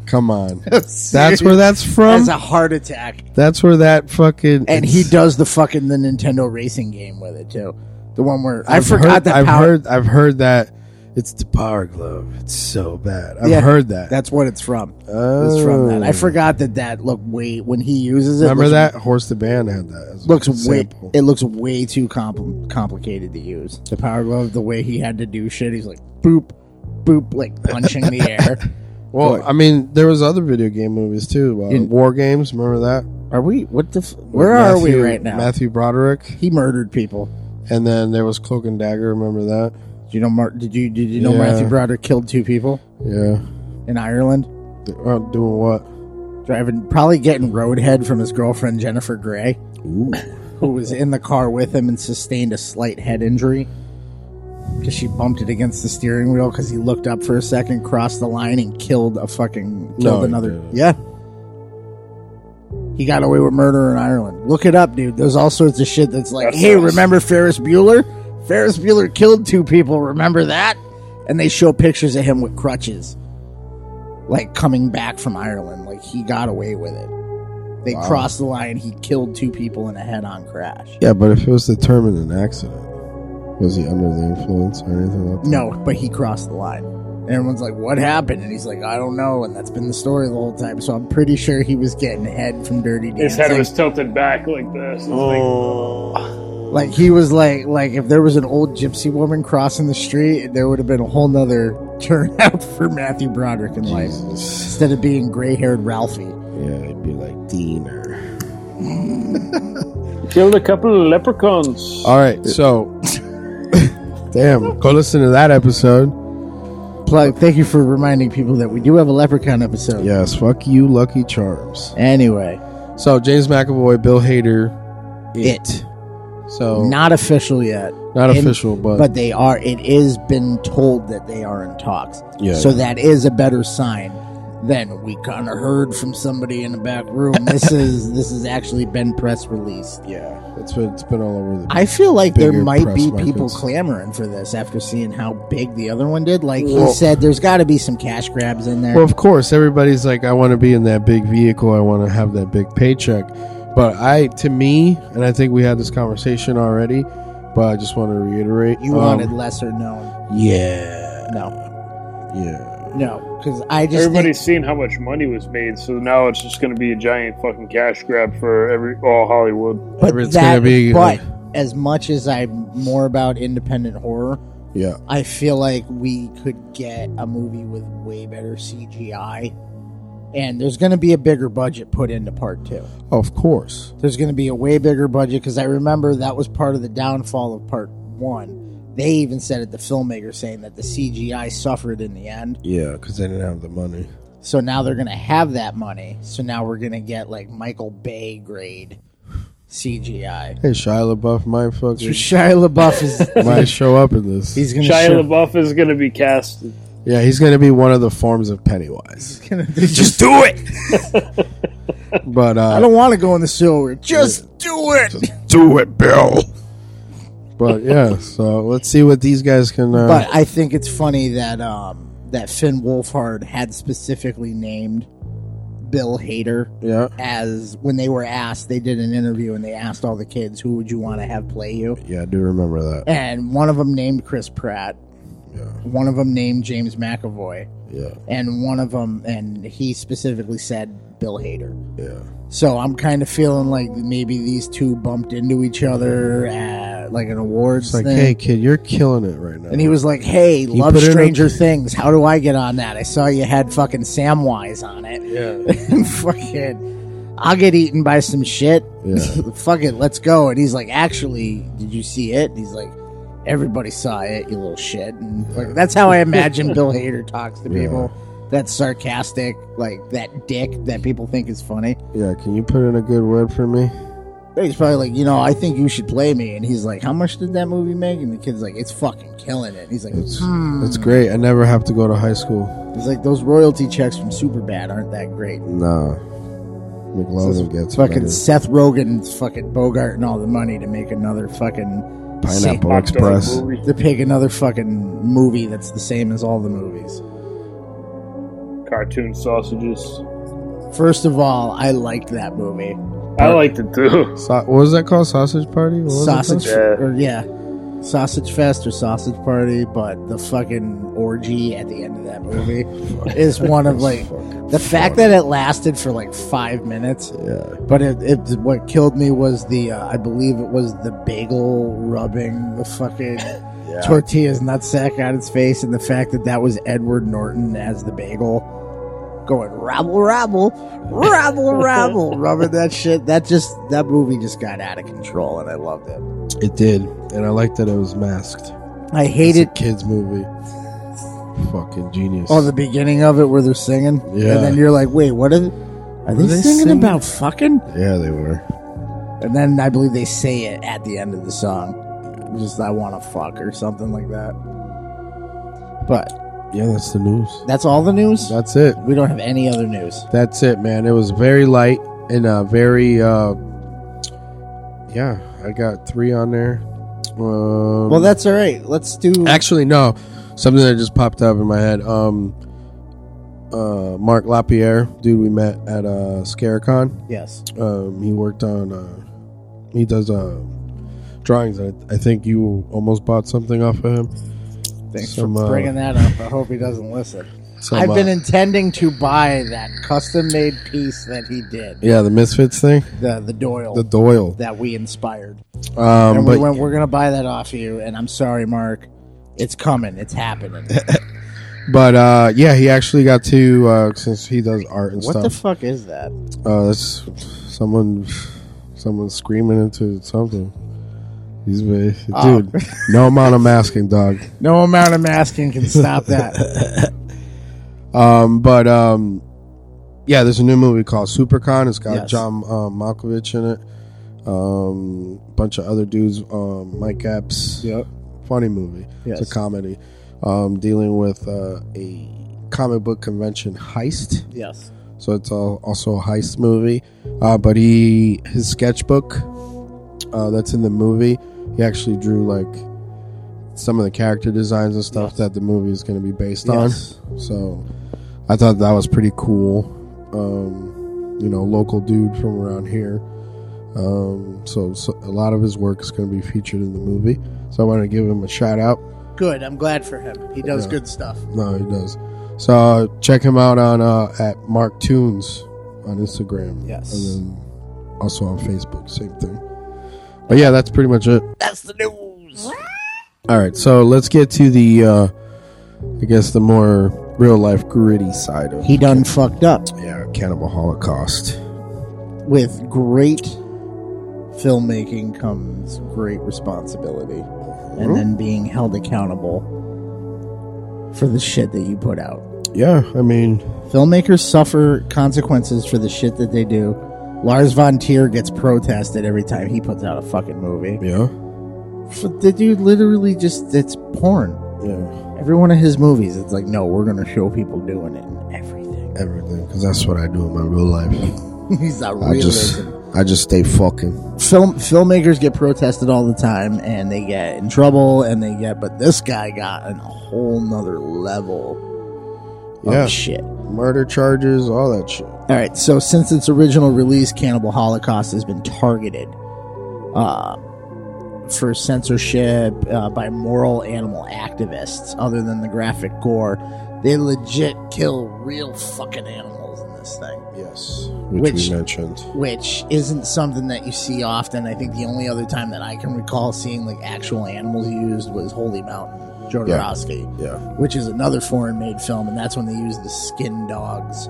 Come on,
<laughs> That's <laughs>
that's where that's from.
has a heart attack.
that's where that fucking
and he
it's-
does the fucking the Nintendo racing game with it too. The one where I
I've
forgot
heard,
that
I've
power.
heard I've heard that it's the power glove. It's so bad. I've
Yeah,
heard that.
That's what it's from.
oh.
It's from that. I forgot that that look way when he uses it.
Remember
looks,
that horse the band had that. as a
Looks way.
sample.
It looks way too compl- complicated to use. The power glove. The way he had to do shit. He's like boop, boop, like punching the
<laughs>
air.
Well, I mean, there was other video game movies too. Uh,
In-
War games. Remember that?
Are we? What the? F- where are we
Matthew-
right now?
Matthew Broderick,
He murdered people.
and then there was Cloak and Dagger. Remember that?
Did you know? Mar- did you? Did you know
Yeah.
Matthew Broderick killed two people
Yeah.
in Ireland?
They- uh, doing what?
driving, probably getting roadhead from his girlfriend Jennifer Gray, who was in the car with him and sustained a slight head injury because she bumped it against the steering wheel because he looked up for a second, crossed the line, and killed a fucking
No,
killed
he
another.
didn't.
Yeah. He got away with murder in Ireland. Look it up, dude. There's all sorts of shit that's like,
That's
hey,
awesome.
remember Ferris Bueller? Ferris Bueller killed two people. Remember that? And they show pictures of him with crutches like coming back from Ireland. Like he got away with it. They crossed the line. He killed two people in a head-on crash.
Yeah, but if it was determined an accident, was he under the influence or anything like that?
No, but he crossed the line. And everyone's like, "What happened?" And he's like, "I don't know." And that's been the story the whole time. So I'm pretty sure he was getting head from Dirty Dan.
His head
Like-
was tilted back like this. It's like,
Oh.
Like he was like like if there was an old gypsy woman crossing the street, there would have been a whole nother <laughs> turnout for Matthew Broderick in life. Instead of being gray haired Ralphie.
Yeah, it'd be like Dean or.
killed a couple of leprechauns.
All right, so. <laughs> Damn, go listen to that episode.
Plug, thank you for reminding people that we do have a leprechaun episode.
Yes, fuck you, Lucky Charms.
Anyway.
So James McAvoy, Bill Hader,
It.
so not,
Not official yet. in-
Oh. official, but,
But they are it is been told that they are in talks.
Yeah.
So that is a better sign than we kinda heard from somebody in the back
<laughs>
room. This is this has actually been press released.
yeah, it's been it's been all over the.
I feel like there
bigger
might
press
be
markets.
people clamoring for this after seeing how big the other one did. Like
Well-
he said, there's got to be some cash grabs in there.
Well, of course, everybody's like, I want to be in that big vehicle. I want to have that big paycheck. But I, to me, and I think we had this conversation already, but I just want to reiterate.
you
um,
wanted lesser known.
yeah,
No,
yeah.
no, because I just
Everybody's seen how much money was made, so now it's just going to be a giant fucking cash grab for every all Hollywood.
think, but
it's
that,
gonna be- uh,
but as much as I'm more about independent horror,
Yeah,
I feel like we could get a movie with way better CGI, and there's going to be a bigger budget put into part two.
of course.
there's going to be a way bigger budget because I remember that was part of the downfall of part one. They even said it, the filmmaker saying that the CGI suffered in the end.
Yeah, because they didn't have the money.
So now they're going to have that money. So now we're going to get like Michael Bay grade CGI.
Hey, Shia LaBeouf might fuck
Shia LaBeouf is <laughs>
might show up in this.
he's going to
Shia
show,
LaBeouf is going to be cast.
Yeah, he's going to be one of the forms of Pennywise.
just do it.
But uh,
I don't want to go in the sewer. Just do it.
do it, Bill. But yeah, so let's see what these guys can. Uh,
But I think it's funny that um, that Finn Wolfhard had specifically named Bill Hader
yeah,
as when they were asked. They did an interview and they asked all the kids, "Who would you want to have play you?"
yeah, I do remember that.
And one of them named Chris Pratt.
Yeah.
One of them named James McAvoy,
Yeah,
and one of them, and he specifically said Bill Hader.
yeah.
So I'm kind of feeling like maybe these two bumped into each other at like an awards
It's like,
thing.
hey, kid, you're killing it right now.
And he was like, "Hey, love
put in a-
Stranger Things. How do I get on that? I saw you had fucking Samwise on it. <laughs> Yeah, fucking, I'll get eaten by some shit.
Yeah.
<laughs> Fuck it, let's go." And he's like, "Actually, did you see it?" And he's like, "Everybody saw it, you little shit." And like, that's
<laughs>
how I imagine Bill Hader talks to
Yeah.
people. That's sarcastic, like that dick that people think is funny.
<laughs> yeah, can you put in a good word for me?
He's probably like, you know, I think you should play me. And he's like, how much did that movie make? And the kid's like, it's fucking killing it. And he's like,
It's
Hmm.
it's great. I never have to go to high school.
It's like those royalty checks from Superbad aren't that great.
Nah, McLovin gets
fucking
better.
Seth Rogen's fucking Bogart and all the money to make another fucking
Pineapple
sa-
Hot dog
Express.
movie.
to pick another fucking movie that's the same as all the movies.
cartoon sausages.
First of all, I liked that movie.
I liked it too.
So- what was that called? Sausage party? What was it called?
Sausage
it called?
or yeah. Sausage Fest or Sausage Party, but the fucking orgy at the end of that
<laughs>
movie is one of like the fact that it lasted for like five minutes.
Yeah.
But it, it what killed me was the uh, I believe it was the bagel rubbing the
<laughs>
fucking tortilla's nutsack on its face, and the fact that that was Edward Norton as the bagel going rabble rabble
<laughs>
rabble rabble rubbing that shit. That just that movie just got out of control, and I loved it.
It did, and I liked that it was masked.
I
It's a
hated
kids movie. Fucking genius.
oh the beginning of it where they're singing,
Yeah.
and then you're like, wait, what are? Are they,
they
singing,
singing?
about fucking?
yeah, they were.
And then I believe they say it at the end of the song. Just, I want to fuck or something like that. But
Yeah, that's the news.
that's all the news.
That's it.
We don't have any other news.
That's it, man. It was very light and uh, very. Uh, yeah, I got three on there. Um,
Well, that's all right. Let's do.
Actually, no. Something that just popped up in my head. Um, uh, Mark Lapierre, dude, we met at uh, Scarecon.
yes.
Um, he worked on. Uh, he does uh, drawings. I, I think you almost bought something off of him.
Thanks
Some,
for
uh,
bringing that up. I hope he doesn't listen.
Some,
I've been
uh,
intending to buy that custom made piece that he did,
Yeah, the Misfits thing,
the the Doyle
the Doyle.
that we inspired.
Um,
And we
but
went, we're going to buy that off you. And I'm sorry, Mark. It's coming. It's happening.
but uh, yeah, he actually got to uh, since he does art and
what the
stuff.
fuck is that?
uh, that's someone, someone screaming into something. He's very,
Oh.
dude. No amount of masking, dog.
No amount of masking can stop that.
Um, but um, yeah, there's a new movie called Supercon. It's got
Yes.
John um, Malkovich in it. Um, bunch of other dudes. Um, Mike Epps.
Yep.
Funny movie. It's
Yes.
a comedy. Um, dealing with uh, a comic book convention heist.
Yes.
So it's all, also a heist movie. Uh, but he his sketchbook uh, that's in the movie. He actually drew like some of the character designs and stuff that the movie is going to be based
Yes.
on. So I thought that was pretty cool. Um, you know, local dude from around here. Um, so, so a lot of his work is going to be featured in the movie. So I want to give him a shout out.
Good. I'm glad for him. He does
Yeah.
good stuff.
No, he does. So uh, check him out on uh, at Mark Tunes on Instagram.
Yes.
and then also on Facebook. Same thing. But yeah, that's pretty much it.
That's the news.
All right, so let's get to the, uh, I guess, the more real life gritty side of
He done fucked up
yeah, Cannibal Holocaust.
with great filmmaking comes great responsibility and then being held accountable for the shit that you put out.
Yeah, I mean,
Filmmakers suffer consequences for the shit that they do. Lars von Trier gets protested every time he puts out a fucking movie.
yeah,
F- The dude literally just it's porn.
Yeah,
Every one of his movies, it's like, no, we're gonna show people doing it and everything. <laughs>
everything. Because that's what I do in my real life.
He's not
I just,
realistic.
I just stay fucking.
Film filmmakers get protested all the time, and they get in trouble, and they get. But this guy got on a whole nother level of
Yeah.
shit.
Murder charges, all that shit.
All right, so since its original release, Cannibal Holocaust has been targeted uh, for censorship uh, by moral animal activists. Other than the graphic gore, they legit kill real fucking animals in this thing,
Yes, which,
Which-
we mentioned.
which isn't something that you see often. I think the only other time that I can recall seeing like actual animals used was Holy Mountain, Jodorowsky
Yeah,
which is another foreign made film, and that's when they used the skin dogs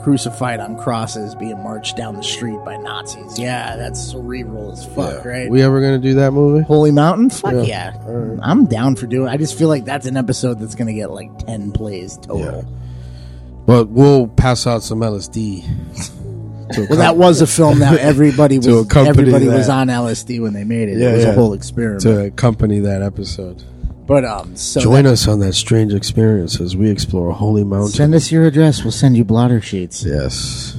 crucified on crosses being marched down the street by Nazis. Yeah, that's cerebral as fuck,
yeah.
right?
We ever gonna do that movie?
Holy Mountain? Fuck
Yeah.
yeah.
All right.
I'm down for doing I just feel like that's an episode that's going to get like 10 plays total.
But we'll pass out some LSD. to
Well, that was a film
<laughs>
that everybody
To
was
accompany
everybody was
that.
on LSD when they made it.
Yeah,
it was
yeah.
a whole experiment.
to accompany that episode.
but um so
Join us on that strange experience as we explore Holy
that-
Mountain.
send us your address, we'll send you blotter sheets.
Yes,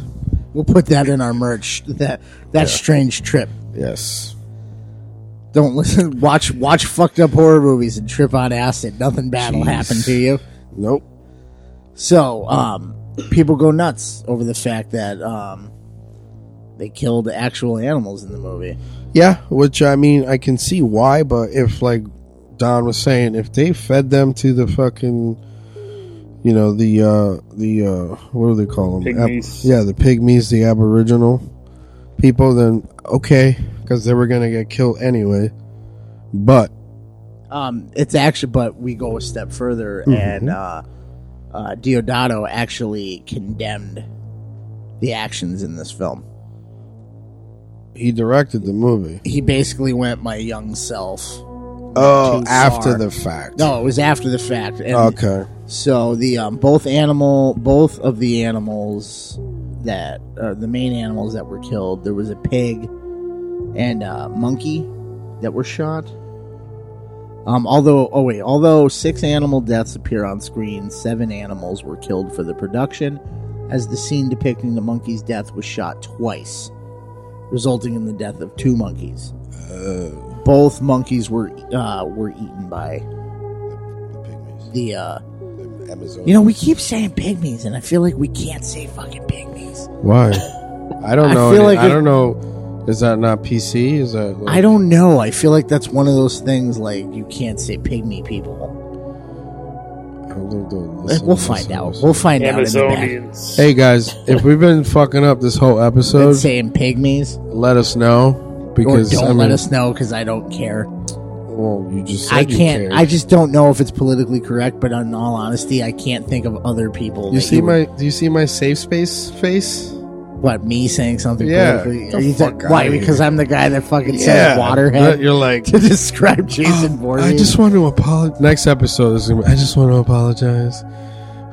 We'll put that in our merch. That that strange trip
yes.
Don't listen. <laughs> Watch watch fucked up horror movies and trip on acid. Nothing bad will
Jeez.
happen to you.
Nope.
So, um, people go nuts over the fact that um, they killed actual animals in the movie.
Yeah, which I mean, I can see why, but if like Don was saying, if they fed them to the fucking, you know, the uh the uh what do they call them?
Pygmies.
yeah, the pygmies, the Aboriginal people. Then okay, because they were gonna get killed anyway. But
Um, it's actually, but we go a step further,
Mm-hmm.
and uh, uh, Diodato actually condemned the actions in this film.
he directed the movie.
He basically went my young self.
Oh,
Too
after
far.
the fact.
No, it was after the fact. And
Okay.
So the um, both animal, both of the animals that uh, the main animals that were killed, there was a pig and a monkey that were shot. Um, although, oh wait, although six animal deaths appear on screen, seven animals were killed for the production, as the scene depicting the monkey's death was shot twice, resulting in the death of two monkeys. Both monkeys were uh, were eaten by the uh,
Amazon.
you know, we keep saying pygmies, and I feel like we can't say fucking pygmies.
Why? I don't
I
know. I,
feel like
I
if-
don't know. Is that not PC? Is that like,
I don't know. I feel like that's one of those things like you can't say pygmy people.
I don't think they'll
Like,
listen
we'll
to
find
this.
out. We'll find out. In the back.
Amazonians.
Hey guys, if we've been fucking up this whole
Been
episode,
saying pygmies,
let us know
or
because
don't
I mean,
let us know because I don't care.
Well, you just said
I
you
can't.
cared.
I just don't know if it's politically correct. But in all honesty, I can't think of other people. that
you see
would-
my do you see my safe space face?
what me saying something?
Yeah,
politically?
the
Are you
fuck
th- why?
outta here.
Because I'm the guy that fucking says
But
waterhead
You're
<laughs>
like
to describe <gasps>
<gasps>
Jason Voorhees.
I just want to apologize. Next episode is gonna be, I just want to apologize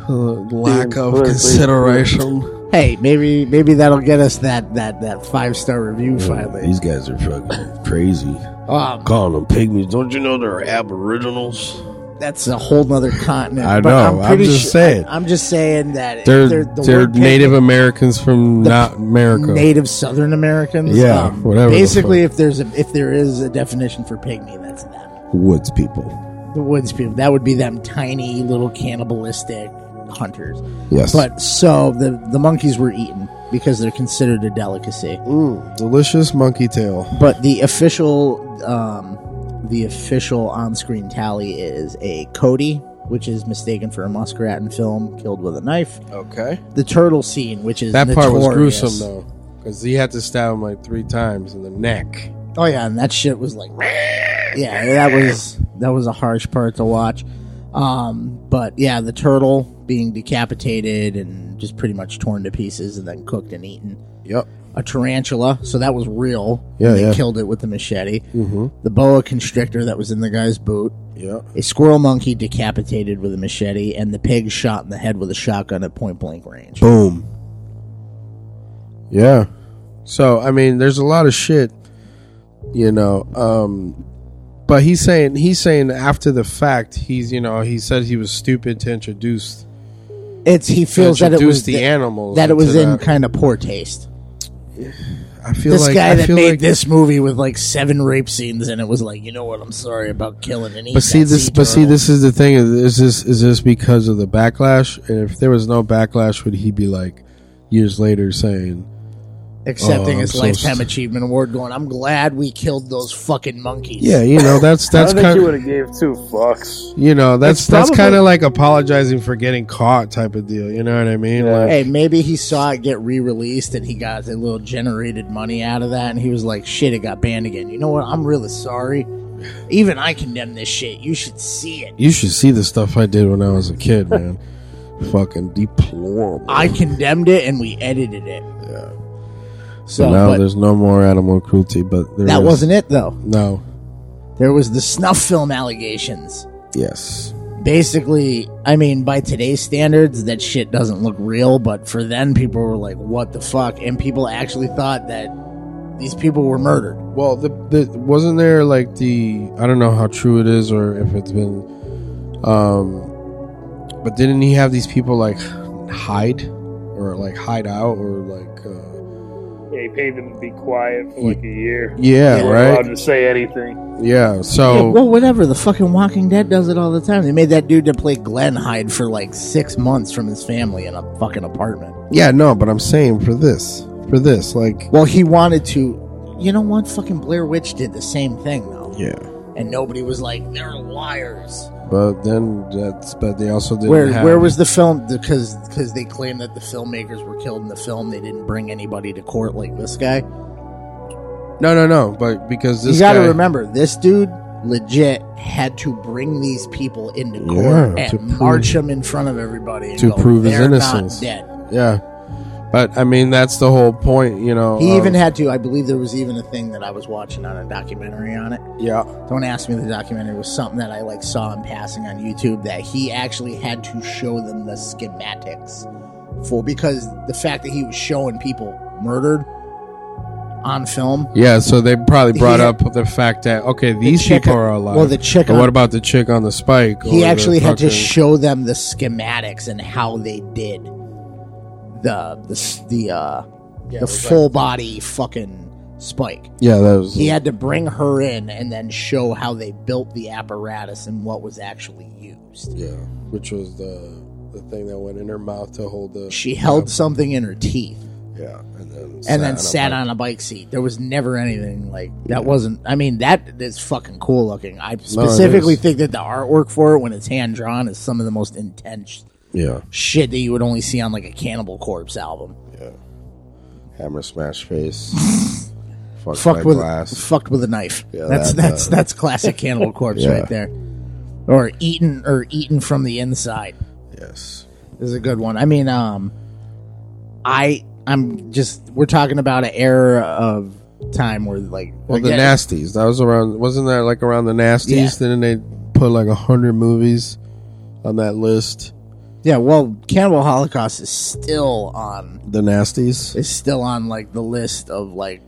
for the lack
Yeah,
of
please, please,
consideration.
Hey, maybe maybe that'll get us that that that five star review finally.
guys are fucking crazy.
Um,
Calling them pygmies. Don't you know they're aboriginals?
that's a whole nother continent.
I
but
know, I'm
pretty
just
su-
saying.
I, am just saying that if
They're
they're,
they're,
the word pig-
Native Americans from
The
not America.
Native Southern Americans. um,
Yeah, whatever the
Basically,
fuck.
if there's a, if there is a definition for pygmy, that's them.
Woods people.
The woods people. That would be them tiny little cannibalistic hunters.
Yes.
But so the the monkeys were eaten because they're considered a delicacy.
Mm, delicious monkey tail.
But the official, um, the official on-screen tally is a Cody, which is mistaken for a muskrat in film, killed with a knife.
Okay.
The turtle scene, which is
That part was
notorious.
gruesome though, because he had to stab him like three times in the neck.
Oh yeah, and that shit was like, yeah, that was that was a harsh part to watch. Um, but yeah, the turtle being decapitated and just pretty much torn to pieces and then cooked and eaten.
Yep.
a tarantula, so that was real.
Yeah,
they
yeah. Mm-hmm.
killed it with the machete. The boa constrictor that was in the guy's boot.
Yep.
A squirrel monkey decapitated with a machete, and the pig shot in the head with a shotgun at point blank range.
Boom. Yeah. So I mean, there's a lot of shit, you know. Um, But he's saying he's saying after the fact he's you know he said he was stupid to introduce
It's he
to
feels that it
introduce
was
the
th-
animals
that it was
into
in
that.
kind of poor taste.
I feel
This
like,
guy
I
that
feel
made
like-
this movie with like seven rape scenes and it was like, you know what? I'm sorry about killing an.
But see this. But see this is the thing. Is this is this because of the backlash? And if there was no backlash, would he be like years later saying,
accepting
Oh,
his
I'm so
lifetime
st-
achievement award, going, "I'm glad we killed those fucking monkeys."
"Yeah, you know that's
I
that's
don't think
kind
he
of
would have gave two fucks.
you know that's
It's
that's
probably-
kind of like apologizing for getting caught type of deal. You know what I mean?
Yeah.
Like,
Hey, maybe he saw it get re-released and he got a little generated money out of that, and he was like, "Shit, it got banned again." You know what? I'm really sorry. Even I condemn this shit. You should see it.
you should see the stuff I did when I was a kid, man. Fucking deplorable.
I condemned it, and we edited it. So
So now
but
there's no more animal cruelty, but there
that wasn't it, though.
No.
There was the snuff film allegations.
Yes.
basically, I mean, by today's standards, that shit doesn't look real. But for then, people were like, "What the fuck?" And people actually thought that these people were murdered.
Well, the, the wasn't there like the I don't know how true it is or if it's been, um, but didn't he have these people like hide or like hide out or like uh,
Yeah, he paid them to be quiet for like a year.
yeah,
They weren't
right
allowed to say anything.
yeah
Yeah,
so
well, whatever. The fucking Walking Dead does it all the time. They made that dude to play Glenn hide for like six months from his family in a fucking apartment.
yeah no but I'm saying for this for this like
Well, he wanted to. You know what? Fucking Blair Witch did the same thing though,
yeah
and nobody was like, "They're liars."
but then that's but they also didn't
Where
have-
where was the film? Because because they claim that the filmmakers were killed in the film, they didn't bring anybody to court like this guy.
no no no but because this
you got to
guy-
remember, this dude legit had to bring these people into
Yeah,
court and
to prove-
march them in front of everybody and
to
go,
prove his
"They're not
innocence."
dead.
yeah but I mean that's the whole point you know
He
of-
even had to. I believe there was even a thing that I was watching on a documentary on it.
yeah
Don't ask me the documentary it was something that I like saw in passing on YouTube that he actually had to show them the schematics for because the fact that he was showing people murdered on film
Yeah, so they probably brought
He-
up the fact that okay, these
chick-
people are alive.
well, the chick
But
on-
what about the chick on the spike? or
he
the
actually had to
fucking-
show them the schematics and how they did the the s- the uh the full body fucking spike.
yeah, that was.
He had to bring her in and then show how they built the apparatus and what was actually used.
yeah, which was the the thing that went in her mouth to hold the.
She held something in her teeth
Yeah, and then
and then sat on a bike seat. There was never anything like that. Wasn't I mean that is fucking cool looking. I specifically
is.
think that the artwork for it when it's hand drawn is some of the most intense
Yeah,
shit that you would only see on like a Cannibal Corpse album.
hammer smash face. <laughs> Fuck
fucked
that
with
glass.
fucked with a knife.
Yeah,
that's
that,
that's
uh,
that's classic Cannibal Corpse
<laughs> Yeah.
right there. Or eaten or eaten from the inside
Yes.
is a good one. I mean, um, I I'm just we're talking about an era of time where like
Well, the
again,
nasties. That was around. Wasn't that like around the nasties? Then they put like a hundred movies on that list.
yeah. Well, Cannibal Holocaust is still on
The nasties.
is still on like the list of like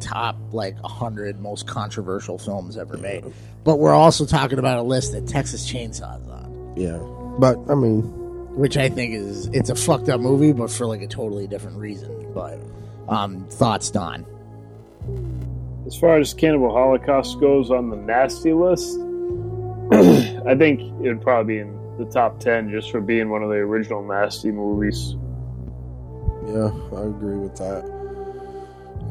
top like 100 most controversial films ever made but we're also talking about a list that texas chainsaws on
Yeah, but I mean,
which I think is it's a fucked up movie, but for like a totally different reason. But um, thoughts, Don?
As far as Cannibal Holocaust goes on the nasty list, <clears throat> I think it would probably be in the top ten just for being one of the original nasty movies.
Yeah, I agree with that.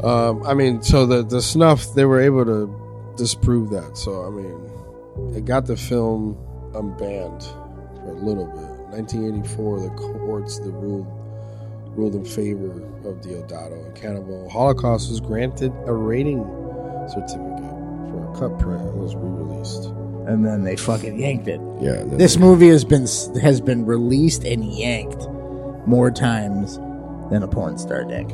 Um, I mean, so the the snuff they were able to disprove that. So I mean, it got the film unbanned for a little bit. 1984, the courts the ruled ruled in favor of Deodato and Cannibal Holocaust was granted a rating certificate for a cut print. It was re-released.
And then they fucking yanked it.
Yeah,
This movie has been has been released and yanked more times than a porn star dick.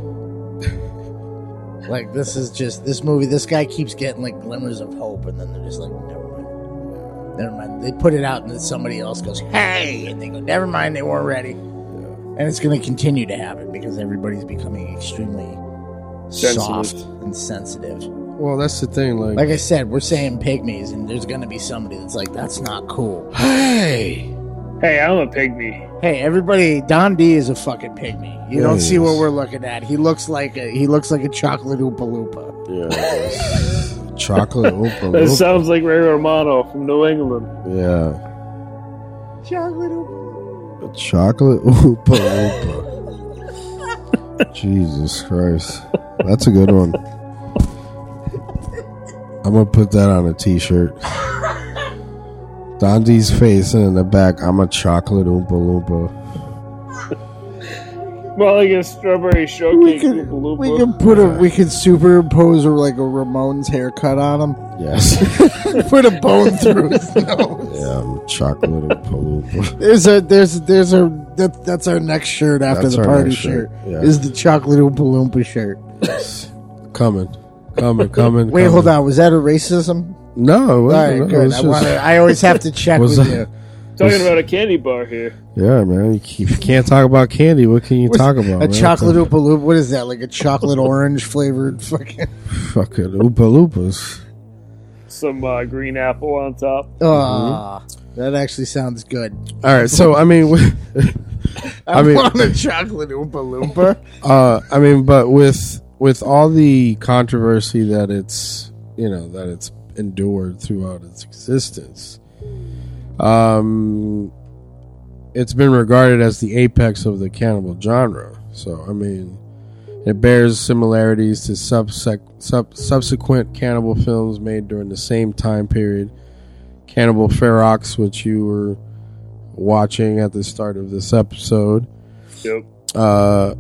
like this is just this movie. This guy keeps getting like glimmers of hope, and then they're just like, never mind, never mind. They put it out, and then somebody else goes, hey, and they go, never mind, they weren't ready. And it's going to continue to happen because everybody's becoming extremely
Sensitive.
soft and sensitive.
Well, that's the thing. Like,
Like I said, we're saying pygmies, and there's gonna be somebody that's like, "That's not cool."
hey,
Hey, I'm a pygmy.
Hey, everybody, Don D is a fucking pygmy. You
Yeah,
don't
he
see what
is.
we're looking at. He looks like a he looks like a chocolate Oompa Loompa. <laughs>
yeah, chocolate Oompa
That
Loompa.
sounds like Ray Romano from New England.
yeah,
Chocolate Oompa.
chocolate <laughs> Oompa Loompa. Jesus Christ, that's a good one. I'm gonna put that on a T-shirt. Dondi's face and in the back, I'm a chocolate Oompa Loompa.
Well, like a strawberry
We
shortcake.
could
Oompa
we could
Loompa.
put a we could superimpose a, like a Ramones haircut on <laughs> him.
Yes,
Put a bone through <laughs> his nose.
yeah, I'm chocolate Oompa Loompa.
There's a there's there's a that, that's our next shirt after
That's
the
our
party
next
shirt,
shirt, yeah.
is the chocolate Oompa Loompa shirt.
Coming, coming, coming.
Wait,
coming.
hold on. Was that a racism?
No, it
All
wasn't.
right,
No, it
good.
was
I,
just-
wanna, I always have <laughs> to check with
Was that-
you.
Talking about a candy bar here.
yeah, man. You c- If you can't talk about candy, what can you talk about?
a
man?
chocolate Oompa Loompa? What is that? Like a chocolate orange flavored fucking.
fucking Oompa Loompas.
Some uh, green apple on top.
Ah, that actually sounds good.
All right, so I mean, with-
I,
I mean-
want a chocolate Oompa Loompa.
uh, I mean, but with with all the controversy that it's you know that it's endured throughout its existence, um, it's been regarded as the apex of the cannibal genre. So I mean, it bears similarities to subsec- sub- subsequent cannibal films made during the same time period. Cannibal Ferox, which you were watching at the start of this episode,
Yep.
uh,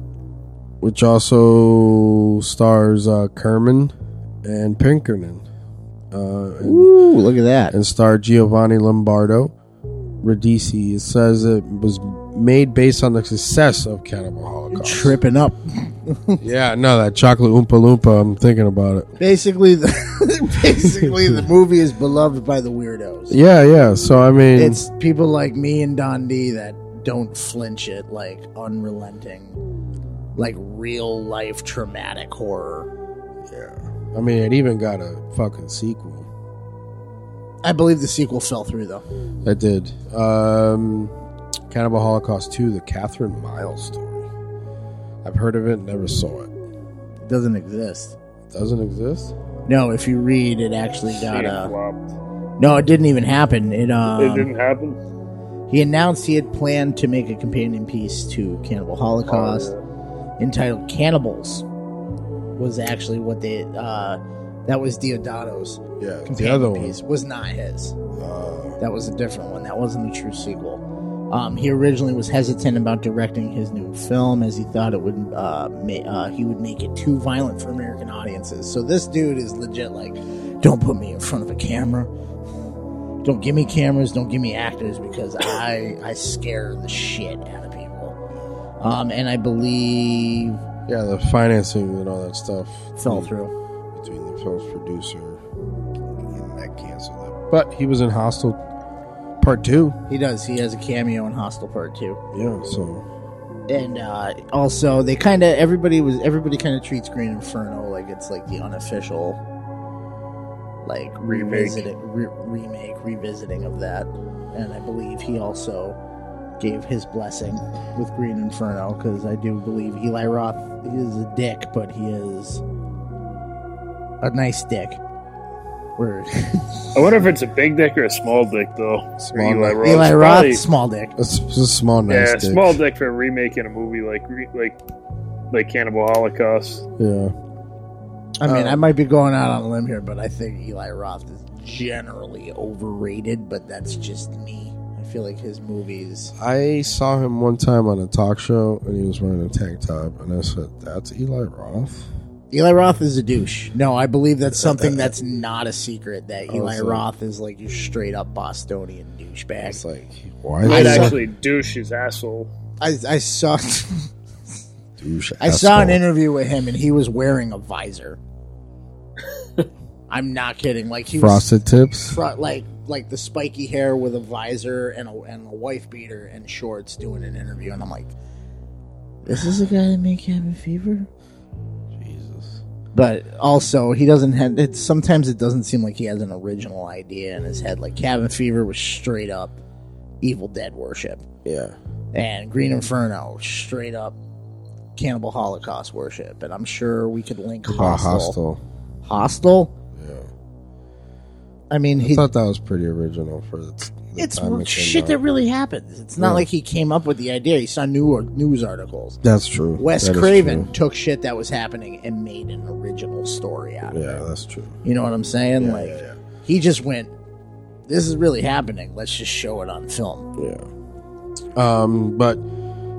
which also stars uh, Kerman and Pinkerton, uh, and,
Ooh, look at that.
and star Giovanni Lombardo. Radici it says it was made based on the success of Cannibal Holocaust.
Tripping up.
<laughs> Yeah, no, that chocolate Oompa Loompa. I'm thinking about it.
Basically, the, <laughs> basically the movie is beloved by the weirdos.
Yeah, yeah. So I mean,
It's people like me and Don D that don't flinch at like unrelenting, like real life traumatic horror.
I mean, it even got a fucking sequel.
I believe the sequel fell through though.
It did. Um, Cannibal Holocaust 2, the Catherine Miles story. I've heard of it, never saw it.
It doesn't exist.
Doesn't exist.
No, if you read, it actually got
Shit
a.
flopped.
No, it didn't even happen. It
it
um,
didn't happen.
he announced he had planned to make a companion piece to Cannibal Holocaust, entitled "Cannibals," was actually what they uh, that was Diodato's
Yeah, the
companion
other one.
piece was not his. that was a different one. That wasn't a true sequel. Um, he originally was hesitant about directing his new film as he thought it would uh, ma- uh, he would make it too violent for American audiences. So this dude is legit like, don't put me in front of a camera. Don't give me cameras. Don't give me actors because I I scare the shit out of people. Um, and I believe
Yeah, the financing and all that stuff
fell through.
between the film's producer and that canceled it. But he was in Hostel Part Two.
He does. He has a cameo in Hostel Part Two.
Yeah, so
and uh, also they kind of everybody was everybody kind of treats Green Inferno like it's like the unofficial like
Remake.
revisited re- remake revisiting of that and I believe he also gave his blessing with Green Inferno because I do believe Eli Roth is a dick but he is a nice dick where
I wonder if it's a big dick or a small dick though.
Small
For Eli
dick.
Roth.
Eli
It's
Roth
probably-
small dick
it's just a small, nice
yeah,
dick.
small dick for remaking a movie like re- like like Cannibal Holocaust.
Yeah,
I mean,
Uh,
I might be going out on a limb here, but I think Eli Roth is generally overrated, but that's just me. I feel like his movies.
I saw him one time on a talk show, and he was wearing a tank top, and I said, "That's Eli Roth."
Eli Roth is a douche. No, I believe that's something that's not a secret that Eli
Uh, oh, so-
Roth is like your straight up Bostonian douchebag.
It's like, why
I'd
is
saw-
that
actually douche his asshole.
I, I saw <laughs>
douche?
I saw an
asshole?
interview with him and he was wearing a visor.
<laughs>
I'm not kidding. Like he was
Frosted tips.
front, like like the spiky hair with a visor and a, and a wife beater and shorts doing an interview, and I'm like, this is the guy that made cabin fever.
Jesus.
but also he doesn't have. It, sometimes it doesn't seem like he has an original idea in his head. Like Cabin Fever was straight up Evil Dead worship,
Yeah.
and Green Inferno straight up Cannibal Holocaust worship. And I'm sure we could link
Ah,
Hostel.
hostile.
Hostel? I mean,
I
he,
thought that was pretty original for the, the
it's
time it came
shit that
out.
really happens. It's not
Yeah.
like he came up with the idea. He saw new news articles.
That's true.
Wes
That is
Craven
true.
took shit that was happening and made an original story out of it.
Yeah, that's true.
You know what I'm saying?
Yeah,
like,
yeah, yeah.
he just went, this is really happening. Let's just show it on film.
Yeah. Um, but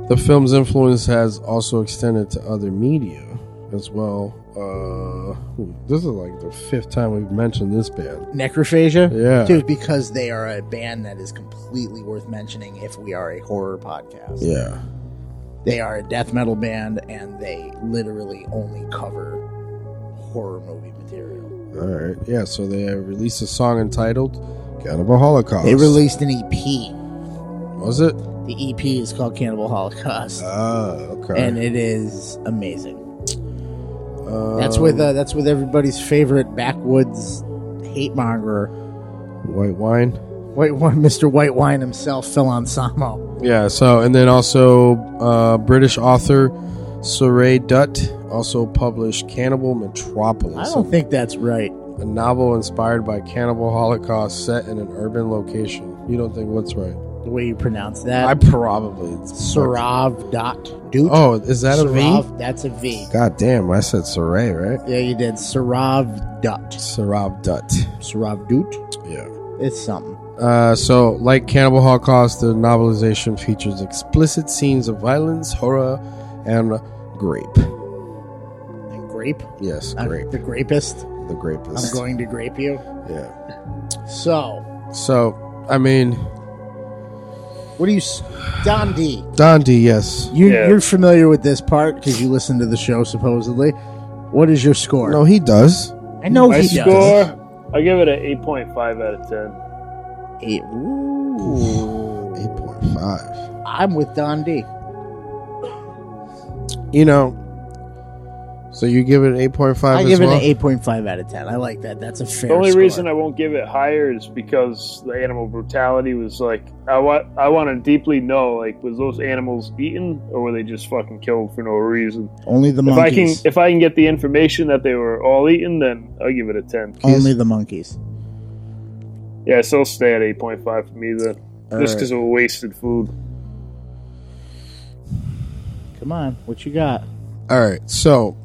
the film's influence has also extended to other media as well. Uh, ooh, this is like the fifth time we've mentioned this band.
Necrophagia?
Yeah.
Dude, because they are a band that is completely worth mentioning if we are a horror podcast.
Yeah.
They are a death metal band and they literally only cover horror movie material.
All right. Yeah. So they released a song entitled "Cannibal Holocaust."
They released an EP.
was it?
The EP is called Cannibal Holocaust
Ah, okay.
and it is amazing.
Um,
That's with uh, that's with everybody's favorite backwoods hate monger,
Um, white wine.
White Wine, Mr. White Wine himself, Phil Anselmo.
Yeah. So, and then also uh, British author Saray Dutt also published Cannibal
I
Metropolis,
don't think that's right.
a novel inspired by Cannibal Holocaust set in an urban location. You don't think what's right?
The way you pronounce
I
that,
probably.
Sarav dot Dude.
Oh, is that a V?
Sarav, that's a V.
God damn! I said Saray, right?
Yeah, you did. Sarav dot
Sarab Dutt.
Sarav Dut.
Yeah.
It's something.
Uh, so, like Cannibal Holocaust, the novelization features explicit scenes of violence, horror, and grape.
And grape.
Yes,
I'm
grape.
the grapist.
The grape is.
I'm going to grape you.
Yeah.
So,
So, I mean,
what do you, s- Don D?
Dondi, yes.
You,
Yeah.
You're familiar with this part because you listen to the show supposedly. What is your score?
No, he does.
I know
My
Oh, he
score,
does.
I give it an 8.5 out of 10.
Eight. Ooh.
8.5.
I'm with Don D.
You know, so you give it an 8.5
I
as
give
well?
it an 8.5 out of 10. I like that. That's a fair.
The only
score.
reason I won't give it higher is because the animal brutality was like I want I want to deeply know like was those animals eaten or were they just fucking killed for no reason?
only the
If I can
monkeys.
if I can get the information that they were all eaten, then I'll give it a ten.
Only the monkeys.
Yeah, so it'll stay at eight point five for me then, just because of wasted food.
Come on, what you got?
All right, so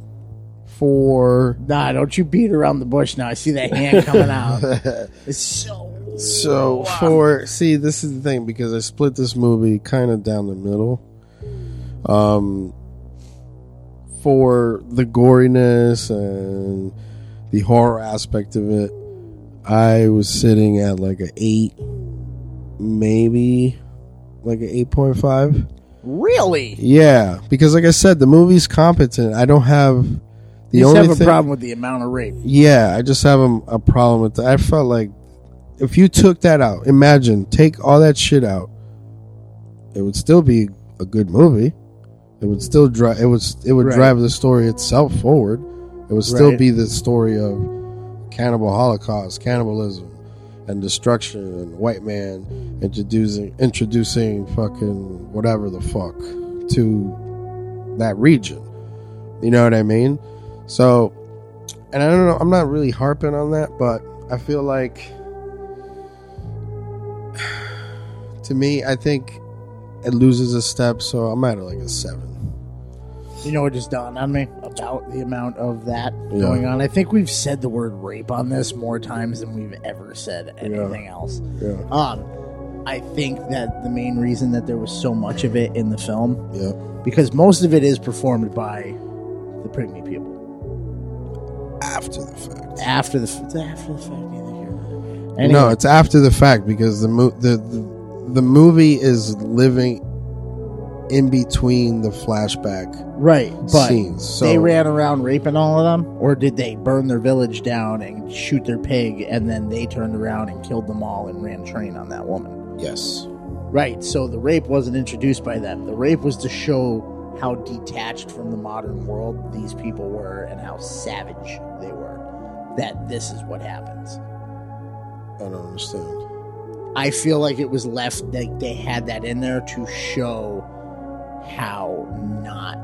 for.
Nah, don't you beat around the bush now. I see that hand coming <laughs> out. It's so.
So for see, this is the thing because I split this movie kind of down the middle. Um, for the goriness and the horror aspect of it, I was sitting at like a eight, maybe like an eight point five.
Really?
Yeah, because like I said, the movie's competent. I don't have the
you
only
have a
thing-
problem with the amount of rape.
yeah, I just have a, a problem with that. I felt like if you took that out, imagine take all that shit out, it would still be a good movie. It would still drive. It was. It would
Right.
drive the story itself forward. It would still
Right.
be the story of cannibal holocaust, cannibalism, and destruction, and white man introducing introducing fucking whatever the fuck to that region. You know what I mean? So, and I don't know. I'm not really harping on that, but I feel like <sighs> to me, I think it loses a step. So I'm at like a seven.
You know what just dawned on me about the amount of that
Yeah.
going on? I think we've said the word rape on this more times than we've ever said anything else.
Yeah.
Um, I think that the main reason that there was so much of it in the film
Yeah.
because most of it is performed by the Pygmy people
After the fact.
after the f- after the fact. Neither here nor there.
No,
Anyway,
it's after the fact because the, mo- the the the movie is living in between the flashback
right, but
scenes. So
they ran around raping all of them, or did they burn their village down and shoot their pig, and then they turned around and killed them all and ran train on that woman?
yes.
Right. So the rape wasn't introduced by them. The rape was to show how detached from the modern world these people were and how savage they were. That this is what happens.
I don't understand.
I feel like it was left like they had that in there to show how not.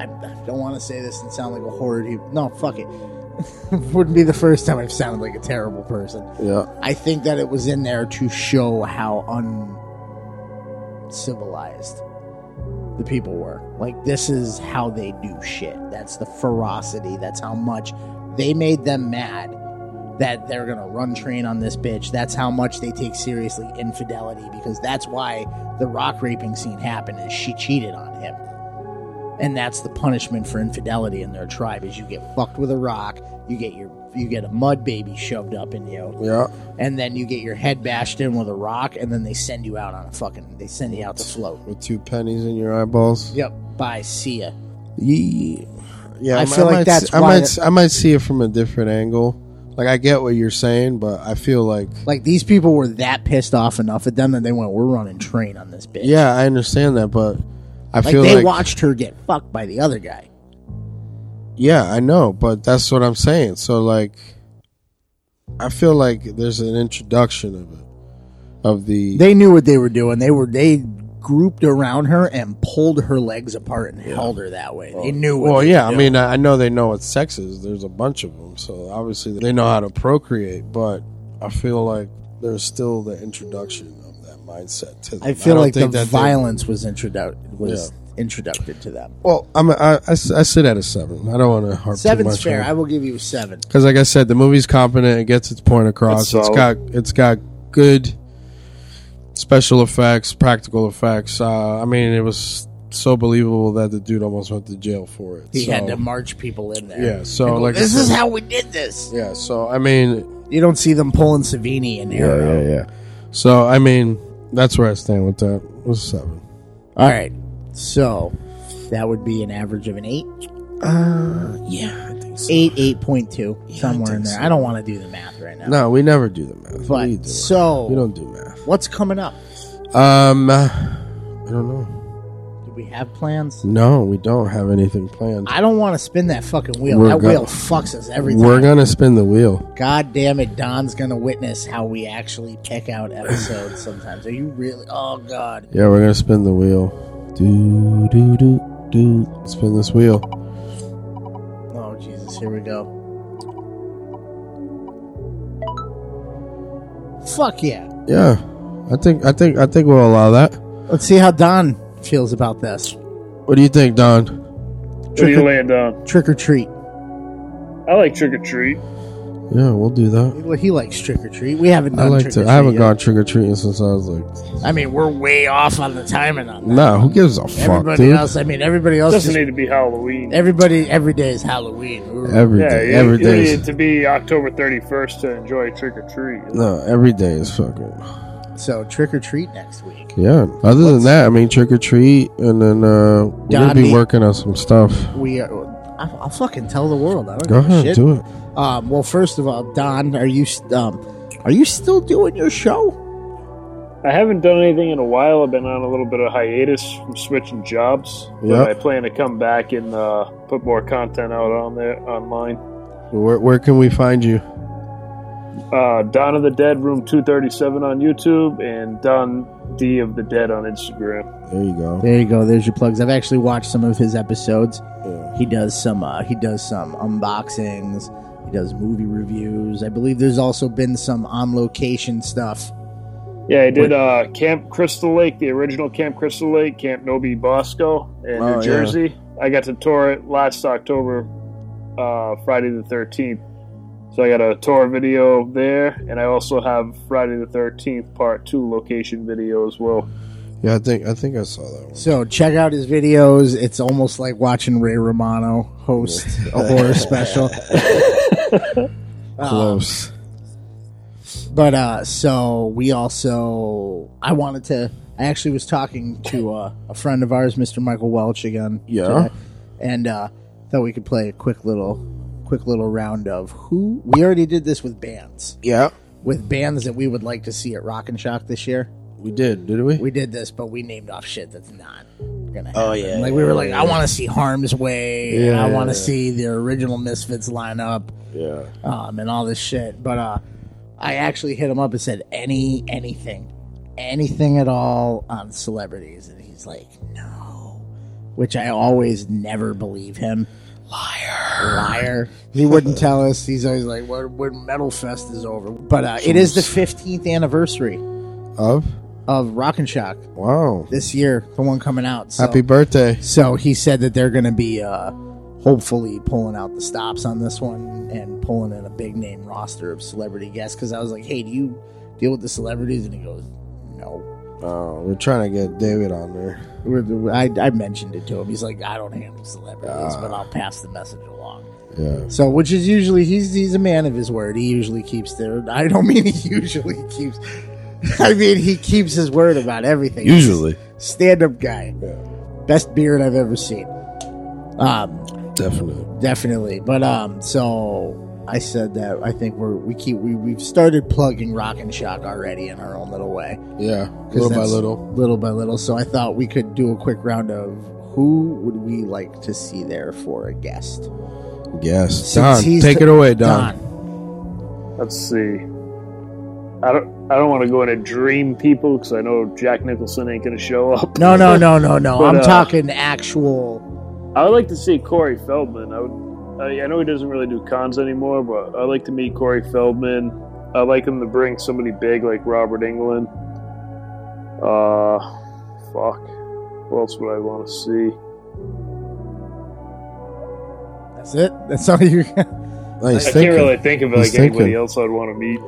I, I don't want to say this and sound like a horror. dude. No, fuck it. <laughs> Wouldn't be the first time I've sounded like a terrible person.
Yeah.
I think that it was in there to show how uncivilized the people were. Like, this is how they do shit. That's the ferocity. That's how much they made them mad that they're going to run train on this bitch. That's how much they take seriously infidelity because that's why the rock raping scene happened is she cheated on him. And that's the punishment for infidelity in their tribe is you get fucked with a rock, you get your you get a mud baby shoved up in you
Yeah.
and then you get your head bashed in with a rock, and then they send you out on a fucking. They send you out to float.
With two pennies in your eyeballs.
Yep. Bye. See ya.
Yeah. Yeah.
I
I'm-
feel like
might
that's
see- I
why
might.
the-
s- I might see it from a different angle. Like I get what you're saying, but I feel like.
Like these people were that pissed off enough at them that they went, "We're running train on this bitch."
Yeah, I understand that, but I
Like
feel
they
like.
watched her get fucked by the other guy.
Yeah, I know, but that's what I'm saying. So like, I feel like there's an introduction of it, of the
They knew what they were doing. They were they grouped around her and pulled her legs apart and held her that way. They knew. What
Well,
they
yeah,
were
I mean, I I know they know what sex is. There's a bunch of them, so obviously they know how to procreate. But I feel like there's still the introduction of that mindset. To them.
I feel
don't
like the
think that they-
violence was introduced was introduced to them.
well, I'm, I, I s- I sit at a seven. I don't want to harp too
Seven's
much
fair. I will give you a seven.
because, like I said, the movie's competent. It gets its point across.
It's
It's got it's got good special effects, practical effects. Uh, I mean, it was so believable that the dude almost went to jail for it.
He
so,
had to march people in there.
yeah. So like I
this is
said-
how we did this.
yeah. So I mean.
You don't see them pulling Savini in here.
Yeah, yeah, yeah. So I mean, that's where I stand with that. It was seven.
All right. So that would be an average of an eight.
Yeah, I think so.
Eight, eight point two, somewhere in
think
there.
so.
I don't want to do the math right now.
No, we never do the math.
But,
we do
so-
math. we don't do math.
What's coming up?
Um, I don't know.
Do we have plans?
No, we don't have anything planned.
I don't want to spin that fucking wheel.
We're
that
go-
wheel fucks us every
We're
time.
gonna spin the wheel.
God damn it, Don's gonna witness how we actually pick out episodes sometimes. Are you really? Oh God.
Yeah, we're gonna spin the wheel. Do do do do. Spin this wheel.
Oh Jesus, here we go. Fuck yeah.
Yeah, I think I think I think we'll allow that.
Let's see how Don feels about this.
What do you think, Don?
What do you land on?
Trick or treat.
I like trick or treat.
Yeah, we'll do that.
Well, he likes trick or treat. We haven't
I
done
like
trick or
to.
treat.
I haven't
yet.
gone trick or treating since I was like,
I mean, we're way off on the timing on that.
nah. Who gives a fuck,
everybody
dude?
else, I mean, everybody else.
Doesn't
Is,
need to be Halloween.
everybody, every day is Halloween. We're-
Every
yeah,
day,
you,
every
you
day.
need
is-
it to be October 31st to enjoy trick or treat.
No, every day is fucking.
so trick or treat next week.
Yeah. Other than that, I mean, trick or treat, and then uh, we'll
Donnie.
be working on some stuff.
We are. I'll, I'll fucking tell the world. I don't
Go
give a
ahead,
shit.
do it.
Um, well, first of all, Don, are you st- um, are you still doing your show?
I haven't done anything in a while. I've been on a little bit of hiatus from switching jobs,
Yeah.
but I plan to come back and uh, put more content out on there online.
Where, where can we find you?
Uh, Don of the Dead, Room 237 on YouTube, and Don D of the Dead on Instagram.
There you go.
There you go. There's your plugs. I've actually watched some of his episodes.
Yeah.
He does some uh, he does some unboxings. He does movie reviews. I believe there's also been some on location stuff.
Yeah, I did uh, Camp Crystal Lake, the original Camp Crystal Lake, Camp Nobi Bosco in
Oh, yeah.
New Jersey. I got to tour it last October, uh, Friday the 13th. So I got a tour video there, and I also have Friday the 13th part two location video as well.
Yeah, I think I think I saw that one.
So check out his videos. It's almost like watching Ray Romano host a horror special. Ah. Uh,
Close.
But uh so we also I wanted to I actually was talking to uh, a friend of ours, Mr. Michael Welch again.
Yeah.
today, and uh thought we could play a quick little quick little round of who we already did this with bands.
yeah,
With bands that we would like to see at Rock and Shock this year.
we did, did we?
We did this, but we named off shit that's not. gonna. Happen.
Oh, yeah,
Like we were like, I want to see Harm's Way. and I want to see the original Misfits line up.
Yeah.
um, and all this shit. But uh, I actually hit him up and said any anything, anything at all on celebrities, and he's like, no, which I always never believe him. Liar, liar. He wouldn't tell us. He's always like, when, when Metal Fest is over, but uh, it is the 15th anniversary
Of?
of Rock and Shock
Wow.
this year, the one coming out. So.
Happy birthday.
So he said that they're going to be uh, hopefully pulling out the stops on this one and pulling in a big name roster of celebrity guests. Because I was like, hey, do you deal with the celebrities? And he goes, no.
Oh, we're trying to get David on there.
We're- I, I mentioned it to him. He's like, I don't handle celebrities, but I'll pass the message along.
Yeah.
So, which is usually he's he's a man of his word. He usually keeps their. I don't mean he <laughs> usually keeps. I mean he keeps his word about everything.
Usually.
stand up guy, best beard I've ever seen. Um,
Definitely.
definitely. But um, so I said that I think we're we keep we we've started plugging Rock and Shock already in our own little way,
Yeah.
'Cause
Little by
that's-
little.
little by little. So I thought we could do a quick round of who would we like to see there for a guest.
Yes.
Since
Don,
he's
take
the-
it away, Don.
Let's see. I don't. I don't want to go into dream people because I know Jack Nicholson ain't going to show up.
No,
<laughs>
no, no, no, no.
But,
I'm
uh,
talking actual.
I would like to see Corey Feldman. I would. I, I know he doesn't really do cons anymore, but I'd like to meet Corey Feldman. I'd like him to bring somebody big like Robert England. Uh, fuck. Who else would I want to see?
That's it. That's all you.
Nice
I
thinking.
can't really think of like
He's
anybody
thinking.
else I'd want to meet.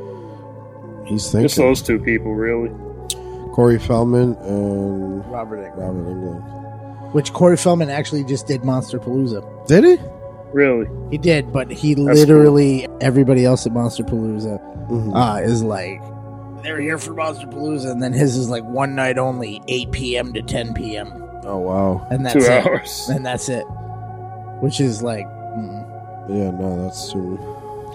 He's
Just
thinking.
those two people, really.
Corey Feldman and
Robert England.
Robert England.
Which Corey Feldman actually just did Monster Palooza.
Did he?
Really.
He did, but he
That's
literally everybody else at Monster Palooza
Mhm.
uh, is like they're here for Monster Palooza, and then his is like one night only, eight p.m. to ten p.m.
Oh, wow.
and that's
two
it. <laughs>
hours.
and that's it. Which is like, mm,
Yeah, no, that's soon.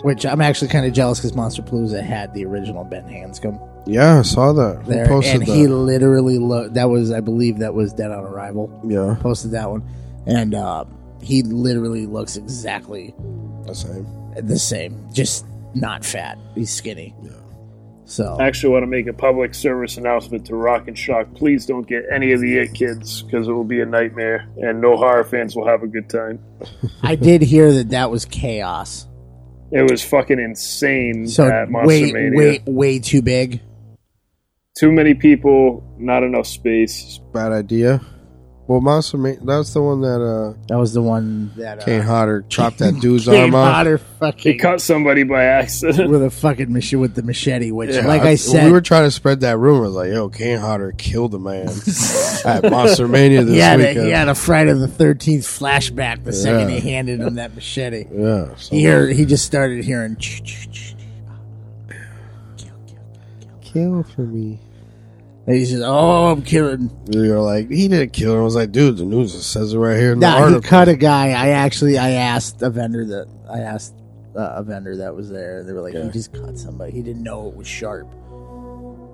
which I'm actually kind of jealous because Monster Palooza had the original Ben Hanscom
Yeah, I saw that. Who
there,
posted
and he
that?
literally looked. That was, I believe, that was Dead on Arrival.
yeah,
Posted that one, and uh, he literally looks exactly
the same.
the same, just not fat. He's skinny.
Yeah.
So
I actually want to make a public service announcement to Rock and Shock. Please don't get any of the it kids because it will be a nightmare, and no horror fans will have a good time.
I did hear that that was chaos.
It was fucking insane
So
at
way,
Monster Mania.
way, way too big.
Too many people, not enough space.
Bad idea. Well, Monster Man, that's the one that uh,
That was the one that uh,
Kane <laughs> Hodder chopped that dude's
Kane
arm off.
Hodder
He
fucking
cut somebody
<laughs>
by accident.
with a fucking machete with the machete. Which,
Yeah,
like I, said,
we were trying to spread that rumor. Like, yo, Kane Hodder killed
<laughs>
a man at Monster Mania this
he had, a,
weekend.
he had a Friday the Thirteenth flashback the second
Yeah.
he handed him that machete.
yeah, so-
He heard, he just started hearing. "Ch- ch- ch- kill, kill, kill."
kill for me.
And he's just, oh, I'm killing.
You're like, he didn't kill her. I was like, dude, the news says it right here in the
Nah, he
article.
cut a guy. I actually, I asked a vendor that I asked uh, a vendor that was there. They were like, he just cut somebody. He didn't know it was sharp.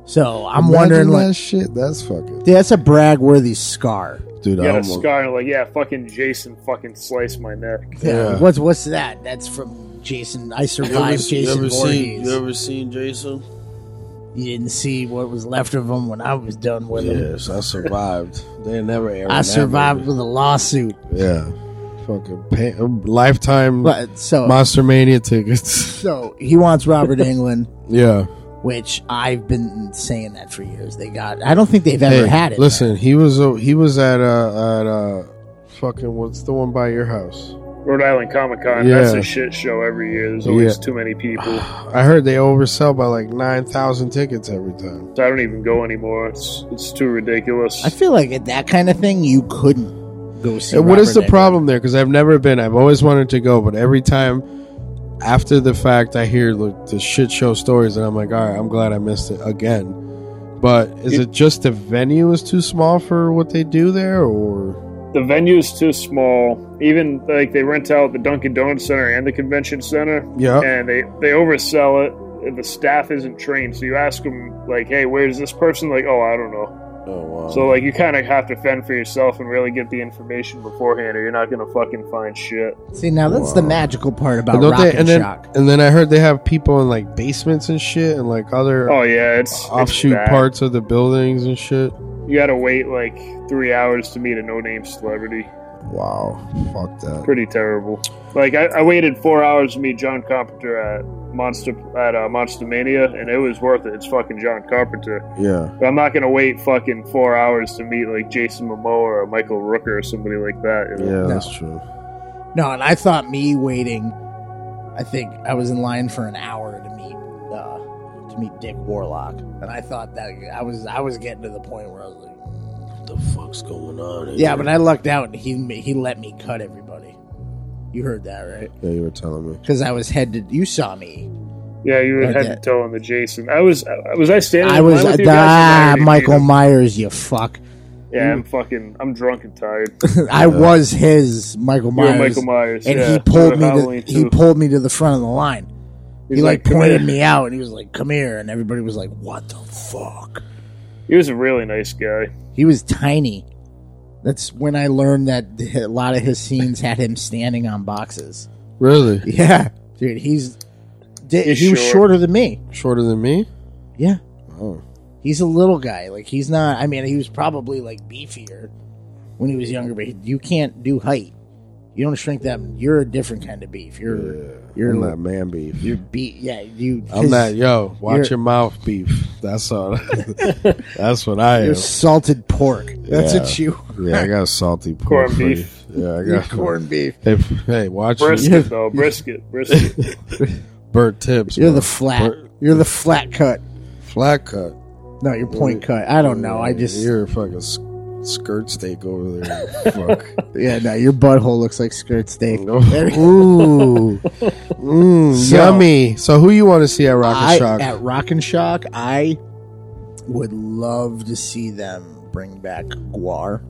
So I'm
Imagine
wondering,
that
like,
shit. That's fucking
dude, that's a brag worthy scar.
dude.
You
I
got a
almost,
scar, and like, yeah, fucking Jason fucking sliced my neck.
Yeah.
What's what's that? That's from Jason. I
You ever,
survived
you
Jason
ever
Voorhees.
seen? You ever seen Jason?
You didn't see what was left of him when I was done with him.
yes, I survived. They never aired.
I
that
survived
movie.
with a lawsuit.
Yeah, fucking pay, lifetime
But so
Monster Mania tickets. <laughs>
so he wants Robert England,
yeah.
which I've been saying that for years. They got. I don't think they've ever
Hey,
had it.
listen, he was uh, he was at uh, at uh, fucking what's the one by your house?
Rhode Island Comic Con,
Yeah.
that's a shit show every year. There's always too many people.
I heard they oversell by like nine thousand tickets every time.
So I don't even go anymore. It's it's too ridiculous.
I feel like at that kind of thing, you couldn't go see.
And what is
Robert
the
Englund.
problem there? Because I've never been. I've always wanted to go, but every time after the fact, I hear like, the shit show stories, and I'm like, all right, I'm glad I missed it again. But is it, just the venue is too small for what they do there, or
the venue's too small. Even like they rent out the Dunkin' Donuts Center and the convention center,
yeah,
and they they oversell it. The staff isn't trained, so you ask them like, "Hey, where's this person?" Like, "Oh, I don't know."
Oh wow.
So
Um,
like you kind of have to fend for yourself and really get the information beforehand, or you're not gonna fucking find shit.
See, now that's the magical part about
And don't
Rock
they-
and
and then
Shock.
and then I heard they have people in like basements and shit and like other
Oh yeah, it's it's
offshoot
bad.
parts of the buildings and shit.
You gotta wait like three hours to meet a no-name celebrity.
Wow. Fuck that.
Pretty terrible. Like I, I waited four hours to meet John Carpenter at Monster at uh, Monster Mania, and it was worth it. It's fucking John Carpenter.
Yeah.
But I'm not gonna wait fucking four hours to meet like Jason Momoa or Michael Rooker or somebody like that. you
Yeah,
know?
that's true.
No, and I thought me waiting. I think I was in line for an hour to meet uh, to meet Dick Warlock, and I thought that I was I was getting to the point where I was like,
What the fuck's going on?
yeah, but I lucked out, and he he let me cut everybody. You heard that right?
Yeah, you were telling me.
Because I was headed. You saw me.
Yeah, you
Like
had
that.
to tell him the Jason. I was, I was I standing.
I
in
was
line with you
ah,
guys in Iron
Michael
Man?
Myers. You
<laughs>
fuck.
Yeah, I'm fucking. I'm drunk and
<laughs>
tired.
I was his Michael
You were
Myers.
Michael Myers,
and
yeah.
he
You were
pulled me.
Halloween,
To, he
too.
pulled me to the front of the line.
He's
he like,
"Come
pointed
here."
me out, and he was like, "Come here," and everybody was like, "What the fuck?"
He was a really
<laughs>
nice guy.
He was tiny. That's when I learned that a lot of his scenes had him standing on boxes.
Really?
Yeah, dude, he's di- he
He's
was
short.
shorter than me.
Shorter than me?
Yeah,
Oh.
he's a little guy. Like he's not. I mean, he was probably like beefier when he was younger, but he- you can't do height. You don't shrink them. You're a different kind of beef. You're
You're
you're
I'm not man beef.
you're beef. Yeah, you.
<laughs> I'm not yo, watch
you're-
your mouth beef. That's all <laughs> that's what I am.
You're salted pork. That's
Yeah.
what you.
Yeah, I got salty pork
Corned
for you.
beef.
Yeah, I got
corned beef.
Hey, f- hey, watch your
Brisket
<laughs>
though, brisket, brisket.
<laughs> burnt tips.
You're
bro.
the flat.
Burnt-
You're the flat cut.
flat cut.
No, your point cut.
Oh,
I don't know. I just
you're a fucking s- skirt steak over <laughs> there. Fuck.
yeah. No, your butthole looks like skirt steak. <laughs>
Ooh, mm,
So-
yummy. So who you want to see at Rock and
I,
Shock?
at Rock and Shock, I would love to see them bring back Guar,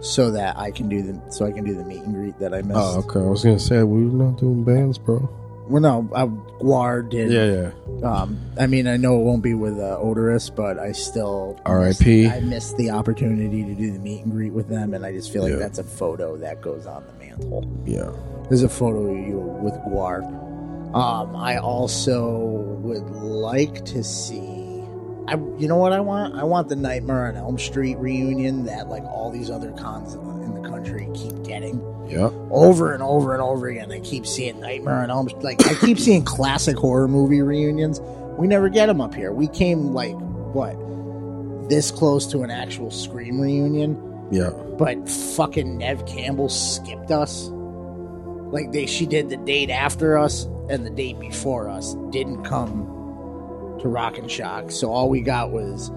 so that I can do the so I can do the meet and greet that I missed.
oh, okay. I was gonna say we were not doing bands, bro.
Well, no, I, Guar did.
Yeah, yeah.
Um, I mean, I know it won't be with uh, Odorous, but I still
R.I.P..
I missed the opportunity to do the meet and greet with them, and I just feel like
Yeah.
that's a photo that goes on the mantle.
Yeah.
There's a photo of you with Guar. Um, I also would like to see. I, you know what I want? I want the Nightmare on Elm Street reunion that like all these other cons in the country keep getting
Yeah.
over and over and over again. I keep seeing Nightmare on Elm Street. Like I keep seeing classic horror movie reunions. We never get them up here. We came like what this close to an actual Scream reunion
Yeah.
but fucking Nev Campbell skipped us. Like they, she did the date after us and the date before us didn't come to Rock and Shock, so all we got was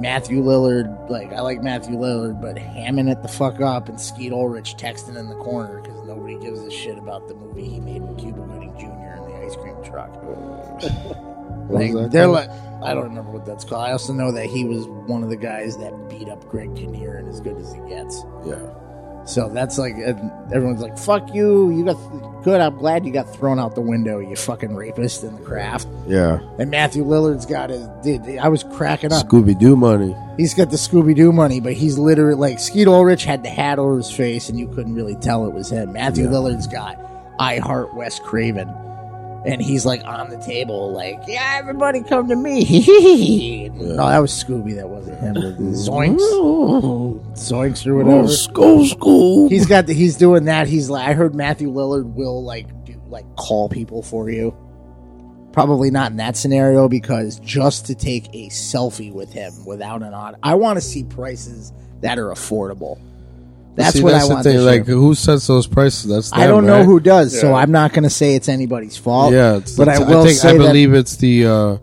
Matthew Lillard. Like I like Matthew Lillard, but hamming it the fuck up and Skeet Ulrich texting in the corner because nobody gives a shit about the movie he made with Cuba Gooding Jr. and the ice cream truck.
What was
Like,
that
they're
called?
like, I don't remember what that's called. I also know that he was one of the guys that beat up Greg Kinnear and as good as he gets.
Yeah.
So that's like and everyone's like, "Fuck you! You got good. I'm glad you got thrown out the window. You fucking rapist in the craft."
Yeah.
And Matthew Lillard's got his. Dude, I was cracking up.
Scooby Doo money.
He's got the Scooby Doo money, but he's literally like Skeet Ulrich had the hat over his face, and you couldn't really tell it was him. Matthew
Yeah.
Lillard's got I Heart Wes Craven, and he's like on the table, like, "Yeah, everybody come to <laughs> me." No, that was Scooby. That wasn't him. Zoinks, Zoinks, or whatever.
Oh, school, school.
He's got the, he's doing that. He's like I heard Matthew Lillard will like do like call people for you. Probably not in that scenario because just to take a selfie with him without an odd, I want to see prices that are affordable. That's
See,
what
that's
I
the
want.
thing.
this year.
Like, who sets those prices? That's
I
them,
don't know
right?
who does, so
Yeah.
I'm not going to say it's anybody's fault.
Yeah, it's,
but I
it's-
will
think
say
I
that-
believe it's the uh,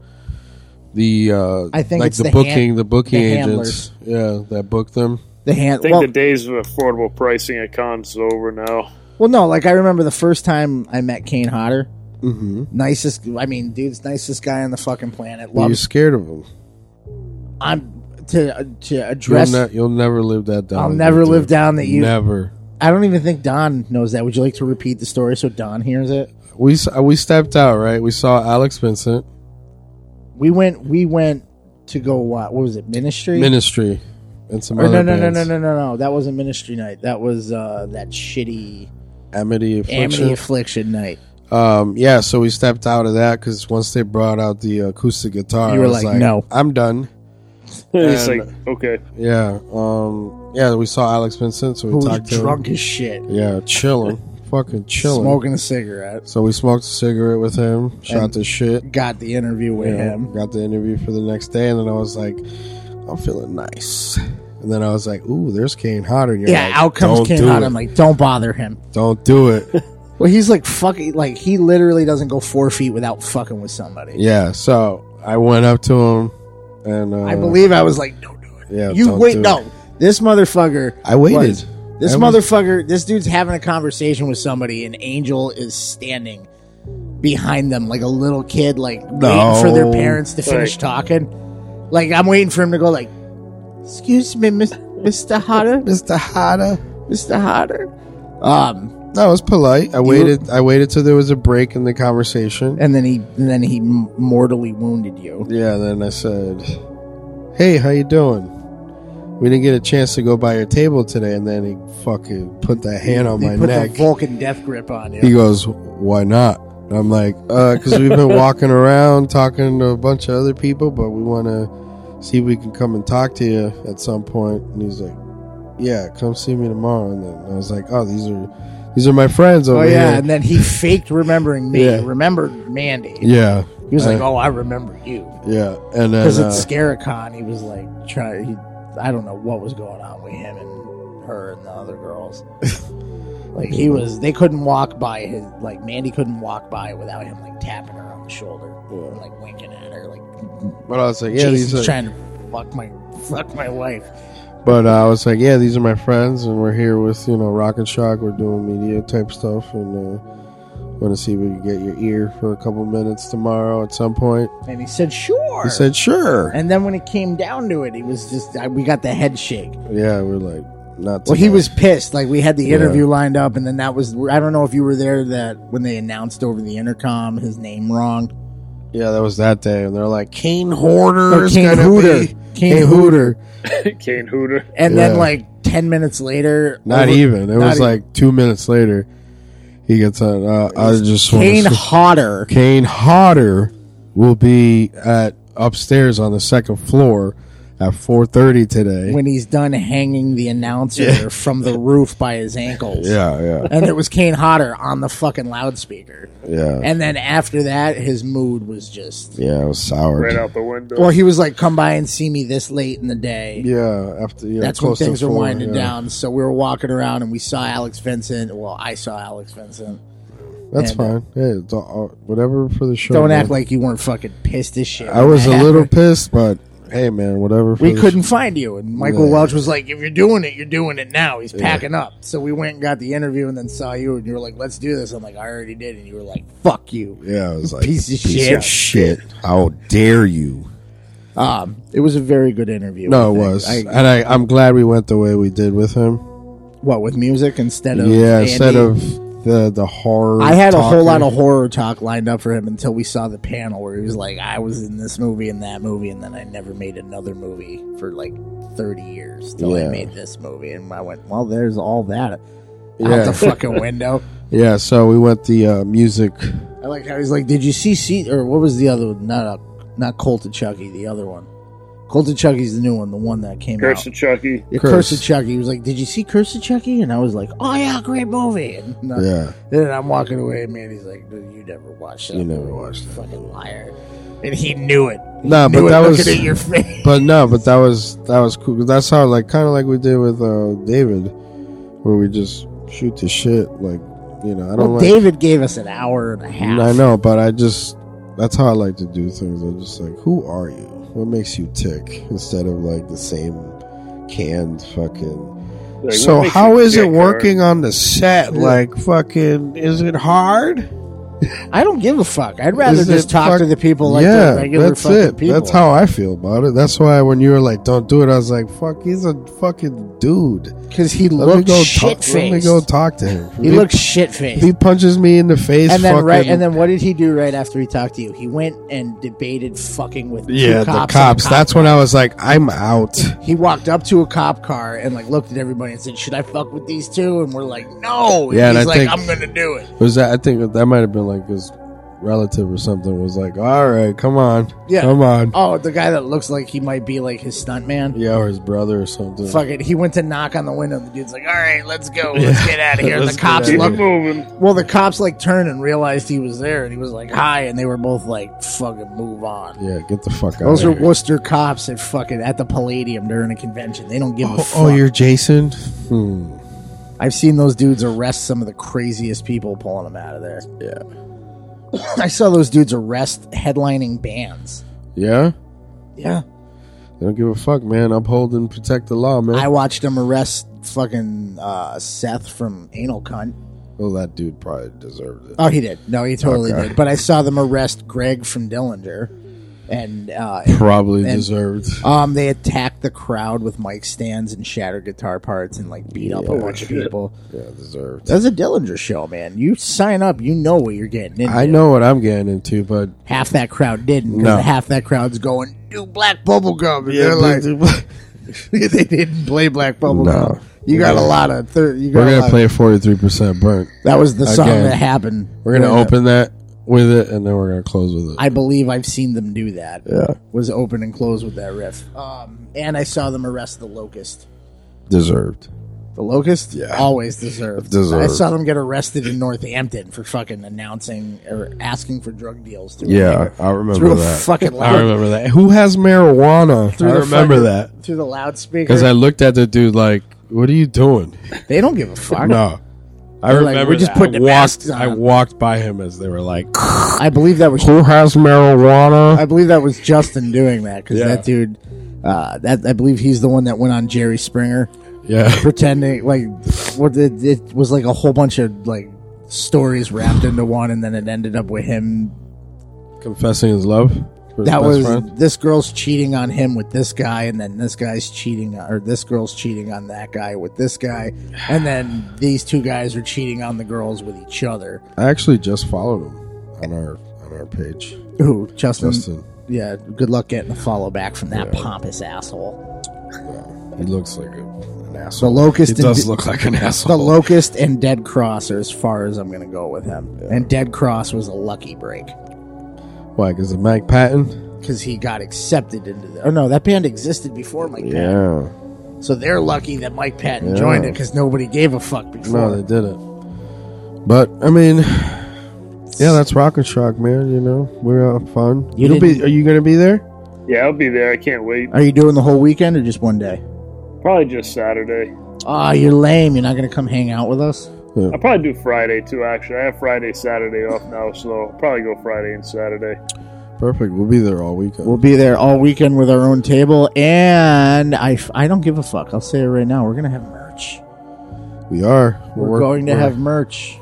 the uh,
I think
like
it's
the,
the hand-
booking the booking
the
agents. Yeah, that book them.
the
I
hand.
think
well,
the days of affordable pricing at cons is over now. <laughs>
well, no, like I remember the first time I met Kane Hodder.
Mm-hmm.
Nicest, I mean, dude's nicest guy on the fucking planet.
You're
Loves,
scared of them.
I'm to to
You'll,
address.
ne- you'll never live that down.
I'll
again,
never
dude.
live down that you
Never.
I don't even think Don knows that. Would you like to repeat the story so Don hears it?
We s- we stepped out right. We saw Alex Vincent.
We went we went to go what? What was it? Ministry.
Ministry and some
Or
other
Oh, no, no, no,
bands.
no, no, no, no. That wasn't ministry night. That was uh, that shitty
Amity Affliction.
Amity Affliction night.
um, yeah, so we stepped out of that because once they brought out the acoustic guitar,
You were
I was
like, "No."
I'm done."
it's
And-
like okay, <laughs>
Yeah, um, yeah, we saw Alex Vincent, so we
Who was
talked to
drunk as shit,
him. Yeah, chilling, fucking chilling.
smoking a cigarette.
So we smoked a cigarette with him, shot
And-
the shit.
Got the interview with
you know,
him.
Got the interview for the next day, and then I was like, I'm feeling nice. And then I was like, Ooh, there's Kane Hodder. And you're
Yeah,
like,
out comes
"Don't
Kane
do
Hodder.
it.
I'm like, don't bother him.
Don't do <laughs> it.
Well, he's like fucking, like he literally doesn't go four feet without fucking with somebody.
yeah, so I went up to him, and uh,
I believe I was like, no, do it.
Yeah,
you
don't
wait,
do it.
no. This motherfucker.
I waited.
was- this
I was-
motherfucker. This dude's having a conversation with somebody, and Angel is standing behind them like a little kid, like waiting for their
No.
parents to finish
Right.
talking. Like I'm waiting for him to go like, excuse me, Miss, Mr. Hodder,
Mr. Hodder.
Mr. Hodder. Um,
That was polite. I waited. I waited till there was a break in the conversation.
and then he, and then he m- mortally wounded you.
Yeah, then I said, "Hey, how you doing? We didn't get a chance to go by your table today." And then he fucking put that hand on
He
my
put
neck.
the Vulcan death grip on you.
he goes, "Why not?" And I'm like, "Uh, because
<laughs>
we've been walking around talking to a bunch of other people, but we want to see if we can come and talk to you at some point." And he's like, "Yeah, come see me tomorrow." And then I was like, "Oh, these are these are my friends
Oh
over
yeah,
here."
and then he faked remembering me.
Yeah.
Remembered Mandy.
yeah,
He was like,
Uh,
"Oh, I remember you,"
yeah, and then
because at
uh,
Scaricon, he was like trying. He, I don't know what was going on with him and her and the other
<laughs>
girls. like he was, they couldn't walk by his. Like Mandy couldn't walk by without him like tapping her on the shoulder, and, like winking at her, like
but I was like, "Yeah,
Jason's
these are."
trying to fuck my fuck my wife.
But uh, I was like, yeah, these are my friends, and we're here with you know Rock and Shock. We're doing media type stuff, and uh, want to see if we can get your ear for a couple minutes tomorrow at some point.
And he said, "Sure."
He said, sure.
and then when it came down to it, he was just I, we got the head shake.
Yeah, we're like, not.
Well, he
today.
was pissed. Like we had the
Yeah.
interview lined up, and then that was. I don't know if you were there that when they announced over the intercom his name wrong.
Yeah, that was that day, and they're like, Kane Hoarder,
No,
is
Kane
gonna
Hooter.
be-
Kane
Kane Hooter.
Kane Hooter.
And
Yeah.
then like ten minutes later,
Not
over-
even. It
not e-
was
even.
like two minutes later. He gets on. Uh, I just wanna
Kane
say- <laughs>
Hodder.
Kane Hodder will be at upstairs on the second floor at four thirty today.
When he's done hanging the announcer from the roof by his ankles.
Yeah, yeah,
And there was Kane Hodder on the fucking loudspeaker.
yeah.
<laughs> And then after that, his mood was just.
yeah, it was sour.
right out the window.
Well, he was like, come by and see me this late in the day.
Yeah, after yeah,
That's when
close to
things were
four,
winding
yeah.
down. So we were walking around and we saw Alex Vincent. Well, I saw Alex Vincent.
That's
And, uh,
fine. Yeah, it's all- all- whatever for the show.
Don't
man.
act like you weren't fucking pissed as shit.
I was
when
a
that
little
happened.
pissed, but hey, man, whatever. For
We
the
couldn't find you, and Michael
Yeah.
Welch was like, "If you're doing it, you're doing it now." He's packing up. So we went and got the interview, and then saw you, and you were like, "Let's do this." I'm like, "I already did," and you were like, "Fuck you."
Sh- yeah, I was like
piece of shit."
shit. How dare you?
Um, it was a very good interview. I
No, it
think.
was,
I,
and I, I'm glad we went the way we did with him.
what with music instead of
yeah, instead
Andy?
of the the horror.
I had a whole
talking.
lot of horror talk lined up for him until we saw the panel where he was like, "I was in this movie and that movie, and then I never made another movie for like 30 years till I
Yeah.
made this movie." And I went, "Well, there's all that out
Yeah.
the fucking window."
Yeah, so we went the uh, music.
I like how he's like, "Did you see C or what was the other one? Not a, not Colt and Chucky, the other one. Colt and Chucky's the new one, the one that came
Curse
out."
of Chucky.
Yeah,
Curse.
Curse. of Chucky. He was like, "Did you see Curse of Chucky?" And I was like, "Oh yeah, great movie." <laughs> And uh,
Yeah,
Then I'm walking away, and Mandy's like, "Dude, you never watched that.
You never
movie,
watched that
Fucking liar." And he knew it. He
Nah,
knew
but
it
that
looking
was-
at your face.
but no, but that was that was cool. That's how like kind of like we did with uh, David, where we just shoot the shit. Like you know, <laughs> I
<laughs>
don't
Well,
like.
David gave us an hour and a half.
I know, but I just that's how I like to do things. I'm just like, who are you? What makes you tick? Instead of like the same canned fucking.
Like,
so
what makes
how
you
is
dick,
it
Aaron?
working on the set? Like fucking, is it hard?
I don't give a fuck. I'd rather
Is
just
it
talk
fuck-
to the people like
yeah,
the regular
that's
fucking
it.
people.
That's how I feel about it. That's why when you were like, "Don't do it," I was like, "Fuck, he's a fucking dude."
because he
Let me
looked
go.
shit
Talk, let me
faced.
go talk to him.
He looked shit faced.
He punches me in the face.
and then
fucking,
right, and then what did he do right after he talked to you? He went and debated fucking with two
yeah,
cops and a
the cops.
cop
That's when I was like, "I'm out."
he walked up to a cop car and like looked at everybody and said, "Should I fuck with these two? And we're like, "No." And
Yeah, and
he's
I
like,
think-
"I'm gonna do it."
Was that? I think that might have been like his relative or something. Was like, "All right, come on,
Yeah.
come on."
Oh, the guy that looks like he might be like his stunt man.
Yeah, or his brother or something.
Fuck it. He went to knock on the window. The dude's like, "All right, let's go. Let's get
<laughs>
out of here."
Let's
the
get
cops
outta
Keep it
looked.
moving.
Well, the cops like turned and realized he was there, and he was like, "Hi," and they were both like, "Fucking move on."
Yeah, get the fuck out.
Those
of
are
here.
Worcester cops at fucking at the Palladium during a convention. They don't give a
Oh,
fuck.
oh, you're Jason. Hmm.
I've seen those dudes arrest some of the craziest people pulling them out of there. Yeah. <clears throat> I saw those dudes arrest headlining bands.
Yeah.
Yeah.
They don't give a fuck, man. Uphold and protect the law, man.
I watched them arrest fucking uh, Seth from Anal Cunt.
well, that dude probably deserved it.
Oh, he did. No, he totally
Okay.
did. But I saw them arrest Greg from Dillinger. And uh,
probably
and-
deserved.
um, they attacked the crowd with mic stands and shattered guitar parts and like beat up a bunch of people.
Yeah, deserved.
That's a Dillinger show, man. You sign up, you know what you're getting into.
I know what I'm getting into, but
half that crowd didn't. 'cause
No.
half that crowd's going do black bubble gum. And
Yeah,
they're like, <laughs>
do
they didn't play black bubble
No.
gum. You got a lot of thir- you got
we're
a
gonna
lot
play 43 percent burnt.
That was the song
again.
that happened.
We're gonna
during the-
open that with it, and then we're gonna close with it.
I believe I've seen them do that.
Yeah.
was open and close with that riff. Um, and I saw them arrest the locust.
deserved.
The locust,
Yeah.
always deserved.
Deserved.
I saw them get arrested in Northampton for fucking announcing or asking for drug deals. through-
Yeah, I remember
through a
that.
fucking
I
loud,
remember that. Who has marijuana?
Through
I
the
remember
fucking-
that
through the loudspeaker.
because I looked at the dude like, "What are
<laughs>
you doing?"
they don't give a fuck.
No. I
They're like,
remember
"We're just
that.
putting
I
the
walked,
masks on."
I walked by him as they were like,
I believe that
<laughs>
was
"Who has marijuana?"
I believe that was Justin doing that because
Yeah.
that dude, uh, that I believe he's the one that went on Jerry Springer
yeah, <laughs>
pretending like what did it was like a whole bunch of like stories wrapped into one, and then it ended up with him.
confessing his love. For his
That
best
was
friend.
this girl's cheating on him with this guy, and then this guy's cheating or this girl's cheating on that guy with this guy, and then these two guys are cheating on the girls with each other.
I actually just followed him on our on our page.
Ooh, Justin,
Justin,
yeah, good luck getting a follow back from that pompous asshole.
he looks like a, an
The
asshole.
locust
He does
indi-
look like an
The
asshole.
Locust and Dead Cross are as far as I'm going to go with him. And Dead Cross was a lucky break
Why? Because of Mike Patton.
because he got accepted into the. Oh, no, that band existed before Mike Patton.
Yeah.
So they're lucky that Mike Patton joined it because nobody gave a fuck before.
No, they didn't. But I mean, yeah, that's Rock and Shock, man. You know, we're out fun.
You
You'll be.
didn't-
Are you gonna be there?
Yeah, I'll be there. I can't wait.
are you doing the whole weekend or just one day?
Probably just Saturday.
Oh, you're lame. You're not going to come hang out with us?
I'll
Uh,
probably do Friday too. Actually, I have Friday, Saturday off now, so I'll probably go Friday and Saturday.
Perfect. We'll be there all weekend.
We'll be there all weekend with our own table. And I, f- I don't give a fuck. I'll say it right now. We're going to have merch.
we are.
We're,
work-
going to
we're-
have merch.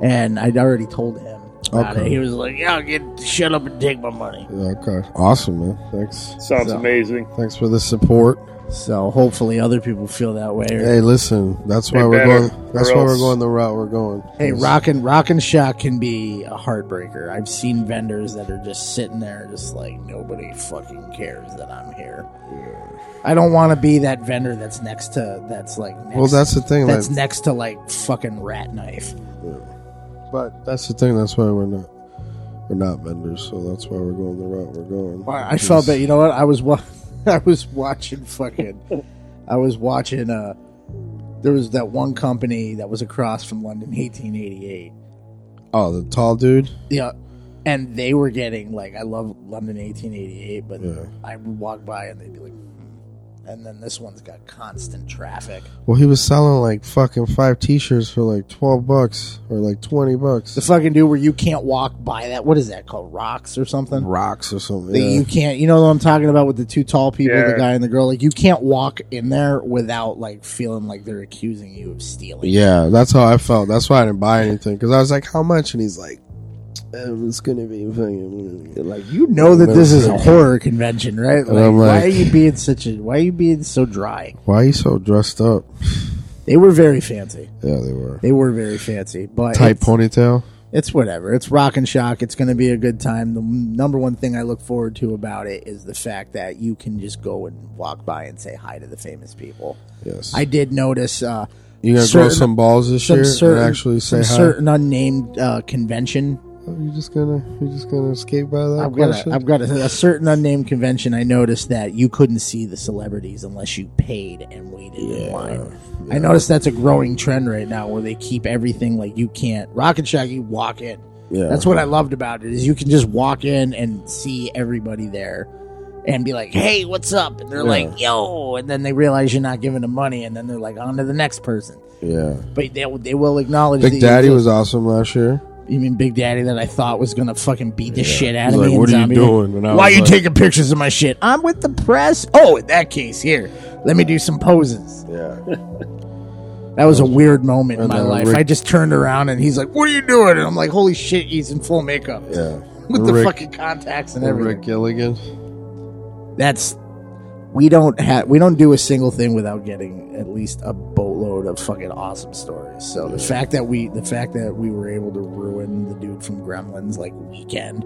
And I'd already told him. About
Okay.
it. He was like, "Yeah, get shut up and take my money."
Yeah, Okay. Awesome, man. Thanks.
Sounds
So-
amazing.
Thanks for the support.
So hopefully, other people feel that way.
Hey, listen. That's why
They
we're
better,
going. That's
or
why we're
else-
going the route we're going.
Hey,
Yes.
rockin' rockin' shock can be a heartbreaker. I've seen vendors that are just sitting there, just like nobody fucking cares that I'm here. I don't want to be that vendor that's next to that's like next,
Well, that's the thing.
that's
like,
next to like fucking rat knife.
but that's the thing. That's why we're not. We're not vendors, so that's why we're going the route we're going.
I I felt that you know what I was wa- <laughs> I was watching fucking I was watching uh there was that one company that was across from London 1888
Oh, the tall dude.
Yeah. And they were getting like I love London 1888, but
Yeah.
I would walk by and they'd be like, "Hmm." and then this one's got constant traffic.
Well, he was selling like fucking five T-shirts for like twelve bucks or like twenty bucks.
The fucking dude where you can't walk by that. What is that called? Rocks or something?
Rocks or something.
That
Yeah.
you can't. You know what I'm talking about with the two tall people, the
Yeah.
guy and the girl. Like you can't walk in there without like feeling like they're accusing you of stealing.
yeah, that's how I felt. That's why I didn't buy anything because I was like, "How much?" And he's like, um, it's gonna be fucking like
You know that this is a horror convention, right? Like,
I'm
why
like-
are you being such a? Why are you being so dry?
why are you so dressed up?
They were very fancy.
Yeah, they were
They were very fancy, but
tight
it's-
ponytail.
it's whatever. It's rock and shock. It's going to be a good time. The m- number one thing I look forward to about it is the fact that you can just go and walk by and say hi to the famous people.
Yes,
I did notice uh,
you gonna grow
certain-
some balls this
some
year
certain
and actually say
some
hi.
certain unnamed uh, convention.
Oh, you just gonna you just gonna escape by that
I've got,
question?
a, I've got a, a certain unnamed convention. I noticed that you couldn't see the celebrities unless you paid and waited in line. I noticed that's a growing trend right now where they keep everything like you can't rock and shock. You walk in.
yeah,
That's what I loved about it is you can just walk in and see everybody there and be like, "Hey, what's up?" And they're like, "Yo," and then they realize you're not giving them money, and then they're like, "On to the next person."
yeah.
But they they will acknowledge. that
Big
you
Daddy
did-
was awesome last year.
You mean Big Daddy that I thought was gonna fucking beat the shit out
He's
of
like,
me? in
"What are you
Zombie-
doing?" And I
Why
was
you
like-
taking pictures of my shit? I'm with the press. Oh, in that case, here, let me do some poses.
Yeah,
That was a weird moment in
And,
my
uh,
life.
Rick-
I just turned around and he's like, "What are you doing?" And I'm like, "Holy shit, he's in full makeup
yeah.
with the
Rick-
fucking contacts and everything."
Rick Gilligan.
that's we don't have we don't do a single thing without getting at least a boatload of fucking awesome stories. So the fact that we the fact that we were able to ruin the dude from Gremlins like weekend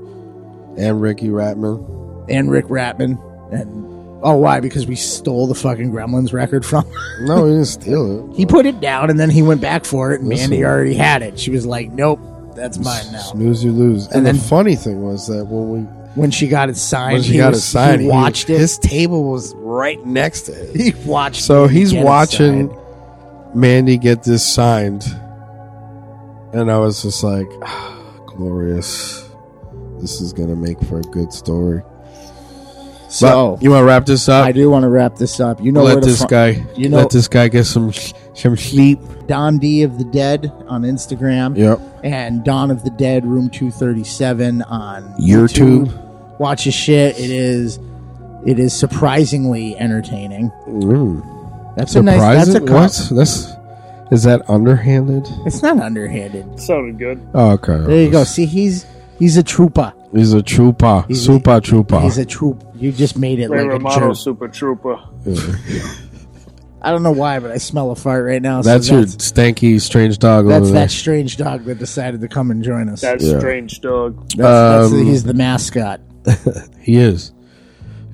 and Ricky Ratman.
and Rick Ratman and oh why because we stole the fucking Gremlins record from
No, he didn't steal it.
he put it down and then he went back for it and
Listen.
Mandy already had it. She was like, nope, that's mine now.
Snooze, you lose. And,
And
the
then-
funny thing was that when we
When she got it signed,
when she
he
got
was-
it signed,
he watched it.
His table was right next <laughs> to it.
<laughs> he watched.
So
it
he's
get it
watching
signed.
Mandy get this signed, and I was just like, ah, "Glorious! This is gonna make for a good story."
So
But you want to wrap this up?
I do want to wrap this up. You know, where
let
to
this
fi-
guy.
you know-
let this guy get some sh- some sleep.
Dom D of the Dead on Instagram.
Yep.
And Dawn of the Dead Room 237 on
YouTube.
Watch his shit. It is it is surprisingly entertaining.
Mm.
That's a nice
Surprising.
that's a com-
what? That's is that underhanded?
It's not underhanded.
Sounded good.
Oh, okay.
There you go. See, he's he's a trooper.
He's a trooper.
He's-
super trooper.
He's a troop. You just made it
Ray
like a
Romano,
jerk.
Super Trooper.
I don't know why, but I smell a fart right now. so
that's your
that's,
stanky, strange dog
that's
over
that strange dog that decided to come and join us. That's,
That
Yeah.
strange dog.
that's-
um,
he's the mascot.
there. He is.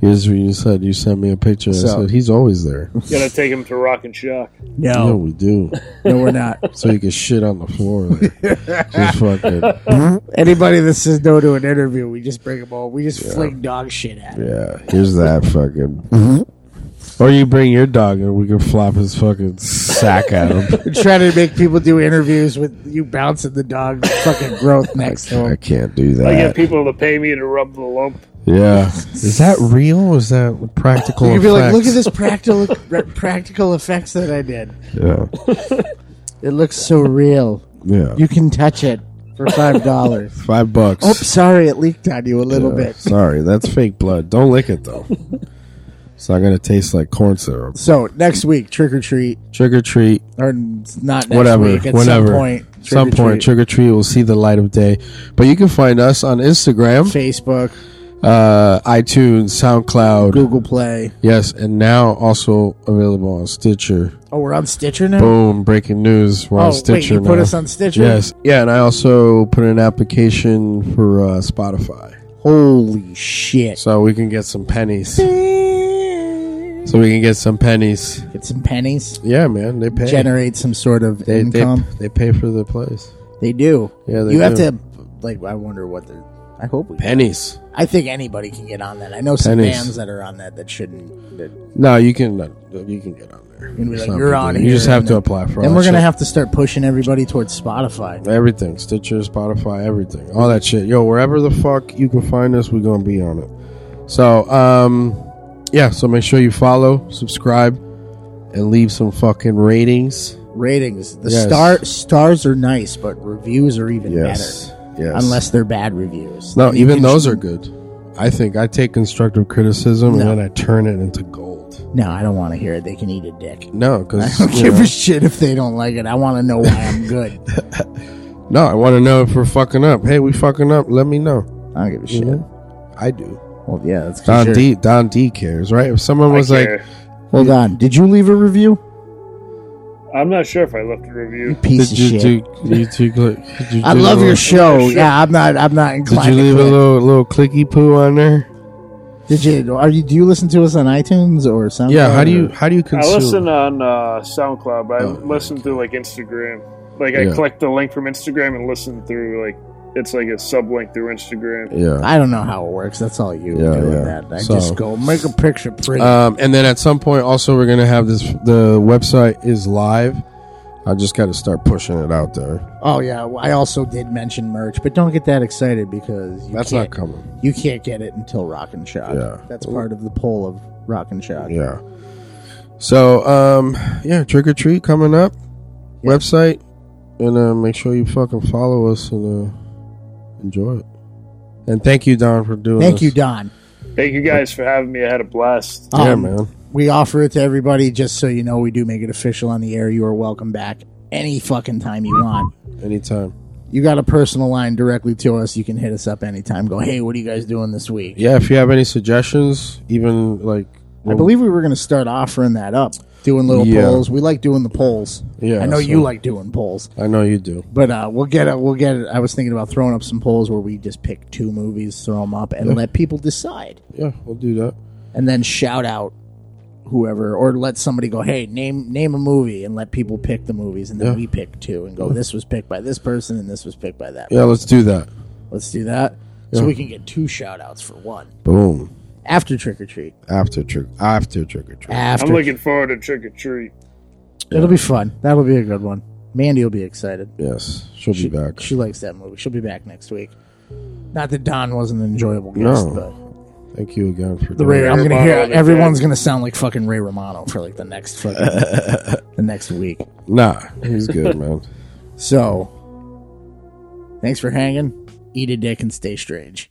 He is what you said. You sent me a picture. I
So-
said, he's always
<laughs>
there.
Gotta take him to Rock and Shock.
Yeah,
No,
we do.
no, we're not.
<laughs> So you can shit on the floor.
<laughs>
There. Just fucking.
Anybody that says no to an interview, we just bring them all. We just fling dog shit at. 'em.
Yeah, here's that fucking.
Mm-hmm.
Or you bring your dog and we can flop his fucking sack
<laughs>
at him.
We're trying to make people do interviews with you bouncing the dog fucking growth next to
I
him.
can't do
I get
that.
people to pay me to rub the lump.
Yeah. Is that real or is that practical?
You'd be like, look at
effects?"
this practical <laughs> practical effects that I did.
Yeah.
It looks so real.
Yeah.
You can touch it for five dollars.
Five
<laughs>
bucks.
Oops, sorry, it leaked on you a little
Yeah,
bit.
Sorry, that's fake blood. Don't lick it though. it's not gonna taste like corn syrup.
So next week, trick or treat,
Trick or treat,
or not next
whatever,
week at
whenever,
some point, trick
some
or treat,
point, trick or treat will see the light of day. But you can find us on Instagram,
Facebook,
uh, iTunes, SoundCloud,
Google Play.
yes, and now also available on Stitcher.
Oh, we're on Stitcher now.
Boom! Breaking news: We're
Oh,
on
wait,
Stitcher
you put
now.
us on Stitcher?
Yes, yeah, and I also put in an application for uh, Spotify.
Holy shit!
so we can get some pennies. So we can get some pennies.
Get some pennies.
Yeah, man, they pay.
Generate some sort of
they, they,
income.
they pay for the place.
They, do.
Yeah, they
you have
do.
to. Like, I wonder what the. I hope we.
Pennies.
I think anybody can get on that. I know some
Pennies.
bands that are on that that shouldn't. That,
No, you can uh, you can get on there.
can be
It's
like,
not a
you're
big
on
deal.
here,
You just have
and
to
then-
apply for.
then
all
we're
that
gonna
shit.
have to start pushing everybody towards Spotify.
everything: Stitcher, Spotify, everything, all that shit. Yo, wherever the fuck you can find us, we're gonna be on it. So, um, yeah. So make sure you follow, subscribe, and leave some fucking ratings.
Ratings. The
Yes.
star stars are nice, but reviews are even
Yes,
better.
yes.
Unless they're bad reviews.
no,
You
even
can-
those are good. I think I take constructive criticism
No.
and then I turn it into gold.
No, I don't want to hear it. They can eat a dick. <laughs>
No,
I
because <laughs>
don't give a shit if they don't like it. I want to know why I'm good.
No, I want to know if we're fucking up. Hey, we fucking up. Let me know.
I don't give a shit.
Yeah. I do.
Well, yeah, that's 'cause
Don
you're-
D. Don D. cares, right? If someone was
I
like,
care.
Hold on. Did you leave a review?
I'm not sure if I left a review.
Piece of
"Did you
shit.
do? Did you, click, did you
I love
do a little-
your show. Yeah, I'm not. I'm not
Did
inclined.
you
to
leave a
click.
little little clicky poo on there?
Did you? Are you? Do you listen to us on iTunes or SoundCloud?
Yeah. How do
or-
you how do you
I
consume?
listen on uh, SoundCloud, but I
Oh,
listen through like Instagram. Like I
Yeah.
click the link from Instagram and listen through like it's like a sub link through Instagram.
yeah.
I don't know how it works. That's all you
Yeah,
do with
yeah.
that. I
So-
just go make a picture pretty.
Um, and then at some point, also we're gonna have this. The website is live. I just got to start pushing it out there.
oh yeah, well, I also did mention merch, but don't get that excited because you
That's
can't,
not coming.
You can't get it until Rock and Shock.
Yeah.
that's part of the poll of Rock and Shock.
Yeah. So um, yeah, trick or treat coming up. Website and uh, make sure you fucking follow us and uh, enjoy it. And thank you, Don, for doing.
Thank
this.
you, Don.
Thank you guys for having me. I had a blast.
Yeah,
Um,
man.
We offer it to everybody just so you know we do make it official on the air. You are welcome back any fucking time you want.
Anytime.
You got a personal line directly to us. You can hit us up anytime. Go, hey, what are you guys doing this week?
Yeah, if you have any suggestions, even like
I believe we were going to start offering that up, doing little
Yeah.
polls. We like doing the polls.
Yeah,
I know
so-
you like doing polls,
I know you do.
but uh, we'll get it. We'll get it. I was thinking about throwing up some polls where we just pick two movies, throw them up, and let people decide,
Yeah, we'll do that.
and then shout out whoever, or let somebody go, hey, name name a movie, and let people pick the movies, and then
Yeah.
we pick two, and go, this was picked by this person, and this was picked by that.
Yeah, let's do that.
Let's do that, so
Yeah.
we can get two shout outs for one
Boom.
after trick or treat.
After trick, after trick or treat.
After
I'm looking forward to trick or treat.
It'll be fun. That'll be a good one. Mandy will be excited.
yes, she'll
She,
be back.
she likes that movie. She'll be back next week. Not that Don wasn't an enjoyable guest,
No.
but
Thank you again for
the
doing
Ray,
that.
I'm gonna hear
Romano, the
everyone's gonna sound like fucking Ray Romano for like the next fucking the next week.
Nah, he's good, man.
So thanks for hanging. Eat a dick and stay strange.